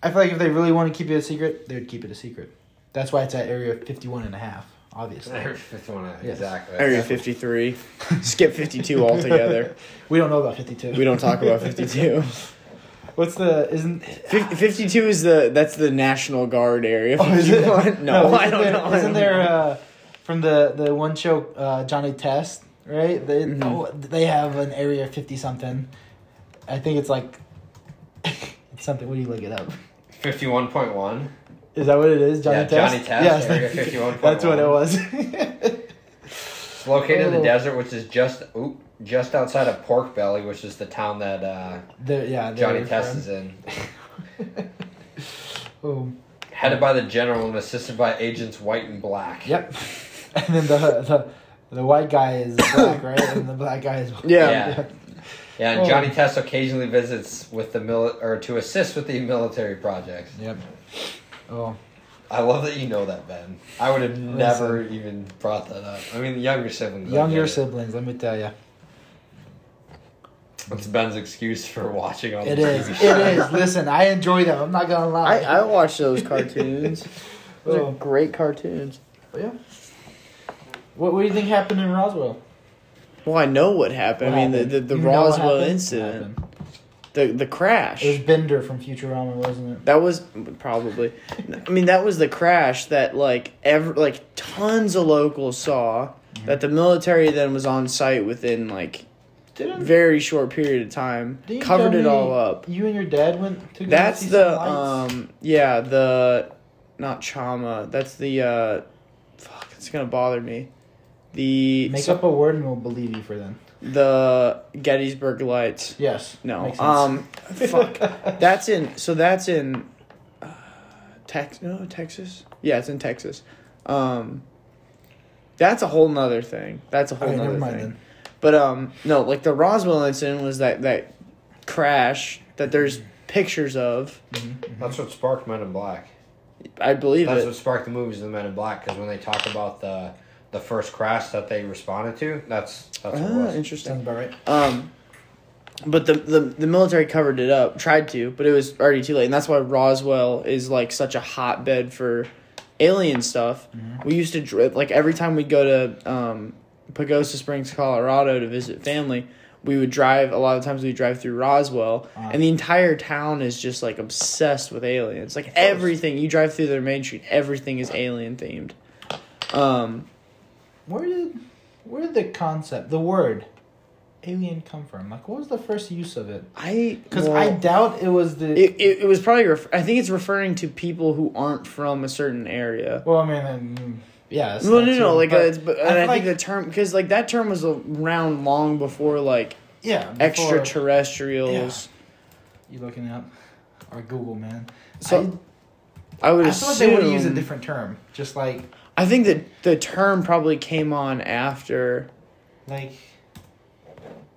[SPEAKER 2] I feel like if they really want to keep it a secret, they would keep it a secret. That's why it's at Area 51 and a half, obviously.
[SPEAKER 1] area 51
[SPEAKER 2] Yes.
[SPEAKER 1] exactly
[SPEAKER 3] Area 53. Skip 52 altogether.
[SPEAKER 2] We don't know about 52.
[SPEAKER 3] We don't talk about 52.
[SPEAKER 2] What's the isn't
[SPEAKER 3] Fif- 52 is the that's the National Guard area.
[SPEAKER 2] Oh, is it?
[SPEAKER 3] 51? No, I
[SPEAKER 2] isn't
[SPEAKER 3] don't
[SPEAKER 2] there,
[SPEAKER 3] know. I
[SPEAKER 2] Isn't
[SPEAKER 3] don't
[SPEAKER 2] there
[SPEAKER 3] know.
[SPEAKER 2] uh, from the the one show uh, Johnny Test right? They oh, they have an area fifty something. I think it's like it's something. What do you look it up?
[SPEAKER 1] 51.1
[SPEAKER 2] Is that what it is? Johnny
[SPEAKER 1] Yeah,
[SPEAKER 2] Test.
[SPEAKER 1] Johnny Test,
[SPEAKER 2] Yes,
[SPEAKER 1] Area
[SPEAKER 2] thank you.
[SPEAKER 1] 51.1.
[SPEAKER 2] That's what it was.
[SPEAKER 1] it's located in the
[SPEAKER 2] Oh.
[SPEAKER 1] desert which is just oop, just outside of pork belly which is the town that uh,
[SPEAKER 2] The- yeah, they
[SPEAKER 1] johnny
[SPEAKER 2] were
[SPEAKER 1] test
[SPEAKER 2] from-
[SPEAKER 1] is in
[SPEAKER 2] Oh,
[SPEAKER 1] headed by the general and assisted by agents white and black
[SPEAKER 2] yep. And then the the. The white guy is black, right? And the black guy is
[SPEAKER 3] Yeah.
[SPEAKER 1] Yeah. Yeah, and
[SPEAKER 2] Oh.
[SPEAKER 1] Johnny Test occasionally visits with the mil or to assist with the military projects.
[SPEAKER 2] Yep. Oh,
[SPEAKER 1] I love that you know that, Ben. I would have never even brought that up. I mean, younger siblings. I
[SPEAKER 2] younger
[SPEAKER 1] get it.
[SPEAKER 2] siblings. Let me tell you.
[SPEAKER 1] It's Ben's excuse for watching all
[SPEAKER 2] It
[SPEAKER 1] the
[SPEAKER 2] is.
[SPEAKER 1] TV
[SPEAKER 2] It
[SPEAKER 1] shows.
[SPEAKER 2] is. Listen, I enjoy them. I'm not gonna lie.
[SPEAKER 3] I, I watch those cartoons. Those are
[SPEAKER 2] Oh.
[SPEAKER 3] great cartoons.
[SPEAKER 2] yeah. What, what do you think happened in Roswell?
[SPEAKER 3] Well, I know what happened. I mean, the, the, the
[SPEAKER 2] You know what
[SPEAKER 3] Roswell
[SPEAKER 2] happened?
[SPEAKER 3] incident,
[SPEAKER 2] Happened.
[SPEAKER 3] the, the crash.
[SPEAKER 2] It was Bender from Futurama, wasn't it?
[SPEAKER 3] That was probably. I mean, that was the crash that like ever like tons of locals saw.
[SPEAKER 2] Mm-hmm.
[SPEAKER 3] That the military then was on site within like
[SPEAKER 2] Didn't
[SPEAKER 3] very short period of time,
[SPEAKER 2] didn't you
[SPEAKER 3] covered
[SPEAKER 2] tell
[SPEAKER 3] it all
[SPEAKER 2] me
[SPEAKER 3] up.
[SPEAKER 2] You and your dad went to. go
[SPEAKER 3] That's
[SPEAKER 2] see
[SPEAKER 3] the
[SPEAKER 2] some lights?
[SPEAKER 3] um yeah the not trauma. That's the uh fuck. It's gonna bother me. The
[SPEAKER 2] Make
[SPEAKER 3] um, so-
[SPEAKER 2] up a word and we'll believe you for then.
[SPEAKER 3] the Gettysburg Lights.
[SPEAKER 2] Yes.
[SPEAKER 3] No.
[SPEAKER 2] Makes sense.
[SPEAKER 3] Um, fuck. That's in. So that's in. Uh, Tex. No, Texas. Yeah, it's in Texas. Um, that's a whole nother thing. That's a whole
[SPEAKER 2] Okay, never
[SPEAKER 3] nother
[SPEAKER 2] mind
[SPEAKER 3] thing.
[SPEAKER 2] then.
[SPEAKER 3] But um, no, like the Roswell incident was that that crash that there's pictures of.
[SPEAKER 1] That's what sparked Men in Black.
[SPEAKER 3] I believe
[SPEAKER 1] That's
[SPEAKER 3] it.
[SPEAKER 1] what sparked the movies of the Men in Black because when they talk about the the first crash that they responded to, that's that's what
[SPEAKER 3] Ah,
[SPEAKER 1] it was.
[SPEAKER 3] interesting.
[SPEAKER 2] Sounds about right.
[SPEAKER 3] Um, but the, the the military covered it up, tried to, but it was already too late, and that's why Roswell is like such a hotbed for alien stuff. We used to dri like every time we would go to um, Pagosa Springs, Colorado, to visit family. We would drive a lot of times. We would drive through Roswell, and the entire town is just like obsessed with aliens. Like everything you drive through their main street, everything is alien themed. Um,
[SPEAKER 2] Where did where did the concept, the word, alien come from? Like, what was the first use of it?
[SPEAKER 3] I
[SPEAKER 2] Because
[SPEAKER 3] well-
[SPEAKER 2] I doubt it was the.
[SPEAKER 3] It, it, it was probably ref- I think it's referring to people who aren't from a certain area.
[SPEAKER 2] well, I mean, um, yeah. it's
[SPEAKER 3] No,
[SPEAKER 2] not
[SPEAKER 3] no,
[SPEAKER 2] too-
[SPEAKER 3] no. Like, uh,
[SPEAKER 2] but
[SPEAKER 3] it's, but, and I,
[SPEAKER 2] feel
[SPEAKER 3] think
[SPEAKER 2] like-
[SPEAKER 3] the term because like that term was around long before like
[SPEAKER 2] yeah. before-
[SPEAKER 3] extraterrestrials.
[SPEAKER 2] You looking it up? Or Google, man.
[SPEAKER 3] So I, would
[SPEAKER 2] I, I feel like
[SPEAKER 3] assume.
[SPEAKER 2] they would use a different term. Just like,
[SPEAKER 3] I think that the term probably came on after.
[SPEAKER 2] like,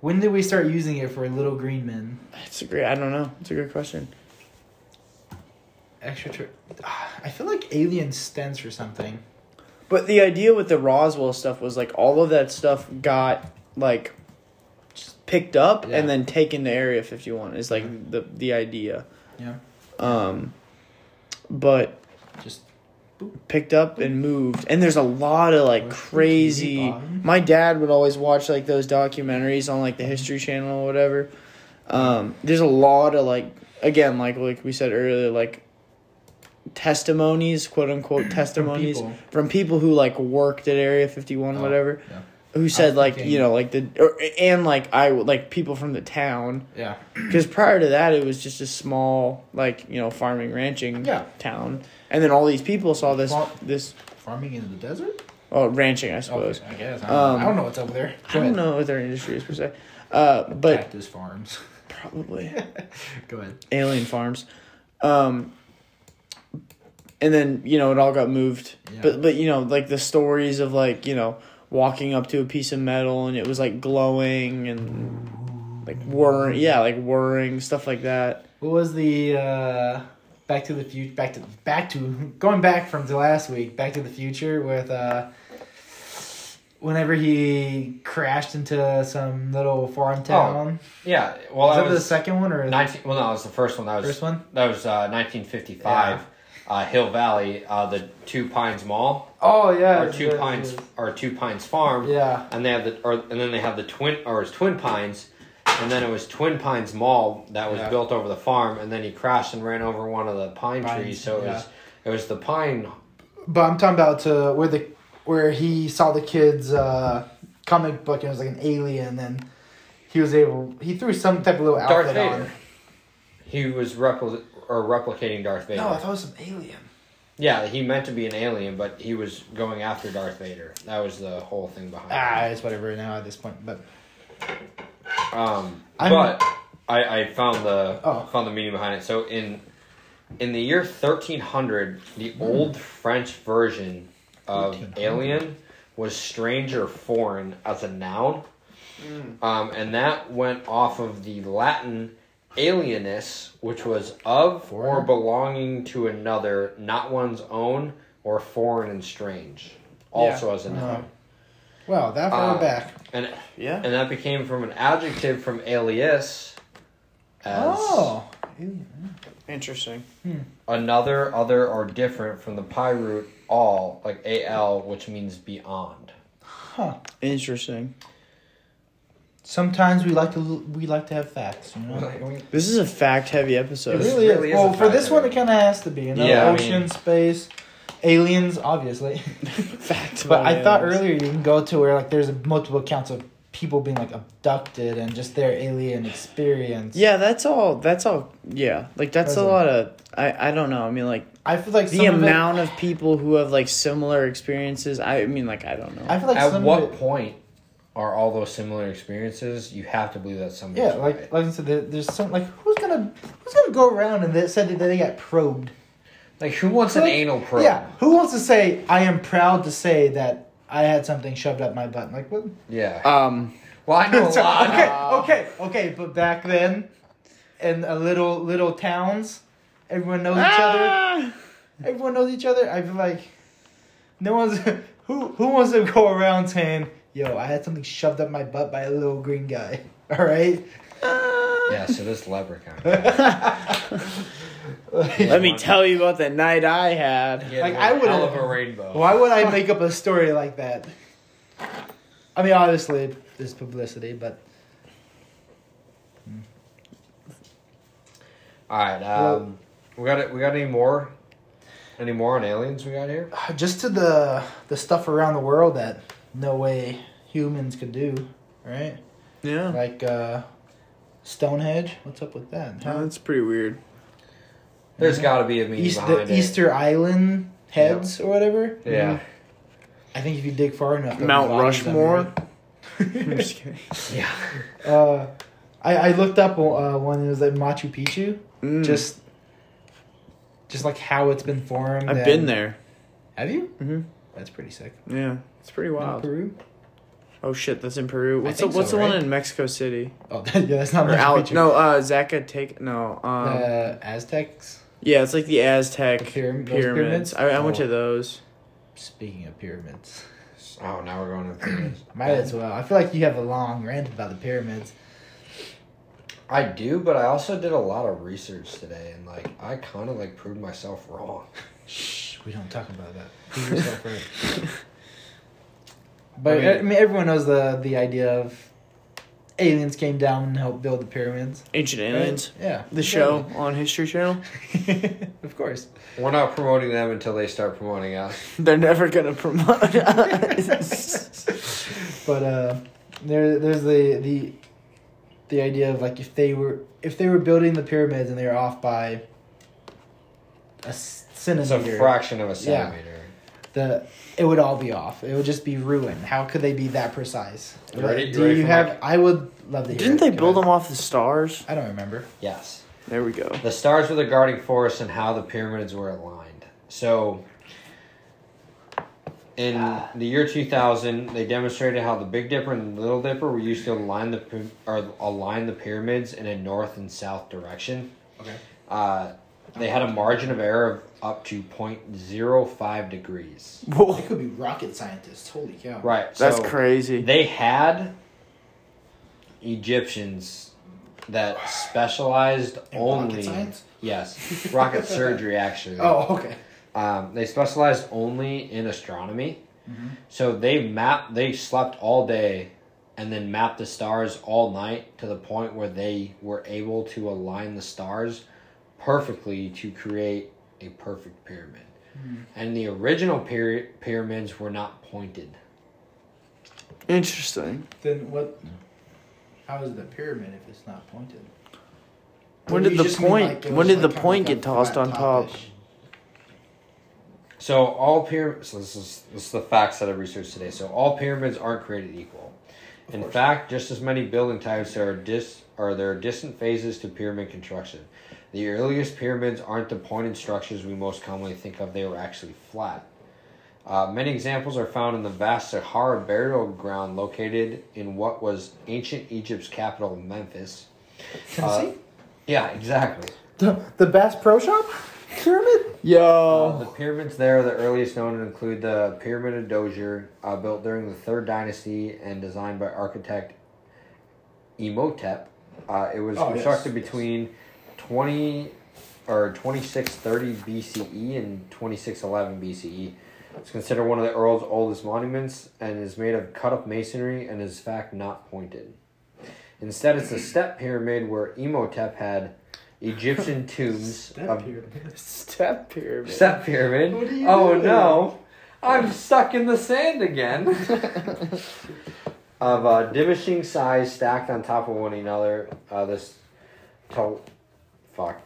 [SPEAKER 2] When did we start using it for little green men?
[SPEAKER 3] That's a great. I don't know. It's a good question.
[SPEAKER 2] Extrater- Ah, I feel like alien stands for something.
[SPEAKER 3] But the idea with the Roswell stuff was like all of that stuff got like just picked up
[SPEAKER 2] Yeah.
[SPEAKER 3] and then taken to Area 51 is like the the idea.
[SPEAKER 2] Yeah.
[SPEAKER 3] Um but
[SPEAKER 2] Just
[SPEAKER 3] picked up and moved. And there's a lot of like
[SPEAKER 2] Where's the TV
[SPEAKER 3] crazy
[SPEAKER 2] button?
[SPEAKER 3] my dad would always watch like those documentaries on like
[SPEAKER 2] Uh-huh.
[SPEAKER 3] the History Channel or whatever. Um there's a lot of like again like like we said earlier like testimonies, quote unquote testimonies
[SPEAKER 2] people.
[SPEAKER 3] from people who like worked at Area 51
[SPEAKER 2] Oh,
[SPEAKER 3] whatever
[SPEAKER 2] yeah.
[SPEAKER 3] who said like
[SPEAKER 2] thinking-
[SPEAKER 3] you know like the or, and like I like people from the town
[SPEAKER 2] Yeah.
[SPEAKER 3] because prior to that it was just a small like you know farming ranching
[SPEAKER 2] Yeah.
[SPEAKER 3] town and then all these people saw this
[SPEAKER 2] Farm-
[SPEAKER 3] this
[SPEAKER 2] Farming in the desert?
[SPEAKER 3] oh ranching I
[SPEAKER 2] Okay,
[SPEAKER 3] suppose
[SPEAKER 2] I guess. I don't,
[SPEAKER 3] Um,
[SPEAKER 2] I don't know what's up there.
[SPEAKER 3] I don't know what their industry is per se uh but
[SPEAKER 2] Cactus farms.
[SPEAKER 3] probably
[SPEAKER 2] Go ahead.
[SPEAKER 3] alien farms um and then you know it all got moved
[SPEAKER 2] Yeah.
[SPEAKER 3] but but you know like the stories of like you know walking up to a piece of metal and it was like glowing and like whirring yeah like whirring stuff like that
[SPEAKER 2] What was the uh, Back to the Future? Back to back to going back from the last week. Back to the Future with uh, whenever he crashed into some little farm town.
[SPEAKER 1] Yeah. Oh, Well,
[SPEAKER 2] was
[SPEAKER 1] I
[SPEAKER 2] that
[SPEAKER 1] was
[SPEAKER 2] the second one or the
[SPEAKER 1] 19, well, no, it was the first one. That was
[SPEAKER 2] first one?
[SPEAKER 1] That was uh, 1955. Uh, Hill Valley, uh, the Two Pines Mall,
[SPEAKER 2] Oh yeah,
[SPEAKER 1] or Two
[SPEAKER 2] the-
[SPEAKER 1] Pines, or Two Pines Farm.
[SPEAKER 2] Yeah.
[SPEAKER 1] And they have the, or, and then they have the twin, or it was Twin Pines, and then it was Twin Pines Mall that was
[SPEAKER 2] Yeah.
[SPEAKER 1] built over the farm, and then he crashed and ran over one of the pine
[SPEAKER 2] Pines,
[SPEAKER 1] trees. So it
[SPEAKER 2] yeah.
[SPEAKER 1] was, it was the pine.
[SPEAKER 2] But I'm talking about uh, where the where he saw the kids uh, comic book and it was like an alien and he was able he threw some type of little
[SPEAKER 1] Darth
[SPEAKER 2] outfit
[SPEAKER 1] Vader.
[SPEAKER 2] on.
[SPEAKER 1] He was repli- or replicating Darth Vader.
[SPEAKER 2] No, I thought it was an alien.
[SPEAKER 1] Yeah, he meant to be an alien, but he was going after Darth Vader. That was the whole thing behind.
[SPEAKER 2] Ah, it's whatever now at this point. But
[SPEAKER 1] it. Um,
[SPEAKER 2] I'm-
[SPEAKER 1] but I, I found the
[SPEAKER 2] Oh.
[SPEAKER 1] found the meaning behind it. So in in the year thirteen hundred, the
[SPEAKER 2] Hmm.
[SPEAKER 1] old French version of
[SPEAKER 2] 1300.
[SPEAKER 1] alien was strange or foreign as a noun, um, and that went off of the Latin alienus, which was of or
[SPEAKER 2] Foreign?
[SPEAKER 1] belonging to another, not one's own, or foreign and strange. Also as a noun.
[SPEAKER 2] Uh-huh. well, that far
[SPEAKER 1] Uh,
[SPEAKER 2] back.
[SPEAKER 1] and
[SPEAKER 3] yeah
[SPEAKER 1] and that became from an adjective from alias as
[SPEAKER 2] Oh,
[SPEAKER 3] interesting
[SPEAKER 1] another, other, or different from the pi root all, like al, which means beyond.
[SPEAKER 3] interesting
[SPEAKER 2] sometimes we like to we like to have facts, you know. It
[SPEAKER 3] this is a fact heavy episode
[SPEAKER 2] really,
[SPEAKER 1] really is
[SPEAKER 2] is. Well,
[SPEAKER 1] a
[SPEAKER 2] for this
[SPEAKER 1] fact.
[SPEAKER 2] one, it kind of has to be. You know,
[SPEAKER 1] Yeah, I
[SPEAKER 2] ocean,
[SPEAKER 1] mean-
[SPEAKER 2] space, aliens, obviously.
[SPEAKER 3] fact
[SPEAKER 2] But I thought
[SPEAKER 3] earlier.
[SPEAKER 2] earlier you can go to where like there's multiple accounts of people being like abducted and just their alien experience.
[SPEAKER 3] yeah that's all that's all yeah like that's a
[SPEAKER 2] Wasn't-
[SPEAKER 3] lot of i i don't know i mean like
[SPEAKER 2] I feel like
[SPEAKER 3] the
[SPEAKER 2] some of it-
[SPEAKER 3] amount of people who have like similar experiences i mean like i don't know
[SPEAKER 2] I feel like
[SPEAKER 1] At
[SPEAKER 2] some
[SPEAKER 1] what
[SPEAKER 2] of it,
[SPEAKER 1] point are all those similar experiences? You have to believe that somebody.
[SPEAKER 2] yeah, like like I said, there, there's some like who's gonna who's gonna go around and they said that they got probed.
[SPEAKER 1] like who wants an
[SPEAKER 2] Like,
[SPEAKER 1] anal probe?
[SPEAKER 2] Yeah, who wants to say I am proud to say that I had something shoved up my butt? Like what?
[SPEAKER 1] Yeah.
[SPEAKER 3] um
[SPEAKER 1] well, I know a lot.
[SPEAKER 2] Uh, okay, okay, okay. But back then, in a little little towns, everyone knows each other.
[SPEAKER 3] Ah!
[SPEAKER 2] Everyone knows each other. I feel like no one's who who wants to go around saying, "Yo, I had something shoved up my butt by a little green guy." All right.
[SPEAKER 1] Yeah. So this leprechaun. guy,
[SPEAKER 3] let me tell you about the night i had
[SPEAKER 1] he had
[SPEAKER 2] Like,
[SPEAKER 1] one
[SPEAKER 2] I would've-
[SPEAKER 1] hell of a rainbow.
[SPEAKER 2] Why would I make up a story like that? I mean, obviously, there's publicity, but
[SPEAKER 1] All right. Um, we got it. We got any more? Any more on aliens we got here?
[SPEAKER 2] just to the the stuff around the world that no way humans could do, right?
[SPEAKER 3] yeah
[SPEAKER 2] Like uh Stonehenge. What's up with that?
[SPEAKER 3] Oh, that's pretty weird
[SPEAKER 1] There's got to be a meaning
[SPEAKER 2] East,
[SPEAKER 1] behind
[SPEAKER 2] the
[SPEAKER 1] it.
[SPEAKER 2] Easter Island heads or whatever.
[SPEAKER 1] Yeah.
[SPEAKER 2] I think if you dig far enough, there'll be
[SPEAKER 3] mount
[SPEAKER 2] bodies
[SPEAKER 3] rushmore
[SPEAKER 2] under
[SPEAKER 3] i'm just kidding
[SPEAKER 1] Yeah.
[SPEAKER 2] it. Uh, I I looked up uh, one. It was like Machu Picchu.
[SPEAKER 3] Mm,
[SPEAKER 2] Just. Just like how it's been formed.
[SPEAKER 3] i've
[SPEAKER 2] and-
[SPEAKER 3] been there
[SPEAKER 2] Have you?
[SPEAKER 3] Mhm.
[SPEAKER 2] That's pretty sick.
[SPEAKER 3] yeah it's pretty
[SPEAKER 2] In
[SPEAKER 3] wild
[SPEAKER 2] Peru.
[SPEAKER 3] Oh shit, that's in Peru. What's the,
[SPEAKER 1] think so,
[SPEAKER 3] what's the one
[SPEAKER 1] right?
[SPEAKER 3] in Mexico City?
[SPEAKER 7] Oh, that, yeah, that's not
[SPEAKER 3] Or
[SPEAKER 7] much
[SPEAKER 3] Al-
[SPEAKER 7] picture.
[SPEAKER 3] no, uh, Zacatec. No, um,
[SPEAKER 7] uh, Aztecs.
[SPEAKER 3] yeah, it's like the Aztec
[SPEAKER 7] The pyram- those
[SPEAKER 3] pyramids.
[SPEAKER 7] pyramids?
[SPEAKER 3] I, I went
[SPEAKER 7] Oh.
[SPEAKER 3] to those.
[SPEAKER 7] Speaking of pyramids,
[SPEAKER 1] Oh, now we're going to pyramids.
[SPEAKER 7] might as well. I feel like you have a long rant about the pyramids.
[SPEAKER 1] I do, but I also did a lot of research today, and like I kind of like proved myself wrong.
[SPEAKER 7] Shh, we don't talk about that. Keep yourself right.
[SPEAKER 2] But
[SPEAKER 7] I
[SPEAKER 2] I
[SPEAKER 7] mean-
[SPEAKER 2] mean, everyone knows the the idea of aliens came down and helped build the pyramids.
[SPEAKER 3] Ancient aliens.
[SPEAKER 7] Yeah.
[SPEAKER 3] The show on History Channel.
[SPEAKER 2] of course.
[SPEAKER 1] We're not promoting them until they start promoting us.
[SPEAKER 3] They're never gonna promote us.
[SPEAKER 2] But uh, there there's the the the idea of like if they were if they were building the pyramids and they were off by a s-
[SPEAKER 1] It's a
[SPEAKER 2] centimeter,
[SPEAKER 1] fraction of a centimeter.
[SPEAKER 2] the it would all be off. It would just be ruined. How could they be that precise?
[SPEAKER 1] You ready? You
[SPEAKER 2] Do
[SPEAKER 1] ready
[SPEAKER 2] you
[SPEAKER 1] for
[SPEAKER 2] have?
[SPEAKER 1] my-
[SPEAKER 2] I would love to hear.
[SPEAKER 3] Didn't
[SPEAKER 2] it.
[SPEAKER 3] they build them off the stars?
[SPEAKER 2] I don't remember.
[SPEAKER 1] Yes.
[SPEAKER 3] There we go.
[SPEAKER 1] The stars were the guarding force and how the pyramids were aligned. So, in the year 2000, they demonstrated how the Big Dipper and Little Dipper were used to align the py- or align the pyramids in a north and south direction.
[SPEAKER 8] Okay.
[SPEAKER 1] Uh, they had a margin of error of up to 0.05 degrees.
[SPEAKER 2] They
[SPEAKER 3] Whoa,
[SPEAKER 2] could be rocket scientists. Holy cow!
[SPEAKER 1] Right.
[SPEAKER 3] that's
[SPEAKER 1] so
[SPEAKER 3] crazy.
[SPEAKER 1] They had Egyptians that specialized
[SPEAKER 2] In rocket
[SPEAKER 1] only
[SPEAKER 2] science?
[SPEAKER 1] yes rocket surgery actually
[SPEAKER 2] Oh, okay.
[SPEAKER 1] Um, they specialized only in astronomy. So they map they slept all day and then mapped the stars all night to the point where they were able to align the stars perfectly to create a perfect pyramid. And the original pyra- pyramids were not pointed.
[SPEAKER 3] Interesting.
[SPEAKER 2] Then what? How is the pyramid if it's not pointed? Or
[SPEAKER 3] When did
[SPEAKER 2] you
[SPEAKER 3] the
[SPEAKER 2] just mean,
[SPEAKER 3] point-
[SPEAKER 2] like, it
[SPEAKER 3] when
[SPEAKER 2] was,
[SPEAKER 3] did the
[SPEAKER 2] kinda
[SPEAKER 3] point
[SPEAKER 2] like a
[SPEAKER 3] get tossed
[SPEAKER 2] flat
[SPEAKER 3] on top?
[SPEAKER 2] top-ish?
[SPEAKER 1] So all pyramids. So this is this is the facts that I researched today. So all pyramids aren't created equal. In fact, just as many building types are dis are there are distant phases to pyramid construction. The earliest pyramids aren't the pointed structures we most commonly think of. They were actually flat. Uh, many examples are found in the vast Sahara burial ground located in what was ancient Egypt's capital, Memphis. Uh, yeah, exactly.
[SPEAKER 2] The, the Bass Pro Shop pyramid?
[SPEAKER 1] Uh,
[SPEAKER 2] Oh,
[SPEAKER 3] Yo,
[SPEAKER 1] the pyramids there are the earliest known and include the Pyramid of Dozier, uh, built during the Third Dynasty and designed by architect Imhotep. Uh, it was
[SPEAKER 2] Oh, yes,
[SPEAKER 1] constructed
[SPEAKER 2] yes.
[SPEAKER 1] between 20 or 2630 BCE E and 2611 BCE. E. It's considered one of the Earl's oldest monuments and is made of cut up masonry and is, in fact, not pointed. Instead, it's a step pyramid where Imhotep had Egyptian tombs
[SPEAKER 2] Um,
[SPEAKER 1] of
[SPEAKER 2] pyramid.
[SPEAKER 3] step pyramid.
[SPEAKER 1] Step pyramid.
[SPEAKER 2] What are you
[SPEAKER 1] oh
[SPEAKER 2] doing?
[SPEAKER 1] no. I'm stuck in the sand again. of uh, diminishing size stacked on top of one another. Uh, this to- fuck.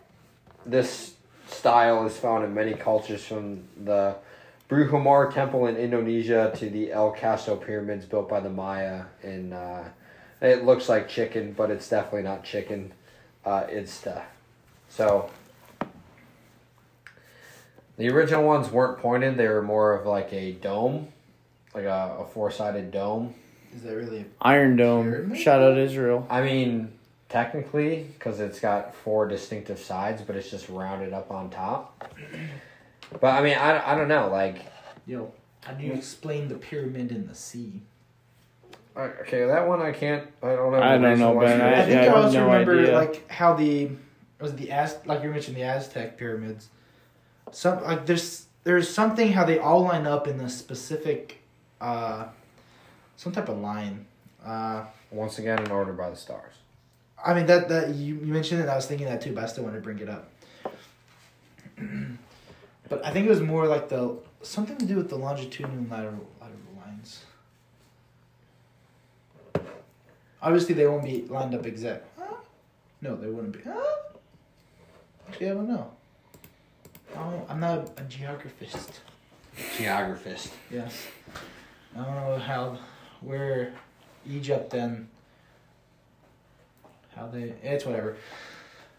[SPEAKER 1] This style is found in many cultures from the Bruhamar Temple in Indonesia to the El Caso pyramids built by the Maya in uh, it looks like chicken, but it's definitely not chicken. Uh, it's stuff. So the original ones weren't pointed. They were more of like a dome, like a, a four sided dome.
[SPEAKER 2] Is that really
[SPEAKER 3] Iron Dome.
[SPEAKER 2] Pyramid?
[SPEAKER 3] Shout out Israel.
[SPEAKER 1] I mean, technically, because it's got four distinctive sides, but it's just rounded up on top. But I mean, I, I don't know. Like,
[SPEAKER 2] Yo, how do you explain the pyramid in the sea?
[SPEAKER 1] okay, that one I can't. I don't know.
[SPEAKER 3] I don't know, Ben. I-
[SPEAKER 2] I think
[SPEAKER 3] yeah,
[SPEAKER 2] I
[SPEAKER 3] have
[SPEAKER 2] always
[SPEAKER 3] no
[SPEAKER 2] remember
[SPEAKER 3] idea.
[SPEAKER 2] like how the was it the Az like you mentioned the Aztec pyramids. Some like there's there's something how they all line up in a specific uh some type of line. Uh
[SPEAKER 1] Once again, in order by the stars.
[SPEAKER 2] I mean that that you, you mentioned it. I was thinking that too, but I still wanted to bring it up. but I think it was more like the something to do with the longitudinal and lateral lateral lines. Obviously, they won't be lined up exact. Huh? No, they wouldn't be. Huh? Actually, I don't know. I don't, I'm not a geographist.
[SPEAKER 1] Geographist.
[SPEAKER 2] Yes. I don't know how, where Egypt and how they. It's whatever.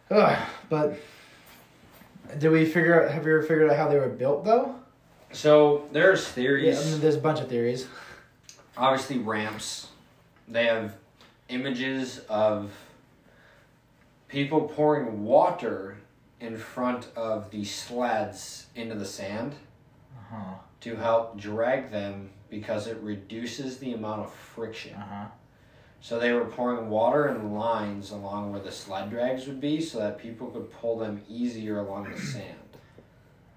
[SPEAKER 2] Ugh, but did we figure out? Have you ever figured out how they were built though?
[SPEAKER 1] So there's
[SPEAKER 2] Yeah, I
[SPEAKER 1] theories.
[SPEAKER 2] mean, there's a bunch of theories.
[SPEAKER 1] obviously ramps. They have images of people pouring water in front of the sleds into the sand
[SPEAKER 2] Uh-huh.
[SPEAKER 1] to help drag them because it reduces the amount of friction.
[SPEAKER 2] Uh-huh.
[SPEAKER 1] So they were pouring water in lines along where the sled drags would be so that people could pull them easier along the sand.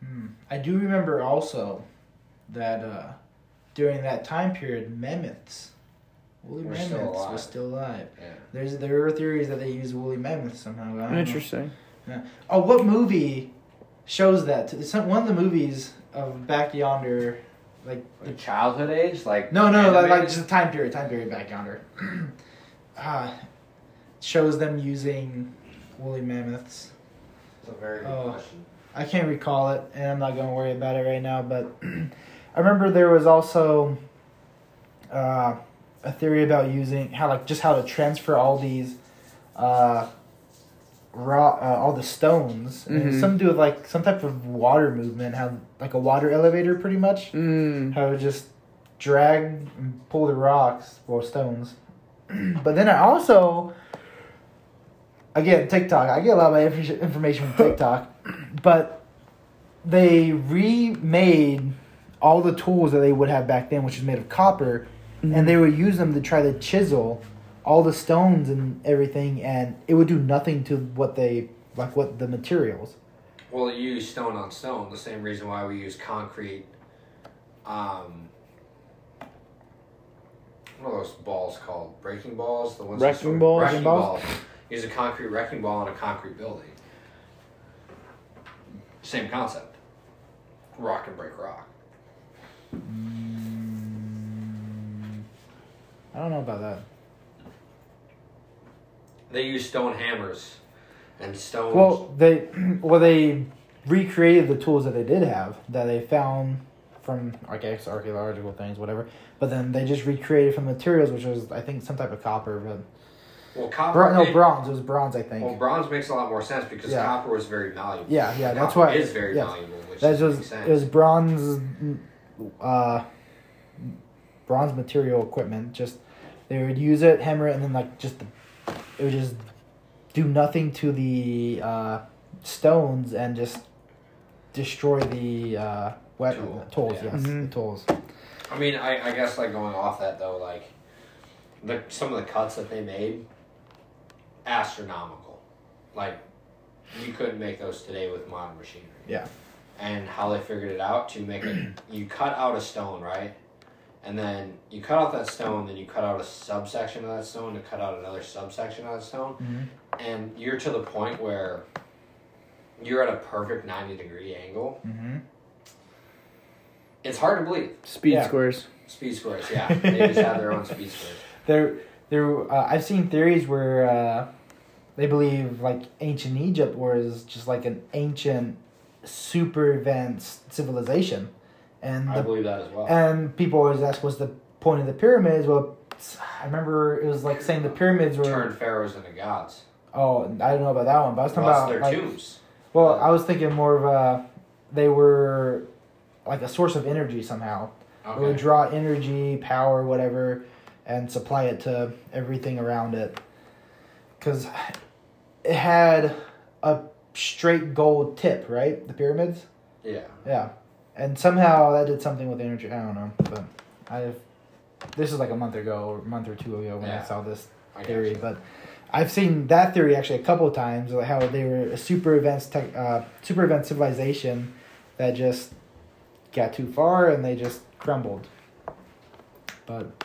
[SPEAKER 2] Hmm. I do remember also that uh, during that time period, mammoths, woolly
[SPEAKER 1] Were
[SPEAKER 2] mammoths
[SPEAKER 1] still
[SPEAKER 2] were
[SPEAKER 1] alive.
[SPEAKER 2] still alive.
[SPEAKER 1] Yeah.
[SPEAKER 2] There's there were theories that they used woolly mammoths somehow.
[SPEAKER 3] Uh-huh.
[SPEAKER 2] but I don't know.
[SPEAKER 3] Interesting.
[SPEAKER 2] Oh, what movie shows that? It's Some one of the movies of back yonder.
[SPEAKER 1] Like childhood age? Like
[SPEAKER 2] No, no, like, like
[SPEAKER 1] animated?
[SPEAKER 2] just the time period, time period back yonder. uh, shows them using woolly mammoths.
[SPEAKER 1] That's a very good
[SPEAKER 2] Oh.
[SPEAKER 1] question.
[SPEAKER 2] I can't recall it, and I'm not going to worry about it right now. But I remember there was also uh, a theory about using how, like, just how to transfer all these uh, raw, uh, all the stones. And it was
[SPEAKER 3] Mhm.
[SPEAKER 2] Something to do with like some type of water movement, how like a water elevator, pretty much.
[SPEAKER 3] Mm.
[SPEAKER 2] How it would just drag and pull the rocks or stones. but then I also, again, TikTok. I get a lot of my inf- information from TikTok, but they remade all the tools that they would have back then, which is made of copper, and they would use them to try to chisel all the stones and everything, and it would do nothing to what they like what the materials.
[SPEAKER 1] Well, you use stone on stone, the same reason why we use concrete. Um, what are those balls called? Breaking balls? The ones that
[SPEAKER 3] Wrecking
[SPEAKER 1] sort of-
[SPEAKER 3] balls?
[SPEAKER 1] Wrecking
[SPEAKER 2] Wrecking
[SPEAKER 1] balls.
[SPEAKER 2] balls?
[SPEAKER 1] Use a concrete wrecking ball on a concrete building. Same concept. Rock and break rock.
[SPEAKER 2] I don't know about that.
[SPEAKER 1] They use stone hammers and stones.
[SPEAKER 2] Well, they well they recreated the tools that they did have that they found from like ex archaeological things, whatever. But then they just recreated from materials, which was I think some type of copper, but
[SPEAKER 1] well, copper.
[SPEAKER 2] bron- no
[SPEAKER 1] it-
[SPEAKER 2] bronze. It was bronze, I
[SPEAKER 1] well,
[SPEAKER 2] think.
[SPEAKER 1] bronze makes a lot more sense because
[SPEAKER 2] Yeah.
[SPEAKER 1] copper was very valuable.
[SPEAKER 2] Yeah, yeah, that's
[SPEAKER 1] Copper
[SPEAKER 2] why.
[SPEAKER 1] is very
[SPEAKER 2] yeah.
[SPEAKER 1] valuable. Which
[SPEAKER 2] That
[SPEAKER 1] doesn't
[SPEAKER 2] was
[SPEAKER 1] make sense.
[SPEAKER 2] it was bronze, uh, bronze material equipment. Just they would use it, hammer it, and then like just the, it would just do nothing to the uh, stones and just destroy the uh, weapon
[SPEAKER 1] Tool,
[SPEAKER 2] tools.
[SPEAKER 1] yeah.
[SPEAKER 2] Yes, the
[SPEAKER 3] Mhm.
[SPEAKER 2] tools.
[SPEAKER 1] I mean, I, I guess like going off that though, like the some of the cuts that they made, astronomical. Like you couldn't make those today with modern machinery.
[SPEAKER 2] Yeah.
[SPEAKER 1] And how they figured it out to make it, you cut out a stone, right? And then you cut out that stone, then you cut out a subsection of that stone to cut out another subsection of that stone,
[SPEAKER 2] Mhm.
[SPEAKER 1] and you're to the point where you're at a perfect ninety degree angle.
[SPEAKER 2] Mm-hmm.
[SPEAKER 1] It's hard to believe.
[SPEAKER 3] Speed
[SPEAKER 2] Yeah.
[SPEAKER 3] squares.
[SPEAKER 1] Speed squares, yeah. They just have their own speed squares.
[SPEAKER 2] There, there. Uh, I've seen theories where uh, they believe like ancient Egypt was just like an ancient, super advanced civilization, and
[SPEAKER 1] I
[SPEAKER 2] the
[SPEAKER 1] believe that as well.
[SPEAKER 2] And people always ask, "What's the point of the pyramids?" Well, I remember it was like saying the pyramids were.
[SPEAKER 1] Turn pharaohs into gods.
[SPEAKER 2] Oh, I don't know about that one, but I was talking
[SPEAKER 1] Well, it's
[SPEAKER 2] about
[SPEAKER 1] their
[SPEAKER 2] like,
[SPEAKER 1] tombs.
[SPEAKER 2] Well, I was thinking more of uh, they were like a source of energy somehow. It would
[SPEAKER 1] Okay.
[SPEAKER 2] draw energy, power, whatever, and supply it to everything around it. Because it had a straight gold tip, right? The pyramids.
[SPEAKER 1] Yeah.
[SPEAKER 2] Yeah, and somehow that did something with energy. I don't know, but I've this is like a month ago, or a month or two ago when
[SPEAKER 1] Yeah.
[SPEAKER 2] I saw this
[SPEAKER 1] I
[SPEAKER 2] theory.
[SPEAKER 1] gotcha.
[SPEAKER 2] But I've seen that theory actually a couple of times, like how they were a super advanced tech, uh, super advanced civilization that just got too far and they just crumbled. But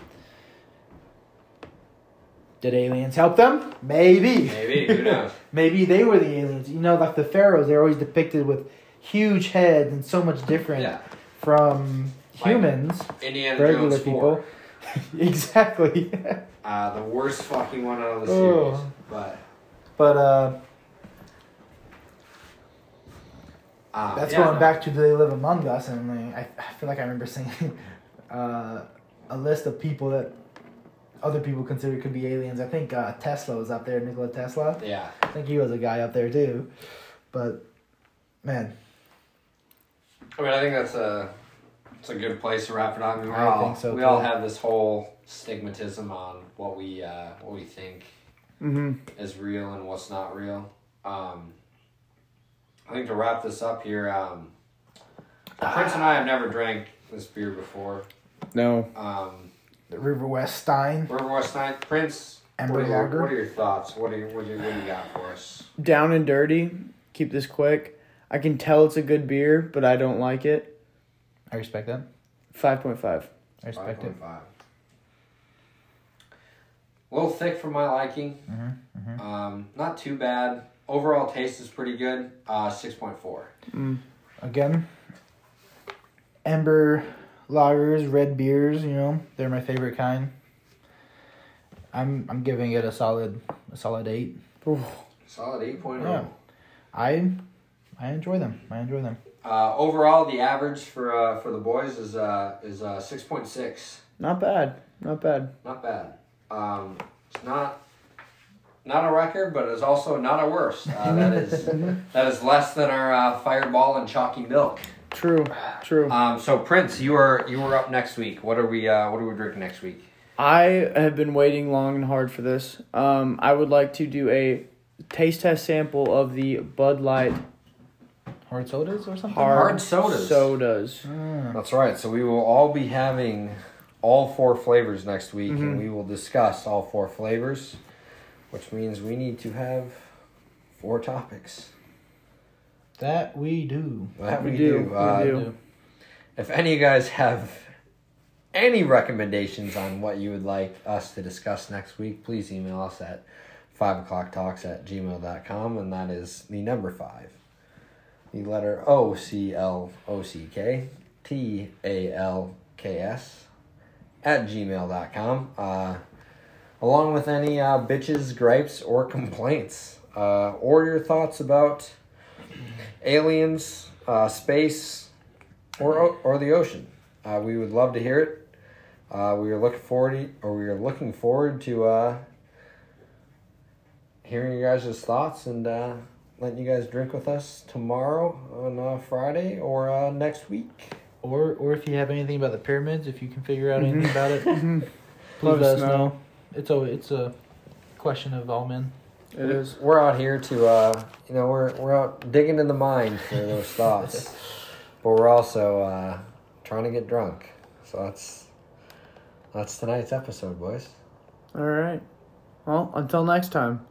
[SPEAKER 2] did aliens help them? Maybe.
[SPEAKER 1] Maybe. Who knows?
[SPEAKER 2] Maybe they were the aliens. You know, like the pharaohs, they're always depicted with huge heads and so much different
[SPEAKER 1] yeah.
[SPEAKER 2] from
[SPEAKER 1] Like
[SPEAKER 2] humans,
[SPEAKER 1] Indiana
[SPEAKER 2] regular
[SPEAKER 1] Jones
[SPEAKER 2] people.
[SPEAKER 1] 4.
[SPEAKER 2] exactly.
[SPEAKER 1] Uh, the worst fucking one out of the
[SPEAKER 2] Oh.
[SPEAKER 1] series. But
[SPEAKER 2] but uh,
[SPEAKER 1] uh,
[SPEAKER 2] that's
[SPEAKER 1] yeah,
[SPEAKER 2] going
[SPEAKER 1] no.
[SPEAKER 2] back to They Live Among Us, and like, I, I feel like I remember seeing uh, a list of people that other people consider could be aliens. I think uh, Tesla was up there, Nikola Tesla.
[SPEAKER 1] Yeah.
[SPEAKER 2] I think he was a guy up there too. But, man,
[SPEAKER 1] I mean, I think that's a It's a good place to wrap it up. I mean, we're
[SPEAKER 7] I
[SPEAKER 1] all,
[SPEAKER 7] think so,
[SPEAKER 1] we
[SPEAKER 7] too.
[SPEAKER 1] all have this whole stigmatism on what we uh, what we think
[SPEAKER 2] Mm-hmm.
[SPEAKER 1] is real and what's not real. Um, I think to wrap this up here, um,
[SPEAKER 2] Ah.
[SPEAKER 1] Prince and I have never drank this beer before.
[SPEAKER 3] No.
[SPEAKER 1] Um,
[SPEAKER 2] The River West Stein.
[SPEAKER 1] River West Night, Prince.
[SPEAKER 2] Amber
[SPEAKER 1] what, are your,
[SPEAKER 2] Lager?
[SPEAKER 1] what are your thoughts? What do you what do you, what do you got for us?
[SPEAKER 3] Down and dirty. Keep this quick. I can tell it's a good beer, but I don't like it.
[SPEAKER 7] I respect that.
[SPEAKER 3] 5.5.
[SPEAKER 7] I respect it.
[SPEAKER 1] 5.5. A little thick for my liking.
[SPEAKER 2] Mm-hmm,
[SPEAKER 1] Um, not too bad. Overall taste is pretty good. Uh, 6.4.
[SPEAKER 2] Again, amber lagers, red beers, you know, they're my favorite kind.
[SPEAKER 7] I'm I'm giving it a solid a solid eight.
[SPEAKER 1] Solid oh. 8.0.
[SPEAKER 7] Yeah. I I enjoy them. I enjoy them.
[SPEAKER 1] Uh, overall, the average for uh, for the boys is uh, is uh, 6.6.
[SPEAKER 3] Not bad. Not bad.
[SPEAKER 1] Not bad. Um, it's not not a record, but it's also not a worst. Uh, that is that is less than our uh, fireball and chalky milk.
[SPEAKER 3] True. True.
[SPEAKER 1] Um, so Prince, you are you are up next week. What are we uh, what are we drinking next week?
[SPEAKER 3] I have been waiting long and hard for this. Um, I would like to do a taste test sample of the Bud Light
[SPEAKER 7] Hard sodas or something. Mm,
[SPEAKER 3] hard,
[SPEAKER 1] Hard sodas.
[SPEAKER 3] sodas.
[SPEAKER 1] That's right. So we will all be having all four flavors next week, and we will discuss all four flavors, which means we need to have four topics.
[SPEAKER 7] That we do.
[SPEAKER 1] That
[SPEAKER 3] We do, we
[SPEAKER 1] Uh,
[SPEAKER 3] do.
[SPEAKER 1] If any of you guys have any recommendations on what you would like us to discuss next week, please email us at 5 o'clock talks at gmail.com, and that is the number 5. The letter O C L O C K T A L K S at gmail.com, uh, along with any uh, bitches, gripes, or complaints, uh, or your thoughts about aliens, uh, space, or o- or the ocean. Uh, we would love to hear it. Uh, we are looking forward, to, or we are looking forward to uh, hearing your guys' thoughts and uh, letting you guys drink with us tomorrow on uh, Friday or uh, next week.
[SPEAKER 7] Or or if you have anything about the pyramids, if you can figure out anything about it, please
[SPEAKER 3] Mm-hmm. Let
[SPEAKER 7] let
[SPEAKER 3] us
[SPEAKER 7] us know. It's a it's a question of all men.
[SPEAKER 3] It is.
[SPEAKER 1] We're out here to, uh, you know, we're we're out digging in the mind for those thoughts, but we're also uh, trying to get drunk. So that's that's tonight's episode, boys.
[SPEAKER 3] All right. Well, until next time.